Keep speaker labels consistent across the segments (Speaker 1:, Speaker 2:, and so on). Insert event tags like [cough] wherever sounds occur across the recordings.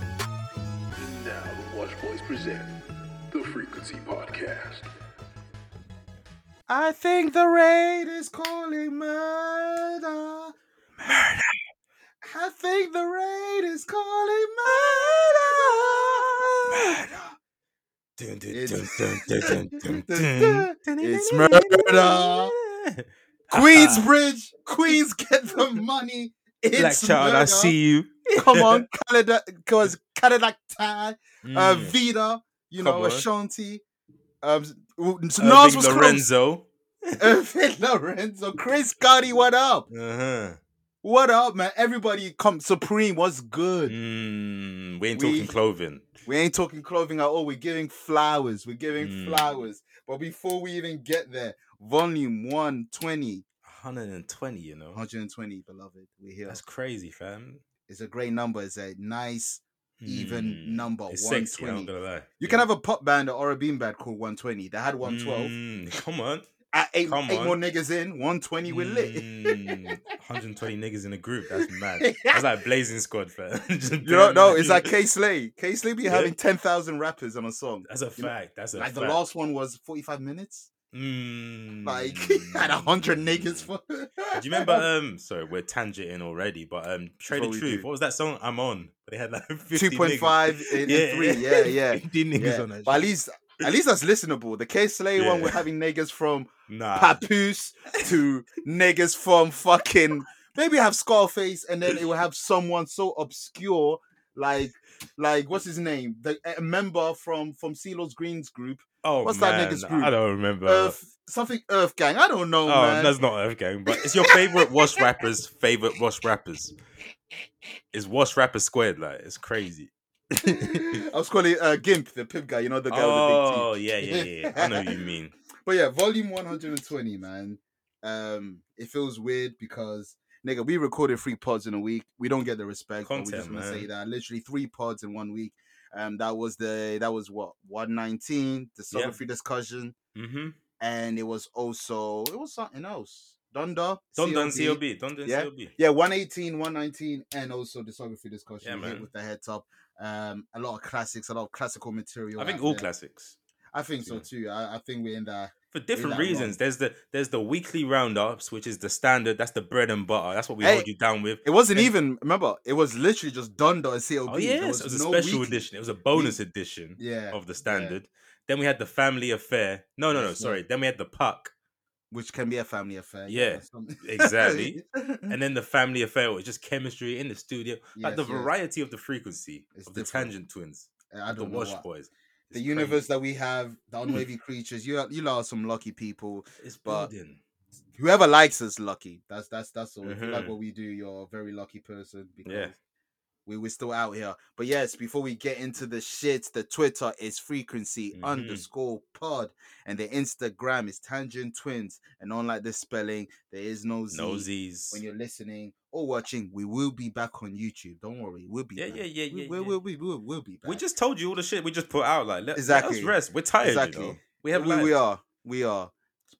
Speaker 1: And now the Watch Boys present the Frequency Podcast.
Speaker 2: I think the raid is calling murder. Murder. I think the raid is calling murder.
Speaker 3: Dun, dun,
Speaker 2: It's- [laughs]
Speaker 3: dun, dun, dun, dun, dun, dun.
Speaker 2: Murder.
Speaker 3: It's murder.
Speaker 2: Queensbridge, Queens get the money. It's
Speaker 3: [laughs] Black child, I
Speaker 2: murder.
Speaker 3: see you.
Speaker 2: Come on, [laughs] Canada, because Canada Thai, uh,
Speaker 3: Mm.
Speaker 2: Vida, you know,
Speaker 3: Come on.
Speaker 2: Ashanti. Um, s- w-
Speaker 3: Irving
Speaker 2: Nas was close.
Speaker 3: Lorenzo.
Speaker 2: [laughs] Irving Lorenzo, Chris Gotti, what up?
Speaker 3: Uh-huh.
Speaker 2: What up, man? Everybody come supreme. What's good?
Speaker 3: Mm, we ain't
Speaker 2: We-
Speaker 3: talking clothing.
Speaker 2: We ain't talking clothing at all. We're giving flowers. We're giving
Speaker 3: Mm.
Speaker 2: flowers. But before we even get there, volume 120,
Speaker 3: 120, you know.
Speaker 2: 120, beloved. We're here.
Speaker 3: That's crazy, fam.
Speaker 2: It's a great number. It's a nice, even
Speaker 3: Mm.
Speaker 2: number.
Speaker 3: It's
Speaker 2: 120.
Speaker 3: sexy, I'm not gonna lie.
Speaker 2: You can have a pop band or a bean band called 120. They had 112.
Speaker 3: Mm,
Speaker 2: [laughs]
Speaker 3: come on.
Speaker 2: At eight,
Speaker 3: come
Speaker 2: eight
Speaker 3: on.
Speaker 2: more niggas in, 120 we're lit.
Speaker 3: Mm, 120 niggas in a group. That's mad. That's like Blazing Squad, fam. [laughs]
Speaker 2: [laughs]
Speaker 3: Just
Speaker 2: You don't know.
Speaker 3: throwing-
Speaker 2: It's like K Slay. K Slay be
Speaker 3: Yeah.
Speaker 2: having 10,000 rappers on a song.
Speaker 3: [laughs] That's a
Speaker 2: you know,
Speaker 3: fact. That's a
Speaker 2: Like
Speaker 3: fact.
Speaker 2: the last one was 45 minutes.
Speaker 3: Mm.
Speaker 2: Like [laughs] had a hundred niggas for. Do
Speaker 3: Do you remember? Um, sorry, we're tangenting already, but um, Trade
Speaker 2: what
Speaker 3: the
Speaker 2: we
Speaker 3: Truth.
Speaker 2: do.
Speaker 3: What was that song? I'm on. They had like [laughs] 50
Speaker 2: two point
Speaker 3: niggas.
Speaker 2: five in, in three?
Speaker 3: [laughs]
Speaker 2: Yeah, yeah.
Speaker 3: 50 niggas
Speaker 2: yeah.
Speaker 3: on that.
Speaker 2: But at
Speaker 3: shit.
Speaker 2: least, at least that's listenable. The K Slay one, we're
Speaker 3: Yeah. Ah.
Speaker 2: having niggas
Speaker 3: [laughs]
Speaker 2: from
Speaker 3: nah,
Speaker 2: Papoose to niggas from fucking maybe have Scarface, and then it will have someone so obscure like like what's his name? The a member from from CeeLo's Greens group,
Speaker 3: oh
Speaker 2: what's that
Speaker 3: man,
Speaker 2: nigga's group?
Speaker 3: I don't remember.
Speaker 2: Earth something Earth Gang. I don't know,
Speaker 3: oh,
Speaker 2: man.
Speaker 3: that's not Earth Gang, but it's your favorite Wash rappers. Favorite Wash rappers is Wash rapper squared. Like it's crazy.
Speaker 2: [laughs] I was calling uh, Gimp, the pimp guy. You know the guy with the big teeth.
Speaker 3: oh yeah, yeah, yeah. I know what you mean.
Speaker 2: [laughs] But yeah, volume 120, man. Um, it feels weird because nigga, we recorded three pods in a week. We don't get the respect. but we
Speaker 3: Content,
Speaker 2: just want to say
Speaker 3: man.
Speaker 2: that literally three pods in one week. Um, that was the that was what 119 discography discussion,
Speaker 3: Mm-hmm.
Speaker 2: and it was also it was something else. Dunda,
Speaker 3: Don't done
Speaker 2: CLB.
Speaker 3: CLB. Don't done
Speaker 2: Yeah.
Speaker 3: CLB.
Speaker 2: Yeah, 118, 119, and also discography discussion.
Speaker 3: Yeah,
Speaker 2: we hit
Speaker 3: man.
Speaker 2: with the head top. Um, a lot of classics, a lot of classical material.
Speaker 3: I think
Speaker 2: out
Speaker 3: all
Speaker 2: there.
Speaker 3: classics.
Speaker 2: I think so
Speaker 3: yeah.
Speaker 2: too. I, I think we're in that
Speaker 3: for different
Speaker 2: that long.
Speaker 3: reasons. There's the there's the weekly roundups, which is the standard. That's the bread and butter. That's what we
Speaker 2: Hey.
Speaker 3: hold you down with.
Speaker 2: It wasn't
Speaker 3: And-
Speaker 2: even remember. It was literally just Dundo and CLB.
Speaker 3: Oh
Speaker 2: There
Speaker 3: yes, it was a
Speaker 2: no
Speaker 3: special
Speaker 2: weekly.
Speaker 3: edition. It was a bonus edition
Speaker 2: Yeah,
Speaker 3: of the standard. Then we had the family affair. No, no, no.
Speaker 2: Yes, yeah.
Speaker 3: Sorry. Then we had the puck,
Speaker 2: [laughs] which can be a family affair.
Speaker 3: Yeah,
Speaker 2: some- [laughs]
Speaker 3: exactly. and then the family affair was just chemistry in the studio. like the
Speaker 2: Yes, yes.
Speaker 3: variety of the frequency
Speaker 2: It's
Speaker 3: of the
Speaker 2: different.
Speaker 3: Tangent Twins,
Speaker 2: I
Speaker 3: of
Speaker 2: don't
Speaker 3: the
Speaker 2: know
Speaker 3: Wash
Speaker 2: what-
Speaker 3: Boys.
Speaker 2: The
Speaker 3: It's
Speaker 2: universe that we have,
Speaker 3: [laughs]
Speaker 2: the unwavy creatures. You are- you lot are some lucky people.
Speaker 3: crazy. it's
Speaker 2: but-
Speaker 3: building.
Speaker 2: Whoever likes us, lucky. That's that's that's all. If you like
Speaker 3: Mhm.
Speaker 2: what we do, you're a very lucky person. Because
Speaker 3: Yeah.
Speaker 2: We, we're still out here. But yes, before we get into the shit, the Twitter is frequency
Speaker 3: Mhm.
Speaker 2: underscore pod. And the Instagram is tangent twins. And unlike the spelling, there is no Z.
Speaker 3: No Z's.
Speaker 2: when you're listening or watching, we will be back on YouTube. Don't worry, we'll be
Speaker 3: Yeah,
Speaker 2: back.
Speaker 3: yeah, yeah,
Speaker 2: we,
Speaker 3: yeah.
Speaker 2: we,
Speaker 3: yeah.
Speaker 2: We'll, be, we'll, we'll be back.
Speaker 3: We just told you all the shit we just put out. Like, let, let
Speaker 2: Exactly.
Speaker 3: us rest. We're tired.
Speaker 2: Exactly.
Speaker 3: You know? We have
Speaker 2: we,
Speaker 3: lives.
Speaker 2: we are, we are.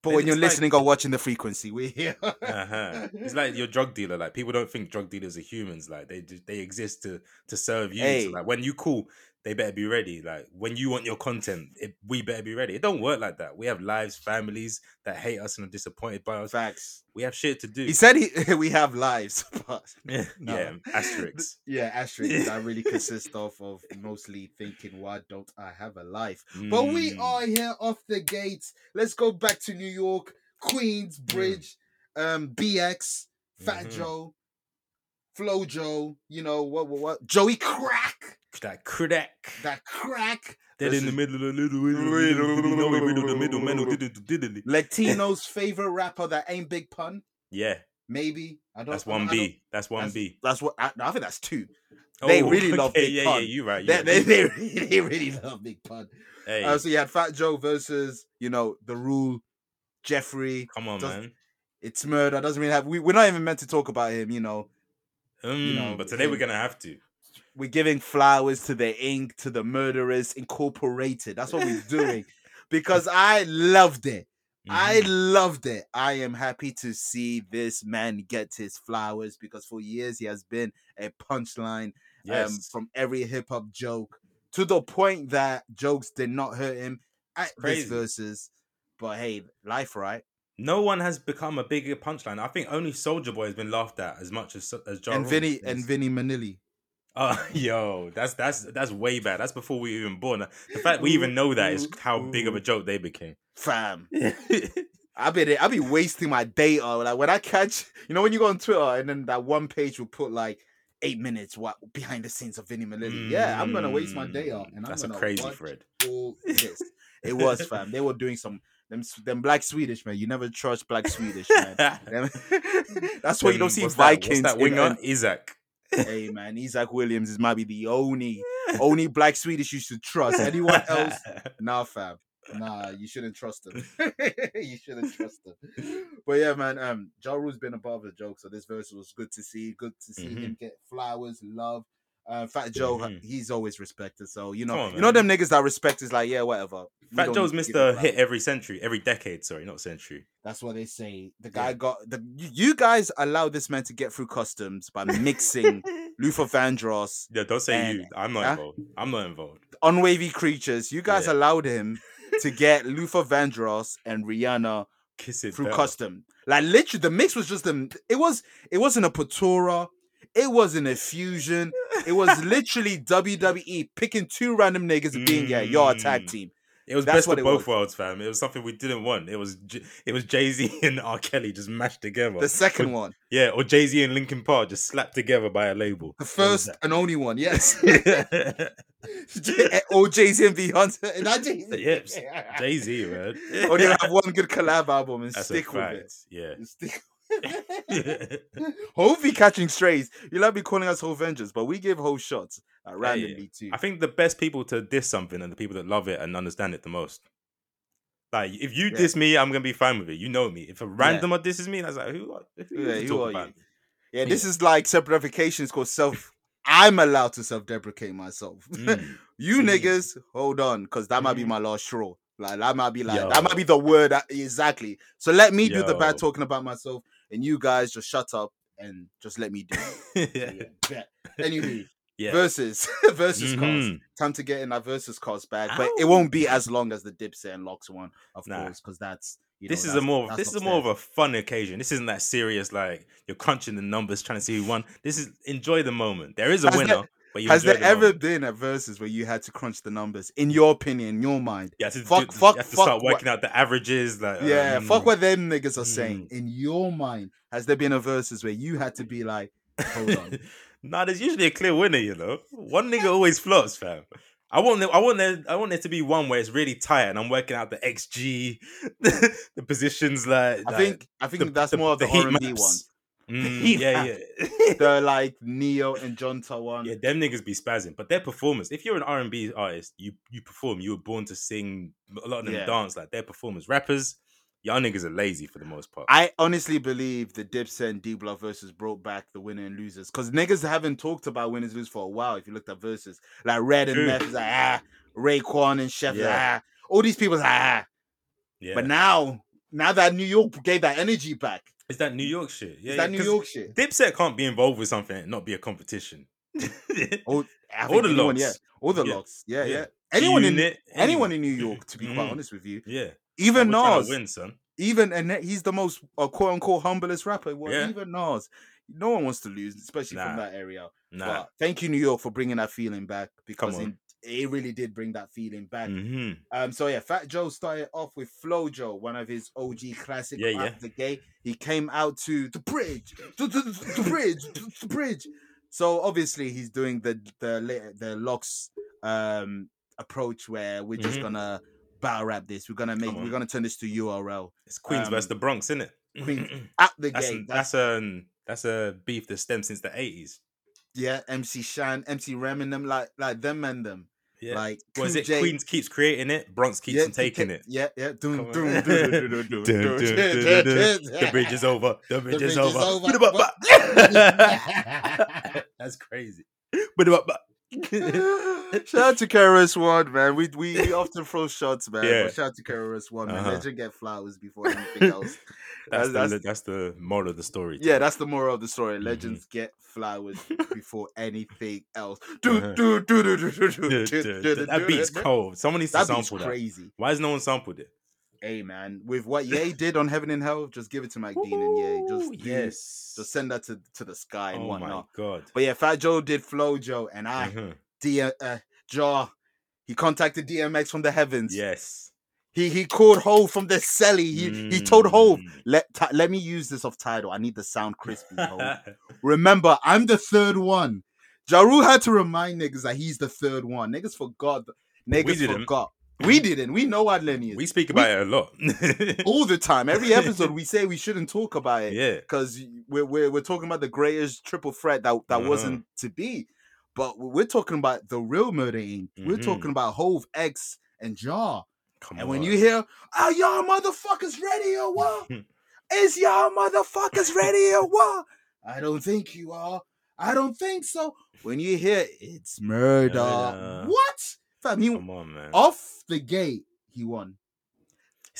Speaker 2: But
Speaker 3: Then
Speaker 2: when you're
Speaker 3: it's like-
Speaker 2: listening or watching the frequency, we're here.
Speaker 3: Uh-huh. It's like your drug dealer. Like people don't think drug dealers are humans. Like they ju- they exist to to serve you.
Speaker 2: Hey.
Speaker 3: So, like when you call, they better be ready. Like when you want your content, it, we better be ready. It don't work like that. We have lives, families that hate us and are disappointed by us.
Speaker 2: [laughs] Facts.
Speaker 3: We have shit to do.
Speaker 2: He said he, we have lives, but
Speaker 3: [laughs] yeah,
Speaker 2: no.
Speaker 3: yeah, asterisks.
Speaker 2: yeah, asterisk. I really consist of of mostly thinking, why don't I have a life? [laughs] But we
Speaker 3: Mm.
Speaker 2: are here off the gates. Let's go back to New York, Queens, Bridge, um, BX, Fat
Speaker 3: Mhm.
Speaker 2: Joe, Flo Joe, you know, what, what, what, Joey Crack,
Speaker 3: Mm. that crack.
Speaker 2: that crack,
Speaker 3: Dead in the
Speaker 2: Listen.
Speaker 3: middle of the little, little, little, little, no, in middle of the middle,
Speaker 2: [laughs]
Speaker 3: man, who did it, did it.
Speaker 2: Latino's favorite rapper that ain't Big Pun,
Speaker 3: Yeah,
Speaker 2: maybe. I don't
Speaker 3: that's
Speaker 2: I don't-
Speaker 3: one
Speaker 2: I don't-
Speaker 3: B. That's one B. Oh,
Speaker 2: That's what I, I think that's two. they
Speaker 3: [laughs]
Speaker 2: really love
Speaker 3: okay,
Speaker 2: Big
Speaker 3: Yeah, yeah,
Speaker 2: Pun.
Speaker 3: you right. you
Speaker 2: They,
Speaker 3: right.
Speaker 2: they, they, really, they [laughs] really love Big Pun.
Speaker 3: Hey,
Speaker 2: Uh, so you had Fat Joe versus, you know, The Rule, Jeffrey,
Speaker 3: come on,
Speaker 2: does-
Speaker 3: man.
Speaker 2: it's murder. Doesn't really have. We, we're not even meant to talk about him, you know.
Speaker 3: Mm,
Speaker 2: know,
Speaker 3: but today
Speaker 2: in-
Speaker 3: we're gonna have to.
Speaker 2: We're giving flowers to the ink, to the murderers incorporated. That's what we're
Speaker 3: [laughs]
Speaker 2: doing. because I loved it. I
Speaker 3: Mhm.
Speaker 2: loved it. I am happy to see this man get his flowers because for years he has been a punchline um,
Speaker 3: yes.
Speaker 2: from every hip hop joke to the point that jokes did not hurt him at
Speaker 3: crazy.
Speaker 2: this versus. But hey, life, right?
Speaker 3: no one has become a bigger punchline. I think only Soldier Boy has been laughed at as much as as John.
Speaker 2: and Vinny and
Speaker 3: [laughs]
Speaker 2: Vinny Manili.
Speaker 3: Oh, yo, that's that's that's way back. That's before we were even born. The fact we even know that is how big of a joke they
Speaker 2: [laughs]
Speaker 3: became.
Speaker 2: Fam,
Speaker 3: yeah,
Speaker 2: I be I be wasting my data. Like when I catch, you know, when you go on Twitter and then that one page will put like eight minutes what behind the scenes of Vinny Manili. Yeah, I'm gonna waste my day out. And I'm
Speaker 3: Mm, that's a
Speaker 2: gonna
Speaker 3: crazy
Speaker 2: watch
Speaker 3: thread.
Speaker 2: all this.
Speaker 3: [laughs]
Speaker 2: It was fam. They were doing some them s- them black Swedish man. You never trust black Swedish man.
Speaker 3: [laughs]
Speaker 2: Them- That's why you
Speaker 3: Then
Speaker 2: don't see
Speaker 3: what's that-
Speaker 2: Vikings.
Speaker 3: What's that
Speaker 2: in-
Speaker 3: winger? uh, Isaac.
Speaker 2: in- hey man, Isaac Williams is might be the only only black Swedish you should trust.
Speaker 3: [laughs]
Speaker 2: Anyone else? Nah, fam. Nah, you shouldn't trust them.
Speaker 3: [laughs]
Speaker 2: [laughs] you shouldn't trust them. But yeah, man. Um, Ja Rule's been above the joke, so this verse was good to see. Good to see
Speaker 3: Mhm.
Speaker 2: him get flowers, love. Uh, Fat Joe,
Speaker 3: Mhm.
Speaker 2: he's always respected. So you know,
Speaker 3: Come on,
Speaker 2: you know
Speaker 3: man.
Speaker 2: them niggas that respect is like, yeah, whatever. we
Speaker 3: Fat
Speaker 2: don't
Speaker 3: Joe's
Speaker 2: need to
Speaker 3: missed
Speaker 2: give him
Speaker 3: a
Speaker 2: flowers.
Speaker 3: hit every century, every decade. Sorry, not century.
Speaker 2: That's what they say. The
Speaker 3: Yeah.
Speaker 2: guy got the. You you guys allow this man to get through customs by
Speaker 3: [laughs]
Speaker 2: mixing Luther Vandross,
Speaker 3: Yeah, don't say
Speaker 2: And-
Speaker 3: you. I'm not
Speaker 2: Huh?
Speaker 3: involved. I'm not involved.
Speaker 2: unwavy creatures. You guys
Speaker 3: Yeah.
Speaker 2: allowed him to get Luther Vandross and Rihanna
Speaker 3: Kiss it
Speaker 2: through
Speaker 3: Bell.
Speaker 2: custom. Like literally, the mix was just them. It was it wasn't a Patora. It wasn't a fusion. It
Speaker 3: [laughs]
Speaker 2: was literally WWE picking two random niggas and being yeah, you're a tag
Speaker 3: Mm.
Speaker 2: team.
Speaker 3: It was
Speaker 2: That's
Speaker 3: best
Speaker 2: what
Speaker 3: of
Speaker 2: it was.
Speaker 3: both worlds, fam. It was something we didn't want. It was J- it was Jay Z [laughs] and R. Kelly just mashed together.
Speaker 2: The second one,
Speaker 3: yeah, or Jay Z and Linkin Park just slapped together by a label.
Speaker 2: the
Speaker 3: [laughs]
Speaker 2: first and only one. Yes, [laughs]
Speaker 3: Jay
Speaker 2: OJ Z and V Hunter [laughs] and not Jay Z.
Speaker 3: Yips. Z, man.
Speaker 2: [laughs]
Speaker 3: [laughs]
Speaker 2: Only have one good collab album and
Speaker 3: That's a
Speaker 2: stick with
Speaker 3: fact.
Speaker 2: it.
Speaker 3: Yeah.
Speaker 2: And Stick. [laughs] Hovey catching strays. You like be calling us whole vengeance, but we give whole shots uh, randomly too.
Speaker 3: [laughs] I think the best people to diss something are the people that love it and understand it the most. Like if you
Speaker 2: Yeah.
Speaker 3: diss me, I'm gonna be fine with it. You know me. If a randomer disses me, that's like who, are- who
Speaker 2: Yeah,
Speaker 3: you
Speaker 2: who
Speaker 3: talk
Speaker 2: are
Speaker 3: about?
Speaker 2: you? Yeah, this is like self-deprecation. It's called self. I'm allowed to self-deprecate myself.
Speaker 3: [laughs] Mm.
Speaker 2: you
Speaker 3: Mm.
Speaker 2: niggas, hold on, because that might be
Speaker 3: Mhm.
Speaker 2: my last straw. Like that might be like that might be
Speaker 3: Yo.
Speaker 2: the word that, exactly. So let me do the bad
Speaker 3: Yo.
Speaker 2: talking about myself, and you guys just shut up and just let me do.
Speaker 3: [laughs]
Speaker 2: It. So, yeah, bet. Anyway,
Speaker 3: Yeah.
Speaker 2: versus [laughs] versus cars.
Speaker 3: Mhm.
Speaker 2: Time to get in that versus cars back, but it won't be as long as the Dipset and Locks one, of
Speaker 3: Nah.
Speaker 2: course, because that's you know,
Speaker 3: this is a
Speaker 2: that's-
Speaker 3: more
Speaker 2: that's
Speaker 3: this is a
Speaker 2: upstairs.
Speaker 3: more of a fun occasion. This isn't that serious. Like you're crunching the numbers, trying to see who won. This is enjoy the moment. There is a
Speaker 2: Has there-
Speaker 3: winner, but you
Speaker 2: Has
Speaker 3: enjoy
Speaker 2: there
Speaker 3: the
Speaker 2: ever
Speaker 3: moment.
Speaker 2: been a versus where you had to crunch the numbers in your opinion, in your mind?
Speaker 3: You have to, do-
Speaker 2: fuck- fuck-
Speaker 3: you have to
Speaker 2: fuck
Speaker 3: start
Speaker 2: what-
Speaker 3: working out the averages. Like
Speaker 2: Yeah, fuck
Speaker 3: um, mm.
Speaker 2: what them niggas are saying. In your mind, has there been a versus where you had to be like, hold [laughs]
Speaker 3: [laughs]
Speaker 2: on,
Speaker 3: nah, there's usually a clear winner. You know, one nigga always flops, fam. I want there, I want there, I want there to be one where it's really tight, and I'm working out the XG, [laughs] the positions. Like,
Speaker 2: I
Speaker 3: like,
Speaker 2: think I think
Speaker 3: the-
Speaker 2: that's
Speaker 3: the-
Speaker 2: more of
Speaker 3: the
Speaker 2: the,
Speaker 3: heat
Speaker 2: R and B
Speaker 3: maps.
Speaker 2: ones,
Speaker 3: mm,
Speaker 2: heat
Speaker 3: yeah, yeah.
Speaker 2: the like Neo and Jonta one.
Speaker 3: Yeah, them niggas be spazzing, but their performance. If you're an R and B artist, you you perform. You were born to sing. A lot of them
Speaker 2: Yeah.
Speaker 3: dance like their performers. Rappers, y'all niggas are lazy for the most part.
Speaker 2: I honestly believe the Dipset and D Block versus brought back the winner and losers because niggas haven't talked about winners lose for a while. If you looked at versus like Red and
Speaker 3: True.
Speaker 2: Meth is like ah, Raekwon and Chef is like,
Speaker 3: Yeah.
Speaker 2: ah, all these people's like, ah.
Speaker 3: yeah,
Speaker 2: But now, now that New York gave that energy back,
Speaker 3: it's that New York shit. Yeah,
Speaker 2: is
Speaker 3: yeah,
Speaker 2: that New
Speaker 3: 'cause
Speaker 2: York shit?
Speaker 3: Dipset can't be involved with something and not be
Speaker 2: [laughs]
Speaker 3: a competition. [laughs]
Speaker 2: All, I
Speaker 3: all
Speaker 2: think
Speaker 3: the
Speaker 2: anyone, yeah,
Speaker 3: locks.
Speaker 2: all the
Speaker 3: Yeah,
Speaker 2: locks, yeah,
Speaker 3: yeah.
Speaker 2: yeah. Anyone in
Speaker 3: Unit,
Speaker 2: anyone in New
Speaker 3: [laughs]
Speaker 2: York, to be quite
Speaker 3: Mhm.
Speaker 2: honest with you,
Speaker 3: Yeah,
Speaker 2: even
Speaker 3: Like, we're trying to
Speaker 2: Nas,
Speaker 3: win, son.
Speaker 2: even and he's the most uh, quote unquote humblest rapper. Well,
Speaker 3: Yeah.
Speaker 2: even Nas, no one wants to lose, especially from
Speaker 3: Nah.
Speaker 2: that area.
Speaker 3: Nah,
Speaker 2: But thank you, New York, for bringing that feeling back because
Speaker 3: on.
Speaker 2: it, it really did bring that feeling back.
Speaker 3: hmm
Speaker 2: Um, so yeah, Fat Joe started off with Flo Jo, one of his OG classic
Speaker 3: Yeah,
Speaker 2: yeah,
Speaker 3: yeah.
Speaker 2: the gate. He came out to the bridge, to the, the bridge, to the bridge. So obviously he's doing the the la- the locks um approach where we're just
Speaker 3: Mhm.
Speaker 2: gonna battle rap this. We're gonna make
Speaker 3: Come on.
Speaker 2: we're gonna turn this to URL
Speaker 3: it's Queens
Speaker 2: Um,
Speaker 3: versus the Bronx, isn't it?
Speaker 2: Queens. at the
Speaker 3: [laughs] that's
Speaker 2: gate. That's,
Speaker 3: that's a that's a beef that stems since the eighties.
Speaker 2: yeah, MC Shan, MC Rem and them like like them and them.
Speaker 3: Yeah.
Speaker 2: Like
Speaker 3: Was
Speaker 2: Cool
Speaker 3: it
Speaker 2: J-
Speaker 3: Queens keeps creating it, Bronx keeps on taking it.
Speaker 2: Yeah, yeah.
Speaker 3: Come
Speaker 2: Doom,
Speaker 3: on.
Speaker 2: doom, doom, doom, doom, doom, doom,
Speaker 3: Dun, dun,
Speaker 2: [laughs] doom,
Speaker 3: dun,
Speaker 2: doom,
Speaker 3: dun,
Speaker 2: doom,
Speaker 3: The
Speaker 2: doom.
Speaker 3: bridge is over. The bridge,
Speaker 2: bridge is
Speaker 3: is over.
Speaker 2: over. [laughs]
Speaker 3: Ba-da-ba-ba. That's crazy. [laughs]
Speaker 2: [laughs]
Speaker 3: Ba-da-ba-ba.
Speaker 2: shout out to Keras One, man. We, we we often throw shots, man.
Speaker 3: Yeah.
Speaker 2: But shout out to Keras One, man.
Speaker 3: Uh-huh.
Speaker 2: Let you get flowers
Speaker 3: [laughs]
Speaker 2: before anything else.
Speaker 3: that's,
Speaker 2: That's-
Speaker 3: the, that's the moral of the story. [laughs]
Speaker 2: yeah, that's the moral of the story.
Speaker 3: Mm-hmm.
Speaker 2: Legends get flowers before anything else.
Speaker 3: Uh-huh.
Speaker 2: Do, do, do, do, do, do, do,
Speaker 3: Duh,
Speaker 2: do, do,
Speaker 3: duh, duh.
Speaker 2: do,
Speaker 3: That
Speaker 2: do,
Speaker 3: beat's
Speaker 2: do, do.
Speaker 3: cold. Someone needs to
Speaker 2: That beat's
Speaker 3: sample that.
Speaker 2: crazy.
Speaker 3: Why has no one sampled it?
Speaker 2: Hey, man. With what Ye did on Heaven and Hell, just give it to Mike Dean and Ye.
Speaker 3: Ooh,
Speaker 2: Just do-
Speaker 3: yes.
Speaker 2: Just send that to, to the sky and
Speaker 3: oh my
Speaker 2: whatnot.
Speaker 3: god.
Speaker 2: But yeah, Fat Joe did Flow Joe, and I [laughs]
Speaker 3: Mhm.
Speaker 2: D uh, Jaw. He contacted DMX from the heavens.
Speaker 3: Yes.
Speaker 2: He he called Hove from the celly. He he told Hove,
Speaker 3: Mm.
Speaker 2: let Ti- let me use this off title. I need the sound crispy.
Speaker 3: [laughs]
Speaker 2: Hove. Remember, I'm the third one. Jaru had to remind niggas that he's the third one. Niggas forgot. Niggas
Speaker 3: didn't.
Speaker 2: forgot. We didn't. We know what Lenny is.
Speaker 3: [laughs] we speak about it a
Speaker 2: [laughs]
Speaker 3: lot. [laughs]
Speaker 2: all the time. Every episode we say we shouldn't talk about it
Speaker 3: yeah.
Speaker 2: because we're, we're we're talking about the greatest triple threat that that
Speaker 3: Uh-huh.
Speaker 2: wasn't to be, but we're talking about the real murder Inc. We're
Speaker 3: Mhm.
Speaker 2: talking about Hove X and Jar.
Speaker 3: Come
Speaker 2: And when
Speaker 3: on.
Speaker 2: you hear, "Are y'all motherfuckers ready or
Speaker 3: [laughs]
Speaker 2: what? Is y'all motherfuckers ready or what?" I don't think you are. I don't think so. When you hear it's murder,
Speaker 3: Murder.
Speaker 2: what? Fam, he
Speaker 3: Come on, man.
Speaker 2: off the gate. He won.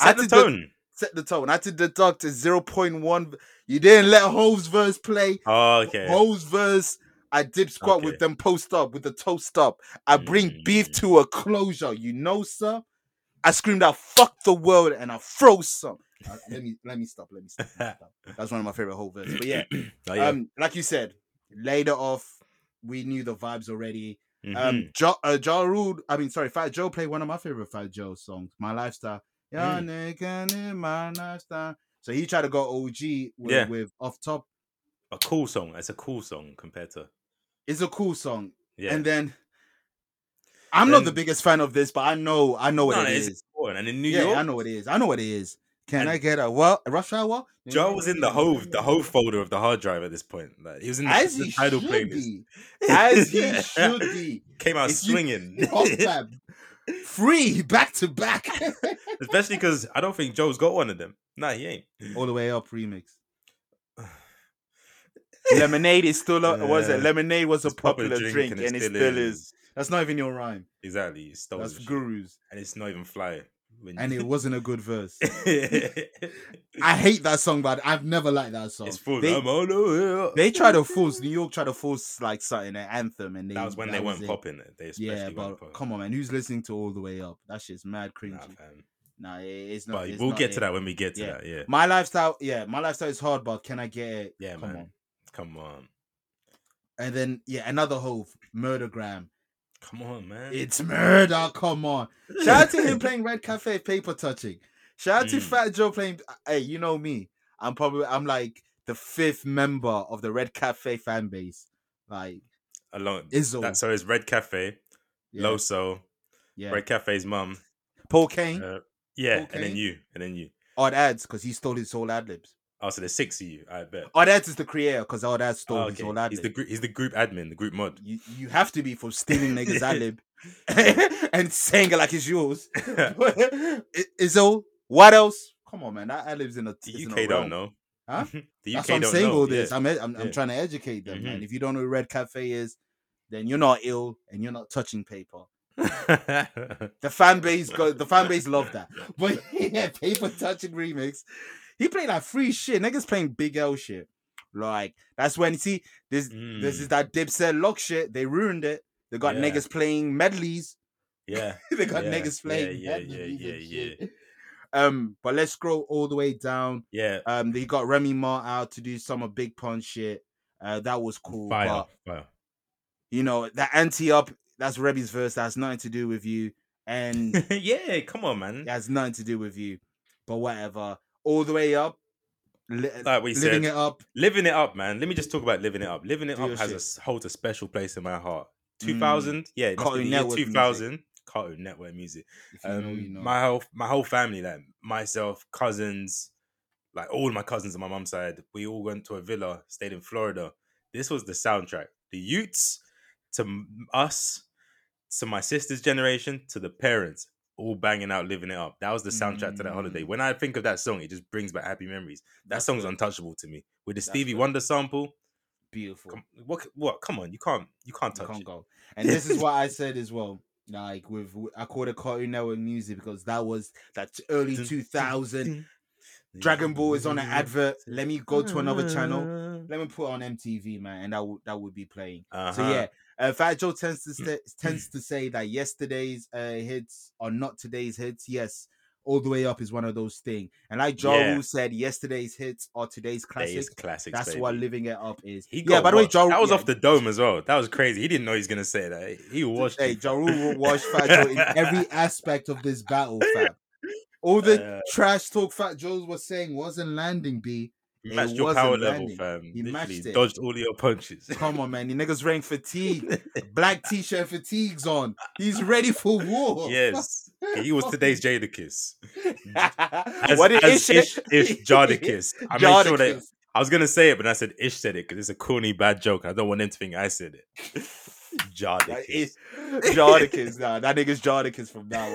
Speaker 2: I
Speaker 3: Set the
Speaker 2: did the-
Speaker 3: tone.
Speaker 2: Set the tone. I had to deduct a 0.1. You didn't let Hove's verse play.
Speaker 3: Oh, okay. [laughs]
Speaker 2: Hoes verse. I dip squat with
Speaker 3: Okay.
Speaker 2: them post up, with the toast up. I bring beef
Speaker 3: Mm.
Speaker 2: to a closure. You know, sir. I screamed out, "Fuck the world," and I froze some. Uh, let me let me stop. Let me stop. let me stop. That's one of my favorite whole verses. But yeah,
Speaker 3: Oh, [coughs] yeah.
Speaker 2: um, like you said, later off, we knew the vibes already.
Speaker 3: Mhm.
Speaker 2: Um, ja, uh, ja Rule, I mean, sorry, Fat Joe played one of my favorite Fat Joe songs, My Lifestyle. Yeah,
Speaker 3: Mm.
Speaker 2: nigga, in my lifestyle. So he tried to go OG with,
Speaker 3: Yeah.
Speaker 2: with off top.
Speaker 3: a cool song. It's a cool song compared to
Speaker 2: It's a cool song.
Speaker 3: yeah.
Speaker 2: And then I'm not the
Speaker 3: Then-
Speaker 2: biggest fan of this, but I know I know what
Speaker 3: No, no,
Speaker 2: it
Speaker 3: it's
Speaker 2: is.
Speaker 3: important. And in New
Speaker 2: Yeah,
Speaker 3: York,
Speaker 2: I know what it is. I know what it is. Can
Speaker 3: And-
Speaker 2: I get a what? A rush hour?
Speaker 3: Joe was in the Hove, the Hove folder of the hard drive at this point. Like, he was in the,
Speaker 2: As
Speaker 3: the
Speaker 2: he
Speaker 3: title
Speaker 2: should
Speaker 3: playlist.
Speaker 2: be. As he should
Speaker 3: [laughs]
Speaker 2: be.
Speaker 3: Came out
Speaker 2: If you-
Speaker 3: swinging,
Speaker 2: [laughs]
Speaker 3: [laughs]
Speaker 2: Off that. Free back to back. [laughs]
Speaker 3: especially because I don't think Joe's got one of them. Nah, he ain't.
Speaker 2: All the way up
Speaker 3: [laughs]
Speaker 2: remix. Lemonade is still a was it?
Speaker 3: Yeah.
Speaker 2: Lemonade was a
Speaker 3: It's proper
Speaker 2: popular drink, and it still is. That's not even your rhyme.
Speaker 3: Exactly, it's stolen
Speaker 2: That's
Speaker 3: shit.
Speaker 2: gurus.
Speaker 3: and it's not even fly. When
Speaker 2: And
Speaker 3: [laughs]
Speaker 2: it wasn't a good verse.
Speaker 3: it's
Speaker 2: I hate that song, but I've never liked that song.
Speaker 3: full.
Speaker 2: Oh, They-
Speaker 3: I'm all over.
Speaker 2: they tried to force New York tried to force like something an anthem, and they,
Speaker 3: That was when they
Speaker 2: was
Speaker 3: weren't
Speaker 2: it.
Speaker 3: popping it. They especially
Speaker 2: Yeah,
Speaker 3: weren't
Speaker 2: but
Speaker 3: popping.
Speaker 2: come on, man, who's listening to all the way up? That shit's mad cringy.
Speaker 3: Nah,
Speaker 2: Nah,
Speaker 3: fam.
Speaker 2: it- it's not.
Speaker 3: But
Speaker 2: it's
Speaker 3: we'll
Speaker 2: not
Speaker 3: get to
Speaker 2: it.
Speaker 3: that when we get to
Speaker 2: Yeah.
Speaker 3: that. Yeah,
Speaker 2: My lifestyle, yeah, my lifestyle is hard, but can I get it?
Speaker 3: yeah,
Speaker 2: come
Speaker 3: man.
Speaker 2: on.
Speaker 3: Come on,
Speaker 2: And then yeah, another hove, murdergram.
Speaker 3: come on, man.
Speaker 2: It's murder. Come on. [laughs] Shout out to [laughs]
Speaker 3: [laughs]
Speaker 2: him playing Red Cafe paper touching. Shout out to
Speaker 3: Mm.
Speaker 2: Fat Joe playing. Hey, you know me. I'm probably I'm like the fifth member of the Red Cafe fan base. Like
Speaker 3: Along
Speaker 2: Izzo,
Speaker 3: that, so it's Red Cafe,
Speaker 2: yeah,
Speaker 3: Loso,
Speaker 2: yeah.
Speaker 3: Red Cafe's mum.
Speaker 2: Paul Kane,
Speaker 3: Uh, yeah, and
Speaker 2: Okay.
Speaker 3: then you, and then you.
Speaker 2: Odd Ads, because he stole his whole ad libs.
Speaker 3: Oh, so there's six of you. I bet.
Speaker 2: Odd Ads is the creator, because Odd Ads stole
Speaker 3: Oh,
Speaker 2: his
Speaker 3: okay.
Speaker 2: whole ad
Speaker 3: He's the
Speaker 2: lib.
Speaker 3: group. He's the group admin, the
Speaker 2: [laughs]
Speaker 3: group mod. [laughs]
Speaker 2: You, you have to be for stealing niggas
Speaker 3: Yeah.
Speaker 2: ad lib [laughs] and saying it like it's yours. [laughs] I- Izzo, what else? Come on, man. That ad lib's in a
Speaker 3: The
Speaker 2: it's in a
Speaker 3: UK don't
Speaker 2: realm.
Speaker 3: know.
Speaker 2: Huh?
Speaker 3: [laughs] The UK
Speaker 2: That's why I'm
Speaker 3: don't
Speaker 2: saying
Speaker 3: know.
Speaker 2: all
Speaker 3: yeah.
Speaker 2: this. I'm, ed- I'm, I'm
Speaker 3: Yeah.
Speaker 2: trying to educate them. man.
Speaker 3: Mhm.
Speaker 2: if you don't know what Red Cafe is, then you're not ill and you're not touching paper. The fan base go. The fan base love
Speaker 3: [laughs]
Speaker 2: that. But [laughs] yeah, paper touching remix. He played like free shit. Niggas playing big L shit. Like that's when see this.
Speaker 3: [laughs]
Speaker 2: This is
Speaker 3: Mm,
Speaker 2: that Dipset lock shit. They ruined it. They got
Speaker 3: Yeah.
Speaker 2: niggas playing medleys. [laughs]
Speaker 3: Mm, yeah.
Speaker 2: they got
Speaker 3: Yeah,
Speaker 2: niggas playing.
Speaker 3: yeah, yeah,
Speaker 2: medleys
Speaker 3: yeah,
Speaker 2: and
Speaker 3: yeah,
Speaker 2: shit. Um, but let's scroll all the way down.
Speaker 3: Yeah.
Speaker 2: Um, they got Remy Ma out to do some of Big Pun shit. Uh, that was cool.
Speaker 3: Fire.
Speaker 2: But
Speaker 3: Fire.
Speaker 2: you know that anti up. That's Rebby's verse. That's nothing to do with you,
Speaker 3: [laughs]
Speaker 2: and it
Speaker 3: yeah. Come on, man.
Speaker 2: has nothing to do with you. But whatever. All the way up. li-
Speaker 3: Like we
Speaker 2: living
Speaker 3: said,
Speaker 2: it up.
Speaker 3: living it up, man. Let me just talk about living it up. Living it
Speaker 2: Do
Speaker 3: up
Speaker 2: your
Speaker 3: has a
Speaker 2: shit.
Speaker 3: s holds a special place in my heart.
Speaker 2: Mm.
Speaker 3: Two thousand, yeah, it must
Speaker 2: Cartoon
Speaker 3: be the year
Speaker 2: Network music.
Speaker 3: two thousand. Cartoon Network music.
Speaker 2: If you
Speaker 3: Um,
Speaker 2: know, you know.
Speaker 3: My whole my whole family, like myself, cousins, like all my cousins on my mum's side, we all went to a villa, stayed in Florida. This was the soundtrack. The Utes to m- us to my sister's generation, to the parents, all banging out, living it up. That was the soundtrack to that holiday.
Speaker 2: Mm.
Speaker 3: When I think of that song, it just brings back happy memories. That
Speaker 4: That's
Speaker 3: song's
Speaker 4: good.
Speaker 3: untouchable to me. With the
Speaker 4: That's
Speaker 3: Stevie
Speaker 4: good.
Speaker 3: Wonder sample,
Speaker 4: Beautiful.
Speaker 3: come- what? What? Come on, you can't. You can't
Speaker 4: You
Speaker 3: touch.
Speaker 4: can't
Speaker 3: it.
Speaker 4: go.
Speaker 2: And this
Speaker 3: [laughs]
Speaker 2: is what I said as well. Like with, with I called it Cartoon Network music because that was that early
Speaker 3: Dun,
Speaker 2: two thousand.
Speaker 3: dun.
Speaker 2: Dragon Ball is on
Speaker 3: [laughs]
Speaker 2: an advert. Let me go to another channel. Let me put on MTV, man, and that would that would be playing. So
Speaker 3: Uh-huh. Mm.
Speaker 2: yeah, uh, Fat Joe tends to sta tends to say that yesterday's uh, hits are not today's hits. Yes, all the way up is one of those things. And like Joe
Speaker 3: Yeah.
Speaker 2: said, yesterday's hits are today's
Speaker 3: That
Speaker 2: classics.
Speaker 3: is classics.
Speaker 2: That's
Speaker 3: baby.
Speaker 2: what living it up is.
Speaker 3: He
Speaker 2: yeah,
Speaker 3: got
Speaker 2: by the way,
Speaker 3: washed.
Speaker 2: Joe
Speaker 3: that was
Speaker 2: yeah,
Speaker 3: off the dome as well. That was crazy. He didn't know he was gonna say that. He watched
Speaker 2: Hey,
Speaker 3: it.
Speaker 2: Ja
Speaker 3: [laughs]
Speaker 2: Rule will wash Fat Joe in every aspect of this battle,
Speaker 3: [laughs]
Speaker 2: fam. All the
Speaker 3: Uh,
Speaker 2: trash talk Fat Joe was saying wasn't landing, B.
Speaker 3: He
Speaker 2: It
Speaker 3: matched your power
Speaker 2: wasn't
Speaker 3: level,
Speaker 2: landing.
Speaker 3: fam.
Speaker 2: He
Speaker 3: Literally
Speaker 2: matched it.
Speaker 3: dodged all your
Speaker 2: [laughs]
Speaker 3: punches.
Speaker 2: Come on, man. The niggas wearing fatigue. Black t shirt fatigues on. He's ready for war. [laughs]
Speaker 3: yes, he was today's Jadakiss. As,
Speaker 2: what did
Speaker 3: as
Speaker 2: Ish
Speaker 3: Ish,
Speaker 2: say?
Speaker 3: Ish
Speaker 2: [laughs]
Speaker 3: Jadakiss. I made sure that
Speaker 2: Jadakiss.
Speaker 3: I was gonna say it, but I said Ish said it because it's a corny bad joke. I don't want him to think I
Speaker 2: [laughs]
Speaker 3: said it.
Speaker 2: Like,
Speaker 3: Jadakiss.
Speaker 2: it's Jordicus now. That nigga's Jordicus from now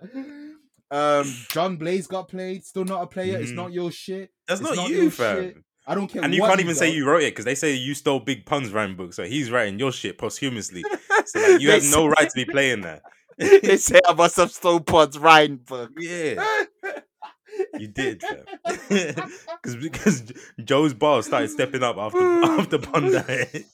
Speaker 3: [laughs]
Speaker 2: on. [laughs] um, John Blaze got played. Still not a player. It's
Speaker 3: Mhm.
Speaker 2: not your shit.
Speaker 3: That's
Speaker 2: it's
Speaker 3: not,
Speaker 2: not
Speaker 3: you,
Speaker 2: your
Speaker 3: fam.
Speaker 2: shit. I don't care.
Speaker 3: And you
Speaker 2: what
Speaker 3: can't
Speaker 2: he
Speaker 3: even say
Speaker 2: does.
Speaker 3: you wrote it because they say you stole Big Pun's rhyme book, so he's writing your shit posthumously. So like,
Speaker 2: [laughs]
Speaker 3: you
Speaker 2: They
Speaker 3: have no right to be
Speaker 2: [laughs]
Speaker 3: playing that.
Speaker 2: they say I must have stole Pod's Ryan book.
Speaker 3: Yeah, [laughs] you
Speaker 2: [laughs]
Speaker 3: did, fam. [laughs] Cause, because J- Joe's bars started stepping up
Speaker 2: [laughs]
Speaker 3: after [laughs] after Pun died.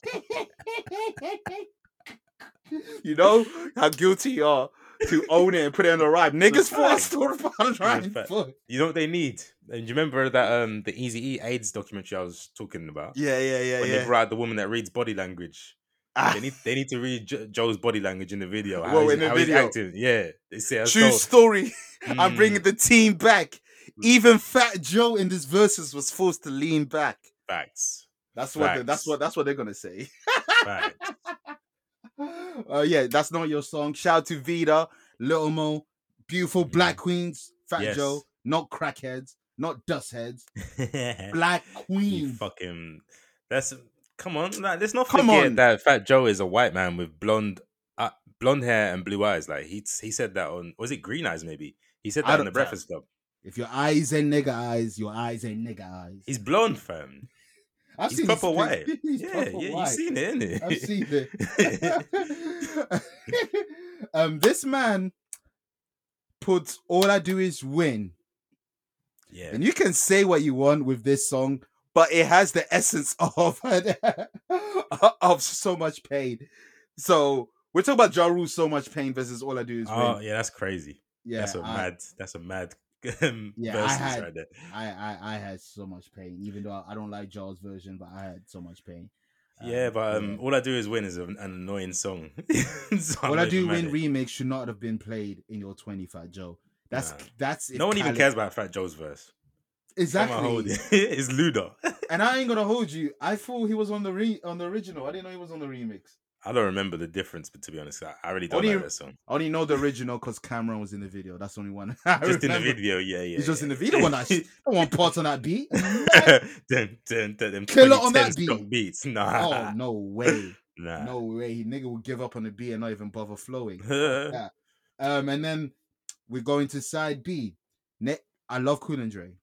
Speaker 2: you know how guilty you are to own it and put it on the rhyme. Niggas thought I stole Pod's Ryan
Speaker 3: fact.
Speaker 2: book.
Speaker 3: You know what they need? And you remember that um the Easy E AIDS documentary I was talking about?
Speaker 2: Yeah, yeah, yeah,
Speaker 3: when
Speaker 2: yeah.
Speaker 3: they brought out the woman that reads body
Speaker 2: [laughs]
Speaker 3: language.
Speaker 2: Ah.
Speaker 3: They need they need to read jo- Joe's body language in the video. How,
Speaker 2: Whoa,
Speaker 3: he's,
Speaker 2: in the
Speaker 3: how
Speaker 2: video.
Speaker 3: he's acting. Yeah. They say I
Speaker 2: True
Speaker 3: stole- Hmm.
Speaker 2: story. I'm
Speaker 3: Mm.
Speaker 2: bringing the team back. Even Fat Joe in this verses was forced to lean back.
Speaker 3: facts.
Speaker 2: That's what. they- that's
Speaker 3: Facts.
Speaker 2: what. That's what they're gonna say. [laughs]
Speaker 3: Facts.
Speaker 2: Uh, yeah, that's not your song. Shout out to Vida, Little Mo, beautiful Black Queens, Fat
Speaker 3: Hmm. Yes.
Speaker 2: Joe, not crackheads, not dust heads, Black
Speaker 3: [laughs] you
Speaker 2: Queen.
Speaker 3: fucking that's come on. Like, let's not
Speaker 2: Come
Speaker 3: forget
Speaker 2: on.
Speaker 3: that Fat Joe is a white man with blonde uh, blonde hair and blue eyes. Like he he said that on was it Green Eyes maybe? He said
Speaker 2: I
Speaker 3: that in
Speaker 2: don't-
Speaker 3: the Breakfast Club.
Speaker 2: If your eyes ain't nigga eyes, your eyes ain't nigga eyes.
Speaker 3: He's blonde, fam.
Speaker 2: I've
Speaker 3: He's
Speaker 2: seen his
Speaker 3: proper white.
Speaker 2: pics. [laughs] He's
Speaker 3: yeah,
Speaker 2: proper
Speaker 3: yeah,
Speaker 2: white.
Speaker 3: you've seen it, innit?
Speaker 2: I've seen it. [laughs] um, this man puts "All I Do Is Win,"
Speaker 3: [laughs] yeah.
Speaker 2: and you can say what you want with this song, but it has the essence [laughs] of of so much pain. So we're talking about Ja Rule, so much pain versus "All I Do Is Win."
Speaker 3: Oh yeah, that's crazy.
Speaker 2: yeah,
Speaker 3: that's a
Speaker 2: I-
Speaker 3: mad. That's a mad. Um,
Speaker 2: Yeah, I
Speaker 3: verses
Speaker 2: had-
Speaker 3: right there.
Speaker 2: I, I I had so much pain, even though I, I don't like Jaws version, but I had so much pain.
Speaker 3: Yeah,
Speaker 2: Um,
Speaker 3: but um, all I do is win is an, an annoying song. [laughs] so I'm
Speaker 2: All
Speaker 3: not
Speaker 2: I
Speaker 3: even
Speaker 2: Do
Speaker 3: mad at
Speaker 2: Win
Speaker 3: it.
Speaker 2: remix should not have been played in your 25, Joe. That's
Speaker 3: Nah.
Speaker 2: that's if
Speaker 3: no one even
Speaker 2: Khaled-
Speaker 3: cares about Fat Joe's verse. Come on, hold
Speaker 2: Exactly.
Speaker 3: it. [laughs] it's Luda.
Speaker 2: And I ain't gonna hold you. I thought he was on the re- on the original. I didn't know he was on the remix.
Speaker 3: I don't remember the difference, but to be honest, I, I really don't
Speaker 2: Only-
Speaker 3: know that song.
Speaker 2: I only know the original because Cameron was in the video. That's the only one. [laughs] I
Speaker 3: Just in the
Speaker 2: remember.
Speaker 3: video, yeah, yeah.
Speaker 2: He's just
Speaker 3: yeah.
Speaker 2: in the video. When I, I want parts on that
Speaker 3: [laughs]
Speaker 2: beat.
Speaker 3: dun, dun, dun, them
Speaker 2: Killer on that
Speaker 3: 2010s stock
Speaker 2: beat.
Speaker 3: beats.
Speaker 2: oh
Speaker 3: [laughs] Nah,
Speaker 2: no way,
Speaker 3: nah.
Speaker 2: no way. He nigga will give up on the beat and not even bother flowing.
Speaker 3: [laughs] yeah.
Speaker 2: Um, and then we're going to side B. Ne- I love Cool and Dre.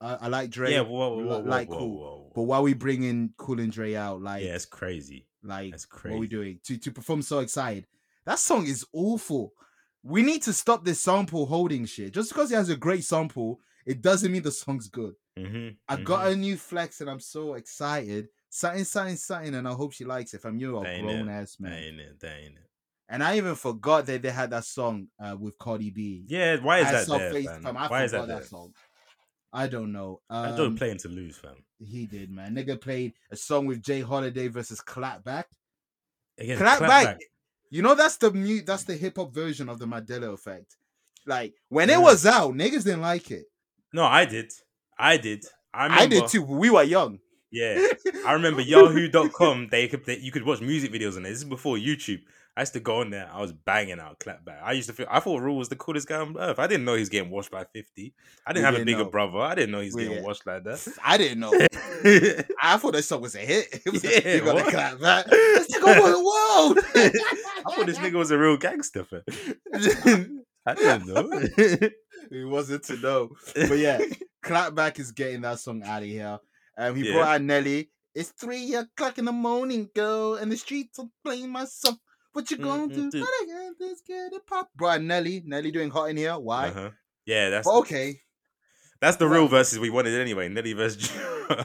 Speaker 2: I, I like Dre.
Speaker 3: whoa, whoa, whoa, whoa,
Speaker 2: like
Speaker 3: whoa,
Speaker 2: cool.
Speaker 3: whoa, whoa.
Speaker 2: But why we bringing Cool and Dre out? Like,
Speaker 3: yeah, it's crazy.
Speaker 2: like
Speaker 3: That's
Speaker 2: what we
Speaker 3: crazy.
Speaker 2: doing to to perform so excited. That song is awful. We need to stop this sample holding shit. Just because it has a great sample, it doesn't mean the song's good.
Speaker 3: Mhm,
Speaker 2: I
Speaker 3: mhm.
Speaker 2: got a new flex and I'm so excited. Something, something, something, and I hope she likes it. If I'm you, a
Speaker 3: That ain't it.
Speaker 2: grown ass
Speaker 3: That
Speaker 2: man.
Speaker 3: ain't it. That ain't it.
Speaker 2: And I even forgot that they had that song uh, with Cardi B.
Speaker 3: Yeah, why is
Speaker 2: I
Speaker 3: that
Speaker 2: saw
Speaker 3: there?
Speaker 2: Face-
Speaker 3: fam?
Speaker 2: fam, I
Speaker 3: Why is
Speaker 2: forgot
Speaker 3: that there?
Speaker 2: song. I don't know.
Speaker 3: I don't
Speaker 2: Um,
Speaker 3: play him to lose, fam.
Speaker 2: he did, man. Nigga played a song with Jay Holiday versus Clapback.
Speaker 3: Again,
Speaker 2: Clap back.
Speaker 3: back.
Speaker 2: You know that's the mute. That's the hip hop version of the Mandela effect. Like when
Speaker 3: Yeah.
Speaker 2: it was out, niggas didn't like it.
Speaker 3: No, I did. I did. I,
Speaker 2: I,
Speaker 3: remember,
Speaker 2: did too. We were young.
Speaker 3: Yeah. I remember Yahoo.com. They could they, you could watch music videos on there. This is before YouTube. I used to go on there. I was banging out clap back. I used to feel. I thought Rule was the coolest guy on earth. I didn't know he was getting washed by fifty. I
Speaker 2: We
Speaker 3: didn't have a
Speaker 2: didn't
Speaker 3: bigger
Speaker 2: know.
Speaker 3: brother. I didn't know he was
Speaker 2: We
Speaker 3: getting
Speaker 2: didn't.
Speaker 3: washed like
Speaker 2: [laughs]
Speaker 3: that.
Speaker 2: [laughs]
Speaker 3: [laughs]
Speaker 2: I didn't know. I thought that song was a hit. [laughs] It was like,
Speaker 3: Yeah,
Speaker 2: you gotta
Speaker 3: what?
Speaker 2: clap back. This nigga won the world.
Speaker 3: [laughs] I thought this nigga was a real gangster. fam. [laughs] I didn't know.
Speaker 2: He wasn't to know. But
Speaker 3: [laughs]
Speaker 2: yeah, Clapback is getting that song out of here. Um, he
Speaker 3: Yeah.
Speaker 2: brought out Nelly. It's three o'clock in the morning, girl, and the streets are playing myself. What you gonna do?
Speaker 3: Mm, mm,
Speaker 2: What I gonna do? Scared of pop. Brought out Nelly. Nelly doing hot in here. [laughs] Why?
Speaker 3: Uh-huh. Yeah, that's
Speaker 2: But okay,
Speaker 3: that's the real verses we wanted anyway. Nelly versus. [laughs]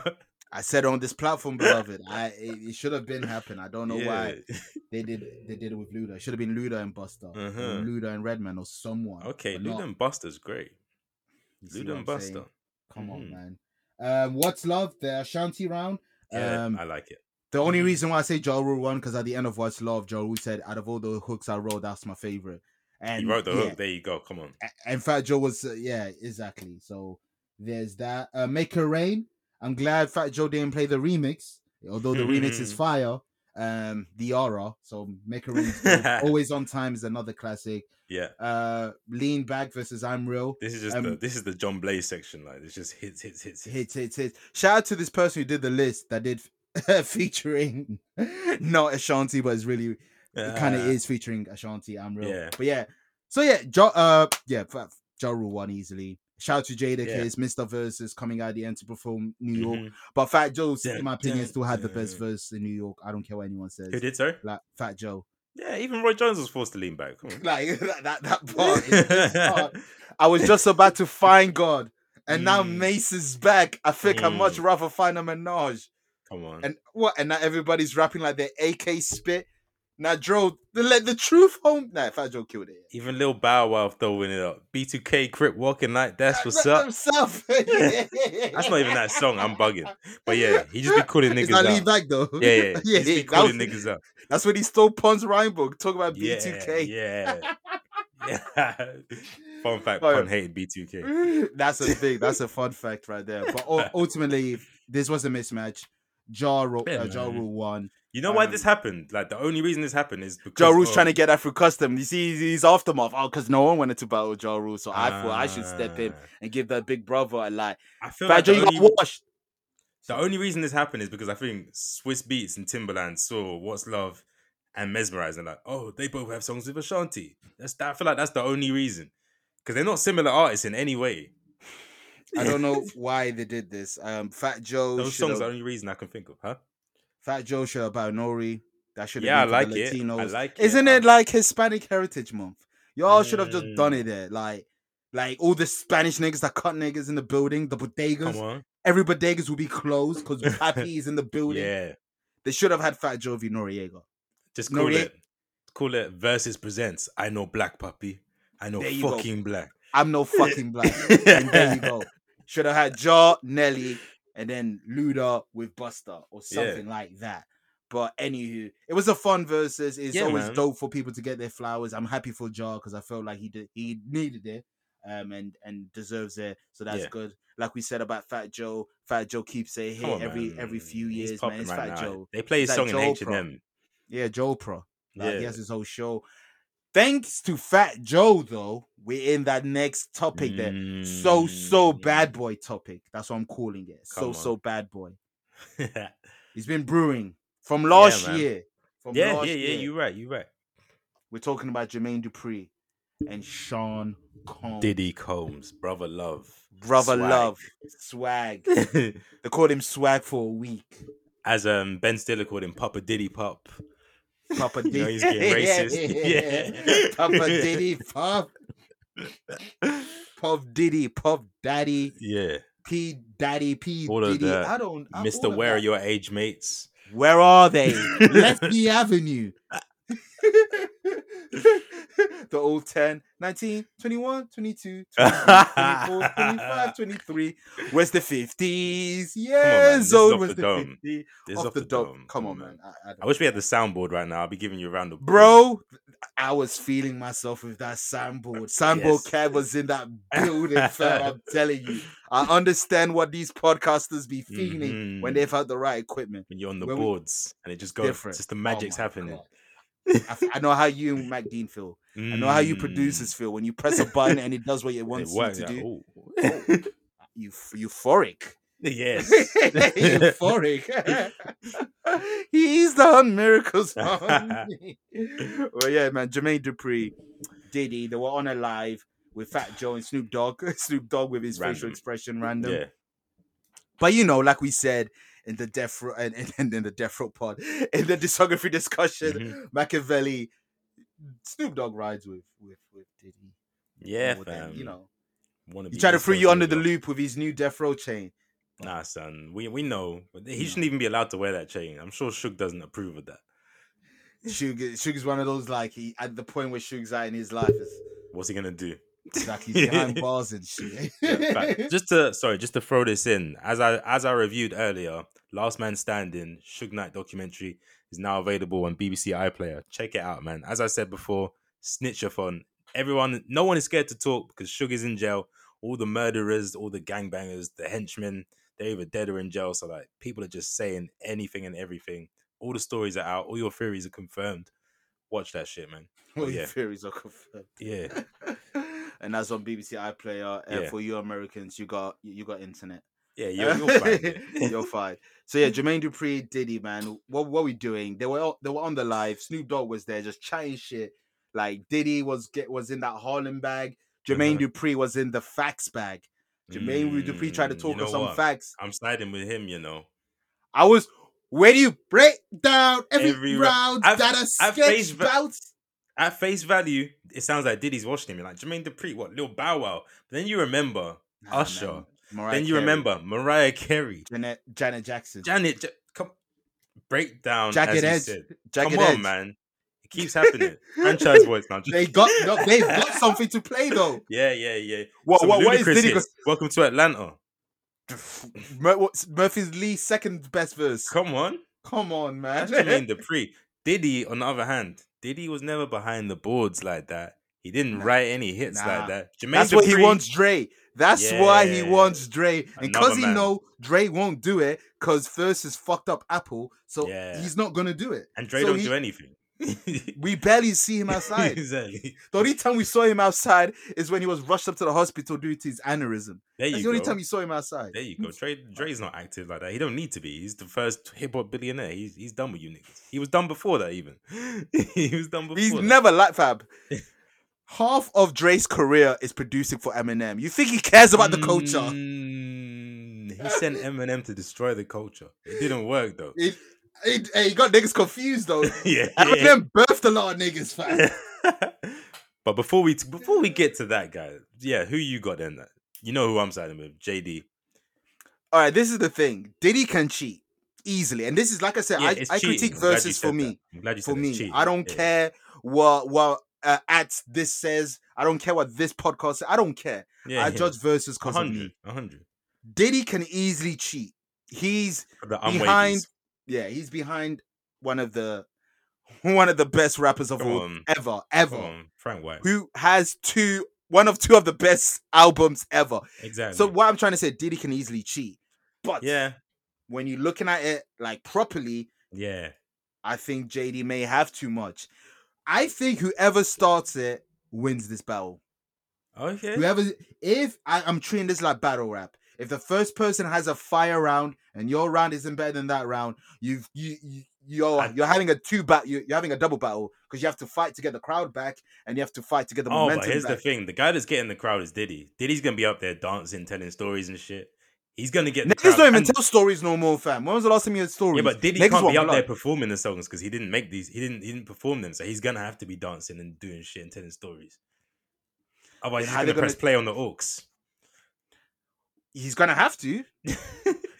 Speaker 2: I said on this platform, beloved, I it, it should have been happen. I
Speaker 3: [laughs]
Speaker 2: don't know why they did they did it with Luda. It should have been Luda and Buster, or
Speaker 3: Uh-huh.
Speaker 2: Luda and Redman, or someone.
Speaker 3: Okay,
Speaker 2: but
Speaker 3: Luda
Speaker 2: not-
Speaker 3: and Buster's great.
Speaker 2: You see
Speaker 3: Luda
Speaker 2: what
Speaker 3: and
Speaker 2: I'm
Speaker 3: Buster.
Speaker 2: saying? Come
Speaker 3: Mhm.
Speaker 2: on, man. Um, what's love? The Ashanti round.
Speaker 3: Yeah,
Speaker 2: um,
Speaker 3: I like it.
Speaker 2: The only
Speaker 3: Mhm.
Speaker 2: reason why I say Ja Rule won because at the end of What's Love, Ja Rule said, out of all the hooks I wrote, that's my favorite. And
Speaker 3: He wrote the
Speaker 2: yeah,
Speaker 3: hook. There you go. Come on.
Speaker 2: a- In fact, Joe was, uh, yeah, exactly. So there's that. Uh, Make It Rain. I'm glad Fat Joe didn't play the remix, although the remix
Speaker 3: [laughs]
Speaker 2: is fire. Um, Diara. So Make It Rain, is
Speaker 3: [laughs]
Speaker 2: dope. always on time is another classic.
Speaker 3: Yeah,
Speaker 2: Uh, Lean Back versus I'm Real.
Speaker 3: this is just the
Speaker 2: Um,
Speaker 3: this is the John Blaze section. Like it's just hits, hits, hits,
Speaker 2: hits,
Speaker 3: hits.
Speaker 2: hits, hits. Shout out to this person who did the list that did [laughs] featuring [laughs] not Ashanti, but it's really it kind of
Speaker 3: Ah,
Speaker 2: is featuring Ashanti Amro.
Speaker 3: Yeah.
Speaker 2: But yeah, so yeah, jo- uh, yeah, fa- Ja Rule won easily. Shout out to Jada
Speaker 3: Yeah.
Speaker 2: Kiss, Mr. Verse is coming out at the end to perform New York.
Speaker 3: mhm.
Speaker 2: But Fat Joe's, in
Speaker 3: Dun,
Speaker 2: my opinion,
Speaker 3: dun,
Speaker 2: still had the best
Speaker 3: dun.
Speaker 2: verse in New York. I don't care what anyone says.
Speaker 3: Who did so?
Speaker 2: Like Fat Joe,
Speaker 3: [laughs]
Speaker 2: [laughs]
Speaker 3: Yeah, even Roy Jones was forced to lean back. Come on.
Speaker 2: like [laughs] that that, that part. is just
Speaker 3: [laughs]
Speaker 2: hard. I was just about to find God, and now
Speaker 3: Mm.
Speaker 2: Mace is back. I think I much
Speaker 3: Mm.
Speaker 2: rather find a Minaj.
Speaker 3: Come on.
Speaker 2: Mm. and what and now everybody's rapping like their AK spit. Now Dro, they let the truth home. Nah, Fat Joe killed it.
Speaker 3: even Lil Bow Wow throwing it up. B2K Crip walking like that's what's
Speaker 2: Let
Speaker 3: up.
Speaker 2: themself- [laughs]
Speaker 3: That's not even that song. I'm bugging.
Speaker 2: [laughs]
Speaker 3: But yeah, he just be calling
Speaker 2: It's
Speaker 3: niggas
Speaker 2: not lean
Speaker 3: out.
Speaker 2: back though.
Speaker 3: Yeah, yeah, he just
Speaker 2: Yeah,
Speaker 3: be
Speaker 2: that
Speaker 3: calling
Speaker 2: was-
Speaker 3: niggas out.
Speaker 2: [laughs] That's when he stole Pon's rhyme book. Talk about
Speaker 3: Yeah,
Speaker 2: B2K. [laughs]
Speaker 3: Yeah. yeah. [laughs] Fun fact,
Speaker 2: Oh, yeah.
Speaker 3: Pun hated B2K.
Speaker 2: [laughs] That's a big. That's a fun fact right there. But [laughs] ul- ultimately, this was a mismatch. Ja Rule,
Speaker 3: Yeah,
Speaker 2: uh, ja
Speaker 3: man.
Speaker 2: Rule won.
Speaker 3: You know why this
Speaker 2: Um,
Speaker 3: happened? Like the only reason this happened is because
Speaker 2: Ja Rule's
Speaker 3: of-
Speaker 2: trying to get that through custom. You see, he's aftermath. Oh, because no one wanted to battle Ja Rule, so I thought I should step in
Speaker 3: Ah.
Speaker 2: and give that big brother a lie.
Speaker 3: I feel like
Speaker 2: Badger,
Speaker 3: the
Speaker 2: you
Speaker 3: only,
Speaker 2: got washed.
Speaker 3: the only reason this happened is because I think Swiss Beats and Timberland saw What's Love and Mesmerizing like, oh, they both have songs with Ashanti. That's I feel like that's the only reason because they're not similar artists in any way.
Speaker 2: I don't know
Speaker 3: [laughs]
Speaker 2: why they did this. Um, Fat Joe,
Speaker 3: Those
Speaker 2: should
Speaker 3: songs are
Speaker 2: have,
Speaker 3: the only reason I can think of, huh?
Speaker 2: Fat Joe should have about Nori. That should have
Speaker 3: Yeah, I
Speaker 2: been for
Speaker 3: like
Speaker 2: the
Speaker 3: it.
Speaker 2: Latinos.
Speaker 3: I like it. Um
Speaker 2: Isn't
Speaker 3: I-
Speaker 2: it like Hispanic Heritage Month? Y'all should have just done it there, like. Like all the Spanish niggas, that cut niggas in the building, the
Speaker 3: Come
Speaker 2: bodegas,
Speaker 3: on,
Speaker 2: every bodegas will be closed
Speaker 3: [laughs]
Speaker 2: because Papi is in the building.
Speaker 3: yeah.
Speaker 2: They should have had Fat Joe v Noriega.
Speaker 3: Just
Speaker 2: No,
Speaker 3: call
Speaker 2: yeah.
Speaker 3: it, call it versus presents. I know black puppy. I know
Speaker 2: There you go.
Speaker 3: fucking black.
Speaker 2: I'm
Speaker 3: [laughs]
Speaker 2: no fucking black. and there you go. Should have had Ja, Nelly, and then Luda with Buster or
Speaker 3: Yeah.
Speaker 2: something like that. But anywho, it was a fun versus. It's
Speaker 3: Yeah,
Speaker 2: always
Speaker 3: man.
Speaker 2: dope for people to get their flowers. I'm happy for Ja because I felt like he did he needed it. Um and and deserves it. So that's
Speaker 3: Yeah.
Speaker 2: good. Like we said about Fat Joe, Fat Joe keeps it
Speaker 3: Come
Speaker 2: here
Speaker 3: on,
Speaker 2: every
Speaker 3: man.
Speaker 2: every few
Speaker 3: He's
Speaker 2: years, man.
Speaker 3: popping
Speaker 2: It's
Speaker 3: right
Speaker 2: Fat
Speaker 3: now.
Speaker 2: Joe.
Speaker 3: They play his
Speaker 2: He's
Speaker 3: song
Speaker 2: like
Speaker 3: in H
Speaker 2: Joel
Speaker 3: and
Speaker 2: Pro.
Speaker 3: M.
Speaker 2: Yeah, Joe Pro. Like he
Speaker 3: Yeah.
Speaker 2: has his whole show. Thanks to Fat Joe, though, we're in that next topic there so so bad boy topic. That's what I'm calling it. So
Speaker 3: Mm, Come
Speaker 2: so
Speaker 3: on.
Speaker 2: bad boy.
Speaker 3: [laughs] yeah,
Speaker 2: He's been brewing from last
Speaker 3: man.
Speaker 2: year. From
Speaker 3: yeah, yeah.
Speaker 2: last year,
Speaker 3: You're right. You're right.
Speaker 2: we're talking about Jermaine Dupree and Sean Combs.
Speaker 3: Diddy Combs,
Speaker 2: [laughs]
Speaker 3: brother love,
Speaker 2: Brother
Speaker 3: Swag.
Speaker 2: love swag. they called him swag for a week.
Speaker 3: as um Ben Stiller called him, Papa Diddy Pop.
Speaker 2: Papa
Speaker 3: [laughs] You
Speaker 2: Diddy,
Speaker 3: know
Speaker 2: [laughs]
Speaker 3: he's getting racist. [laughs] Yeah. [laughs]
Speaker 2: Papa Diddy, Pop, Puff Diddy, Puff Daddy,
Speaker 3: Yeah,
Speaker 2: P Daddy, P
Speaker 3: All of
Speaker 2: Diddy.
Speaker 3: that.
Speaker 2: I don't, I- all
Speaker 3: Mister,
Speaker 2: of
Speaker 3: where are
Speaker 2: that.
Speaker 3: your age mates?
Speaker 2: Where are
Speaker 3: [laughs]
Speaker 2: they? Leslie Avenue. [laughs] the old 10, 19, 21,
Speaker 3: [laughs]
Speaker 2: 22, 23, 24, 25, 23. Where's the 50s? Yeah,
Speaker 3: this is
Speaker 2: zone
Speaker 3: off
Speaker 2: was
Speaker 3: the
Speaker 2: the,
Speaker 3: dome.
Speaker 2: 50s.
Speaker 3: This is
Speaker 2: Off, the, dome. Come on, man. I, I
Speaker 3: um, I
Speaker 2: don't-
Speaker 3: wish we had the soundboard right now. I'll be giving you a round of applause.
Speaker 2: Bro, I was feeling myself with that soundboard. Soundboard
Speaker 3: Yes.
Speaker 2: cab was in that
Speaker 3: [laughs]
Speaker 2: building, fam. I'm telling you. I understand what these podcasters be feeling when
Speaker 3: Mhm.
Speaker 2: they've had the right equipment.
Speaker 3: when you're on the
Speaker 2: when we-
Speaker 3: boards and it just goes.
Speaker 2: Different.
Speaker 3: Just the
Speaker 2: Oh
Speaker 3: magic's
Speaker 2: my
Speaker 3: happening.
Speaker 2: God. I,
Speaker 3: [laughs]
Speaker 2: f- I know how you and Mac Dean feel. I know how you
Speaker 3: Mm.
Speaker 2: producers feel when you press a button
Speaker 3: [laughs]
Speaker 2: and it does what it wants you to do. Oh.
Speaker 3: Oh.
Speaker 2: You f-
Speaker 3: [laughs]
Speaker 2: euphoric. [laughs]
Speaker 3: Yes.
Speaker 2: euphoric. He's done
Speaker 3: [laughs]
Speaker 2: miracles. well, yeah, man. Jermaine Dupree, Diddy, they were on a live with Fat Joe and Snoop Dogg. [laughs] Snoop Dogg with his facial
Speaker 3: Random.
Speaker 2: expression random.
Speaker 3: yeah.
Speaker 2: But you know, like we said in the death Row- and and, and in the death row pod [laughs] in the discography discussion,
Speaker 3: Mhm.
Speaker 2: Machiavelli, Snoop Dogg rides with with with Diddy.
Speaker 3: Yeah,
Speaker 2: more than,
Speaker 3: fam.
Speaker 2: you know,
Speaker 3: Wanna
Speaker 2: he
Speaker 3: be
Speaker 2: tried to
Speaker 3: East
Speaker 2: throw
Speaker 3: Coast
Speaker 2: you under
Speaker 3: nigga.
Speaker 2: the loop with his new death row
Speaker 3: [laughs]
Speaker 2: chain.
Speaker 3: Nah, son. We we know. But he
Speaker 2: No.
Speaker 3: shouldn't even be allowed to wear that chain. I'm sure Shook doesn't approve of that.
Speaker 2: Sugar, Sugar's one of those like he at the point where Sugar's at in his life is
Speaker 3: What's he gonna do? [laughs]
Speaker 2: exactly he's behind bars and shit.
Speaker 3: Yeah,
Speaker 2: [laughs]
Speaker 3: fact. just to sorry, just to throw this in, as I as I reviewed earlier, Last Man Standing, Suge Knight documentary is now available on BBC iPlayer. Check it out, man. As I said before, snitchathon. Everyone, no one is scared to talk because Suge is in jail. All the murderers, all the gangbangers, the henchmen, they're either dead or in jail. So like, people are just saying anything and everything. All the stories are out. All your theories are confirmed. Watch that shit, man.
Speaker 2: All your
Speaker 3: yeah.
Speaker 2: theories are confirmed. [laughs]
Speaker 3: Yeah,
Speaker 2: and that's on BBC iPlayer. Uh,
Speaker 3: Yeah.
Speaker 2: For you Americans, you got you got internet.
Speaker 3: yeah, you'll, you'll find [laughs]
Speaker 2: [laughs]
Speaker 3: it.
Speaker 2: You're fine. So yeah, Jermaine Dupree, Diddy, man, what what we doing? They were all- they were on the live. Snoop Dogg was there, just chatting shit. Like Diddy was get was in that Harlem bag. Jermaine
Speaker 3: Uh-huh.
Speaker 2: Dupree was in the facts bag. Jermaine Dupree tried to
Speaker 3: Mm, you
Speaker 2: talk
Speaker 3: know
Speaker 2: on some
Speaker 3: what?
Speaker 2: facts.
Speaker 3: I'm siding with him, you know.
Speaker 2: I was where do you break down every,
Speaker 3: Every ra-
Speaker 2: round
Speaker 3: I've-
Speaker 2: that a
Speaker 3: I've
Speaker 2: sketch
Speaker 3: faced va-
Speaker 2: bout?
Speaker 3: At face value, it sounds like Diddy's watching him. You're like Jermaine Dupri, what Lil Bow Wow? But then you remember,
Speaker 2: Nah,
Speaker 3: Usher.
Speaker 2: man. Mariah
Speaker 3: then you
Speaker 2: Carey,
Speaker 3: remember Mariah Carey,
Speaker 2: Janet Janet Jackson.
Speaker 3: Janet. J- come, breakdown.
Speaker 2: Jagged
Speaker 3: as you
Speaker 2: Edge.
Speaker 3: said.
Speaker 2: Jagged
Speaker 3: come on,
Speaker 2: Edge.
Speaker 3: man.
Speaker 2: [laughs]
Speaker 3: It keeps happening. Franchise voice now. Just,
Speaker 2: They got no, they've
Speaker 3: [laughs]
Speaker 2: got something to play though.
Speaker 3: yeah, yeah, yeah.
Speaker 2: What
Speaker 3: Some
Speaker 2: what, what is
Speaker 3: ludicrous
Speaker 2: Diddy?
Speaker 3: hits. Welcome to Atlanta.
Speaker 2: Mur- what's Murphy's Lee's second best verse.
Speaker 3: Come
Speaker 2: [laughs]
Speaker 3: on,
Speaker 2: Come on, man.
Speaker 3: that's Jermaine Dupri. Diddy, on the other hand, Diddy was never behind the boards like that. He didn't
Speaker 2: Nah.
Speaker 3: write any hits
Speaker 2: Nah.
Speaker 3: like that.
Speaker 2: [laughs]
Speaker 3: Jermaine
Speaker 2: That's what he
Speaker 3: Dupri-
Speaker 2: wants Dre. That's why he
Speaker 3: Yeah.
Speaker 2: wants Dre. And
Speaker 3: Another
Speaker 2: because he
Speaker 3: man.
Speaker 2: know Dre won't do it because First has fucked up Apple, so
Speaker 3: Yeah.
Speaker 2: he's not gonna do it.
Speaker 3: And Dre
Speaker 2: So
Speaker 3: don't
Speaker 2: he- [laughs]
Speaker 3: do anything.
Speaker 2: We barely see him [laughs]
Speaker 3: [laughs]
Speaker 2: outside.
Speaker 3: exactly.
Speaker 2: the only time we saw him outside is when he was rushed up to the hospital due to his aneurysm.
Speaker 3: There
Speaker 2: That's
Speaker 3: you
Speaker 2: the only
Speaker 3: go.
Speaker 2: time you saw him outside.
Speaker 3: there you go. Dre, Dre's not active like that. He don't need to be. He's the first hip hop billionaire. He's he's done with you niggas. He was done before that even. [laughs] he was done before.
Speaker 2: He's
Speaker 3: that.
Speaker 2: never like Fab.
Speaker 3: [laughs]
Speaker 2: Half of Dre's career is producing for Eminem. You think he cares about the culture?
Speaker 3: Mm, he sent Eminem to destroy the culture. It didn't work though.
Speaker 2: It, it, hey, you got niggas confused though.
Speaker 3: [laughs] yeah.
Speaker 2: Eminem birthed a lot of niggas, fam.
Speaker 3: [laughs] but before we t- before we get to that guy, yeah, who you got in that? You know who I'm siding with, JD.
Speaker 2: All right, this is the thing. Diddy can cheat easily, and this is like I said,
Speaker 3: Yeah,
Speaker 2: I,
Speaker 3: it's
Speaker 2: I
Speaker 3: cheating.
Speaker 2: critique
Speaker 3: I'm glad you
Speaker 2: verses
Speaker 3: said
Speaker 2: for
Speaker 3: that.
Speaker 2: me.
Speaker 3: I'm glad you said
Speaker 2: For
Speaker 3: it's
Speaker 2: me,
Speaker 3: cheating.
Speaker 2: I don't
Speaker 3: Yeah.
Speaker 2: care what what uh, at this says. I don't care what this podcast. says. I don't care.
Speaker 3: Yeah,
Speaker 2: I
Speaker 3: yeah.
Speaker 2: judge verses because of
Speaker 3: hundred,
Speaker 2: me.
Speaker 3: hundred.
Speaker 2: Diddy can easily cheat. He's
Speaker 3: The unwavies.
Speaker 2: behind yeah he's behind one of the [laughs] one of the best rappers of
Speaker 3: Come
Speaker 2: all
Speaker 3: on.
Speaker 2: ever ever
Speaker 3: Come on, Frank White.
Speaker 2: who has two one of two of the best albums ever
Speaker 3: Exactly.
Speaker 2: so what i'm trying to say diddy can easily cheat but
Speaker 3: yeah,
Speaker 2: when you're looking at it like properly
Speaker 3: yeah,
Speaker 2: i think jd may have too much i think whoever starts it wins this battle
Speaker 3: okay.
Speaker 2: whoever if I, i'm treating this like battle rap if the first person has a fire round and your round isn't better than that round you've you, you you're
Speaker 3: I-
Speaker 2: you're having a two bat you're, you're having a double battle because you have to fight to get the crowd back and you have to fight to get the
Speaker 3: oh, but
Speaker 2: momentum
Speaker 3: here's the
Speaker 2: back.
Speaker 3: thing: the guy that's getting the crowd is Diddy. Diddy's gonna be up there dancing, telling stories and shit. He's gonna get. The
Speaker 2: Niggas
Speaker 3: crowd.
Speaker 2: don't even
Speaker 3: and-
Speaker 2: tell stories no more, fam. When was the last time you had stories?
Speaker 3: yeah, but Diddy
Speaker 2: Niggas
Speaker 3: can't
Speaker 2: want
Speaker 3: be up there
Speaker 2: blood.
Speaker 3: performing the songs because he didn't make these. He didn't. He didn't perform them, so he's gonna have to be dancing and doing shit and telling stories. Otherwise,
Speaker 2: Yeah,
Speaker 3: he's
Speaker 2: how
Speaker 3: gonna,
Speaker 2: they
Speaker 3: press
Speaker 2: gonna-
Speaker 3: play on the aux.
Speaker 2: He's gonna have
Speaker 3: [laughs]
Speaker 2: to.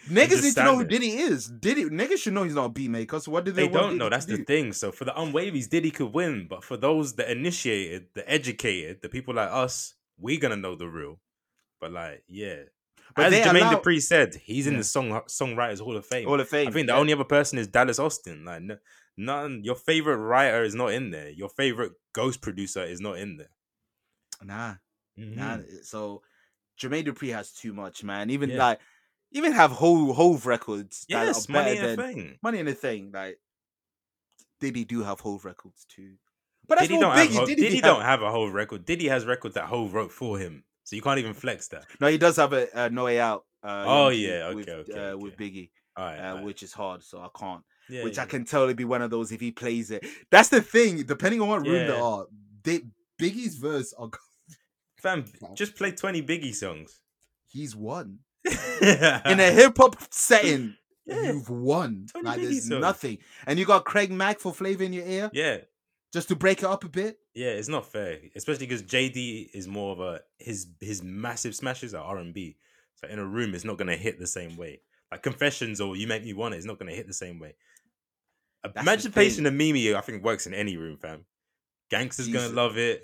Speaker 2: Niggas
Speaker 3: just
Speaker 2: need to know who
Speaker 3: stand there.
Speaker 2: Diddy is. Diddy niggas should know he's not a beat maker. So what do they?
Speaker 3: They
Speaker 2: want
Speaker 3: don't
Speaker 2: Diddy
Speaker 3: know.
Speaker 2: to
Speaker 3: That's the
Speaker 2: do?
Speaker 3: thing. So for the unwavies, Diddy could win, but for those that initiated, the educated, the people like us, we're gonna know the real. But like, yeah.
Speaker 2: But
Speaker 3: As
Speaker 2: they
Speaker 3: Jermaine
Speaker 2: allow-
Speaker 3: Dupri said, he's in
Speaker 2: Yeah.
Speaker 3: the song songwriters Hall of Fame.
Speaker 2: All of fame.
Speaker 3: I think the
Speaker 2: yeah.
Speaker 3: only other person is Dallas Austin. Like, no, none. Your favorite writer is not in there. Your favorite ghost producer is not in there.
Speaker 2: nah. Nah,
Speaker 3: Mhm.
Speaker 2: so Jermaine Dupri has too much, man. Even
Speaker 3: Yeah.
Speaker 2: like, even have whole Hove records that
Speaker 3: Yes,
Speaker 2: are
Speaker 3: money
Speaker 2: better
Speaker 3: and
Speaker 2: than
Speaker 3: thing.
Speaker 2: money and the thing. Like, Diddy do have whole records too. But that's
Speaker 3: Diddy
Speaker 2: not
Speaker 3: don't have
Speaker 2: Biggie.
Speaker 3: Hov-
Speaker 2: Diddy,
Speaker 3: Diddy,
Speaker 2: did have-
Speaker 3: don't have a whole record. Diddy has records that Hove wrote for him, so you can't even flex that.
Speaker 2: No, he does have a uh, No Way Out. Uh,
Speaker 3: Oh,
Speaker 2: Young Thug
Speaker 3: yeah,
Speaker 2: with,
Speaker 3: okay,
Speaker 2: uh,
Speaker 3: okay,
Speaker 2: with
Speaker 3: okay.
Speaker 2: Biggie,
Speaker 3: All right, all
Speaker 2: uh,
Speaker 3: right.
Speaker 2: which is hard, so I can't.
Speaker 3: Yeah,
Speaker 2: which I
Speaker 3: yeah.
Speaker 2: can totally be one of those if he plays it. That's the thing. Depending on what room they
Speaker 3: Yeah.
Speaker 2: are, they, Biggie's verse are. go-
Speaker 3: Fam, just play twenty Biggie songs. [laughs]
Speaker 2: He's won [laughs] in
Speaker 3: In
Speaker 2: a hip hop setting.
Speaker 3: Uh-huh. yeah,
Speaker 2: You've won.
Speaker 3: Tony
Speaker 2: Like
Speaker 3: Biggie
Speaker 2: there's
Speaker 3: songs.
Speaker 2: nothing, and you got Craig Mack for flavor in your ear
Speaker 3: yeah,
Speaker 2: just to break it up a bit.
Speaker 3: yeah. It's not fair, especially because JD is more of a his his massive smashes are R and B. So in a room, it's not gonna hit the same way. Like Confessions or You Make Me Want It, it's not gonna hit the same way.
Speaker 2: the
Speaker 3: Emancipation of Mimi, I think works in any room, fam. Gangsters
Speaker 2: Jesus.
Speaker 3: gonna love it.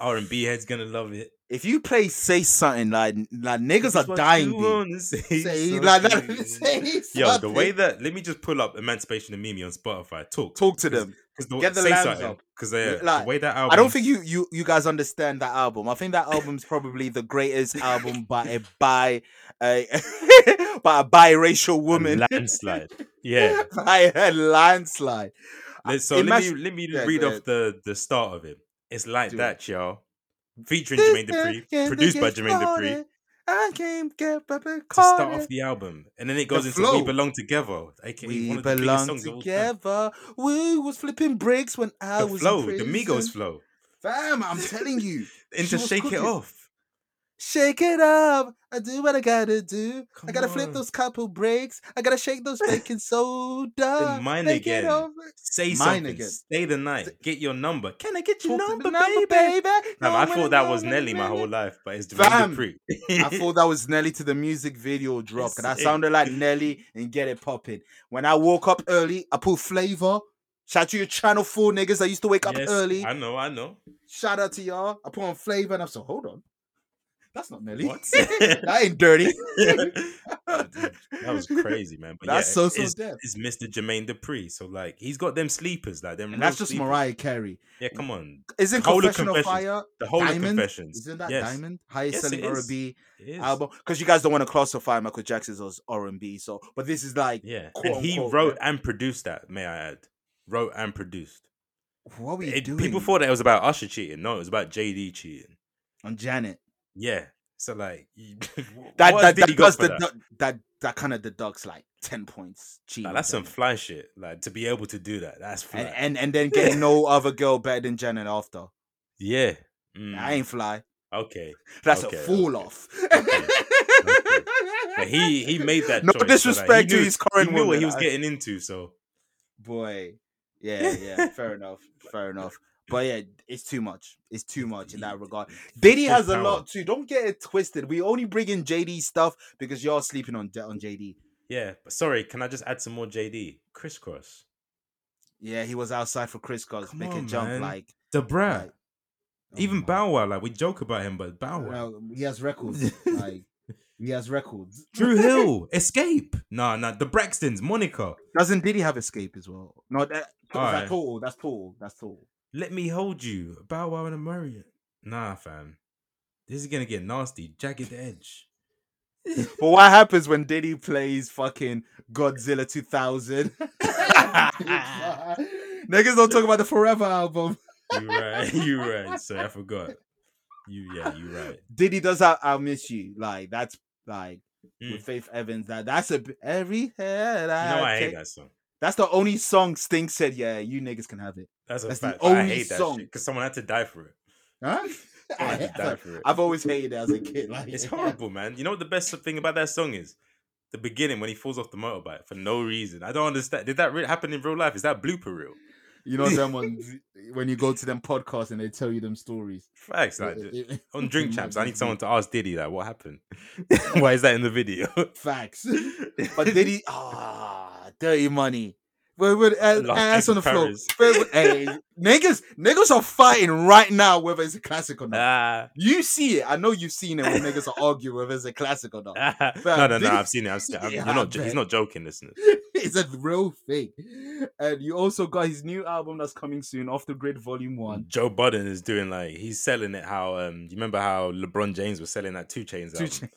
Speaker 3: R and B heads gonna love it.
Speaker 2: If you play say something like like niggas
Speaker 3: It's
Speaker 2: are
Speaker 3: what
Speaker 2: dying,
Speaker 3: you
Speaker 2: B.
Speaker 3: wanna say,
Speaker 2: say
Speaker 3: so
Speaker 2: like [laughs] that.
Speaker 3: please.
Speaker 2: say
Speaker 3: Yo, the
Speaker 2: something.
Speaker 3: way that let me just pull up Emancipation of Mimi on Spotify. Talk,
Speaker 2: talk to them.
Speaker 3: Cause the,
Speaker 2: Get the
Speaker 3: say
Speaker 2: lambs
Speaker 3: something,
Speaker 2: up.
Speaker 3: Cause uh,
Speaker 2: Like,
Speaker 3: the way that album.
Speaker 2: I don't think you, you you guys understand that album. I think that
Speaker 3: [laughs]
Speaker 2: album's probably the greatest album by a by a [laughs] by a biracial [laughs]
Speaker 3: a
Speaker 2: woman
Speaker 3: landslide. Yeah.
Speaker 2: [laughs] by a landslide.
Speaker 3: Let- so
Speaker 2: Imagine-
Speaker 3: let me let me
Speaker 2: Yeah,
Speaker 3: read
Speaker 2: go
Speaker 3: off
Speaker 2: ahead.
Speaker 3: the the start of it. It's like
Speaker 2: Do it.
Speaker 3: that, y'all. Featuring Jermaine Dupri, produced by Jermaine Dupri.
Speaker 2: I can't get but be
Speaker 3: To start
Speaker 2: caught
Speaker 3: off
Speaker 2: it.
Speaker 3: the album, and then it goes into
Speaker 2: flow.
Speaker 3: "We Belong Together," aka
Speaker 2: We
Speaker 3: one of the biggest
Speaker 2: belong
Speaker 3: songs of all time.
Speaker 2: together. We was flipping bricks when I
Speaker 3: The
Speaker 2: was
Speaker 3: flow,
Speaker 2: in
Speaker 3: the
Speaker 2: prison.
Speaker 3: Migos flow,
Speaker 2: Fam, I'm telling you, She
Speaker 3: into
Speaker 2: was
Speaker 3: "Shake It
Speaker 2: cooking.
Speaker 3: Off."
Speaker 2: shake it up. I do what I gotta do. I
Speaker 3: Come
Speaker 2: gotta flip
Speaker 3: on.
Speaker 2: those couple breaks. I gotta shake [laughs] those baking soda.
Speaker 3: Then mine
Speaker 2: make it
Speaker 3: again.
Speaker 2: over.
Speaker 3: Say
Speaker 2: Mine
Speaker 3: something.
Speaker 2: again.
Speaker 3: Stay the night. Get your number. Can I get your
Speaker 2: Talk to
Speaker 3: number,
Speaker 2: the number,
Speaker 3: baby?
Speaker 2: baby.
Speaker 3: Nah,
Speaker 2: No
Speaker 3: I
Speaker 2: one
Speaker 3: thought that
Speaker 2: know
Speaker 3: was
Speaker 2: when
Speaker 3: Nelly my
Speaker 2: I'm [laughs]
Speaker 3: whole
Speaker 2: ready.
Speaker 3: life, but it's
Speaker 2: Fam,
Speaker 3: Jermaine Dupri.
Speaker 2: I thought that was Nelly to the music video drop, and I
Speaker 3: Sick.
Speaker 2: sounded [laughs] like Nelly and get it popping. When I woke up early, I put flavor. Shout to your channel four niggas that used to wake up
Speaker 3: Yes,
Speaker 2: early.
Speaker 3: I know,
Speaker 2: [laughs]
Speaker 3: I know.
Speaker 2: Shout out to y'all. I put on flavor, and I'm so hold on. That's not Nelly. [laughs]
Speaker 3: What?
Speaker 2: that ain't [laughs] dirty.
Speaker 3: Oh, dude, that
Speaker 2: [laughs]
Speaker 3: was crazy, man. But
Speaker 2: That's
Speaker 3: yeah,
Speaker 2: so so
Speaker 3: it's,
Speaker 2: dead.
Speaker 3: it's Mr. Jermaine Dupri. So like, he's got them sleepers, like them.
Speaker 2: And that's
Speaker 3: real
Speaker 2: just
Speaker 3: sleepers.
Speaker 2: Mariah Carey.
Speaker 3: Yeah, come on.
Speaker 2: Isn't
Speaker 3: Whole of
Speaker 2: Confession of
Speaker 3: Confessions.
Speaker 2: Fire
Speaker 3: The whole
Speaker 2: Diamond?
Speaker 3: of confessions.
Speaker 2: Isn't that
Speaker 3: yes,
Speaker 2: Diamond? Highest
Speaker 3: Yes, it
Speaker 2: selling
Speaker 3: is.
Speaker 2: R&B
Speaker 3: it is.
Speaker 2: album. Because you guys don't want to classify Michael Jackson's as R&B. So, but this is like,
Speaker 3: Yeah,
Speaker 2: quote,
Speaker 3: and he
Speaker 2: unquote,
Speaker 3: wrote and produced that. May I add, wrote and produced.
Speaker 2: what were you
Speaker 3: It-
Speaker 2: doing?
Speaker 3: people thought that it was about Usher cheating. No, it was about JD cheating.
Speaker 2: on Janet.
Speaker 3: Yeah. So like, [laughs]
Speaker 2: [laughs] That
Speaker 3: what
Speaker 2: that
Speaker 3: did
Speaker 2: that,
Speaker 3: he
Speaker 2: does
Speaker 3: got
Speaker 2: the,
Speaker 3: for that?
Speaker 2: that that that kind of deducts like ten points. Cheating
Speaker 3: Like, that's
Speaker 2: on
Speaker 3: some fly shit. Like to be able to do that, that's fly.
Speaker 2: Janet. and, and and
Speaker 3: [laughs]
Speaker 2: then getting no other girl better than Janet after.
Speaker 3: yeah. Mm,
Speaker 2: I ain't fly. [laughs]
Speaker 3: okay.
Speaker 2: That's
Speaker 3: Okay,
Speaker 2: a fool
Speaker 3: okay.
Speaker 2: off. [laughs]
Speaker 3: But he he made that.
Speaker 2: no
Speaker 3: choice, so,
Speaker 2: disrespect
Speaker 3: like, he
Speaker 2: to
Speaker 3: knew-
Speaker 2: his current
Speaker 3: he knew what
Speaker 2: woman,
Speaker 3: he was
Speaker 2: I-
Speaker 3: getting into. So
Speaker 2: boy. Yeah,
Speaker 3: [laughs]
Speaker 2: yeah, fair enough, fair enough. But yeah, it's too much. It's too much in that regard. Diddy
Speaker 3: full
Speaker 2: has a
Speaker 3: power.
Speaker 2: lot too. Don't get it twisted. We only bring in JD stuff because y'all sleeping on J- on JD.
Speaker 3: yeah, but sorry, can I just add some more JD? Crisscross,
Speaker 2: Yeah, he was outside for crisscross,
Speaker 3: Come
Speaker 2: make a
Speaker 3: on,
Speaker 2: jump
Speaker 3: man.
Speaker 2: like
Speaker 3: the brat,
Speaker 2: Like, oh
Speaker 3: even
Speaker 2: my
Speaker 3: Bow Wow. Like we joke about him, but Bow Wow,
Speaker 2: Well, he has records.
Speaker 3: [laughs]
Speaker 2: like he has records.
Speaker 3: Drew Hill, Escape. Nah, nah, the Braxtons, Monica.
Speaker 2: Doesn't Diddy have escape as well? No, that,
Speaker 3: Alright.
Speaker 2: that's total. That's total. That's total.
Speaker 3: Let me hold you, Bow Wow and Amarian. Nah, fam, this is gonna get nasty. Jagged Edge.
Speaker 2: But what happens when Diddy plays fucking Godzilla 2000? [laughs] Niggas don't talk about the Forever album.
Speaker 3: You right, [laughs] you right. Sorry, I forgot. You yeah, you right.
Speaker 2: Diddy does I, I'll miss you. Like that's like
Speaker 3: Mm.
Speaker 2: with Faith Evans. That that's a b- every head.
Speaker 3: You
Speaker 2: I
Speaker 3: know I hate
Speaker 2: take-
Speaker 3: that song.
Speaker 2: That's the only song Sting said. Yeah, you niggas can have it.
Speaker 3: That's a
Speaker 2: That's the
Speaker 3: fact. but I
Speaker 2: only
Speaker 3: hate that
Speaker 2: song.
Speaker 3: because someone had to die for it. [laughs]
Speaker 2: Huh? [laughs]
Speaker 3: Someone had to die for it.
Speaker 2: I've always hated it as a kid. [laughs] Like
Speaker 3: It's horrible, man. You know what the best thing about that song is? The beginning when he falls off the motorbike for no reason. I don't understand. Did that re- happen in real life? Is that blooper reel?
Speaker 2: You know
Speaker 3: [laughs]
Speaker 2: them ones when you go to them podcasts and they tell you them stories.
Speaker 3: Facts. Like,
Speaker 2: It- [laughs] it- it-
Speaker 3: on Drink
Speaker 2: it
Speaker 3: Champs,
Speaker 2: might
Speaker 3: I
Speaker 2: be
Speaker 3: need someone to ask Diddy that. What happened? [laughs] Why is that in the video? [laughs]
Speaker 2: facts. But Diddy, ah, dirty money. Wait, wait, ass,
Speaker 3: Lost
Speaker 2: ass
Speaker 3: in
Speaker 2: on the floor.
Speaker 3: Paris.
Speaker 2: Wait, wait, hey, niggas, niggas are fighting right now whether it's a classic or not.
Speaker 3: [laughs] [laughs] Ah,
Speaker 2: You see it. I know you've seen it when niggas are arguing whether it's a classic or not.
Speaker 3: [laughs] ah.
Speaker 2: Fam,
Speaker 3: no, no, no.
Speaker 2: Diddy-
Speaker 3: I've seen it. I've seen it. I'm-
Speaker 2: Yeah,
Speaker 3: you're
Speaker 2: I
Speaker 3: not, jo-
Speaker 2: bet.
Speaker 3: he's not joking, listeners.
Speaker 2: it's a real thing. And you also got his new album that's coming soon, Off the Grid Volume 1.
Speaker 3: Joe Budden is doing like he's selling it. How um, you remember how LeBron James was selling that two chains?
Speaker 2: Two
Speaker 3: album?
Speaker 2: Chainz.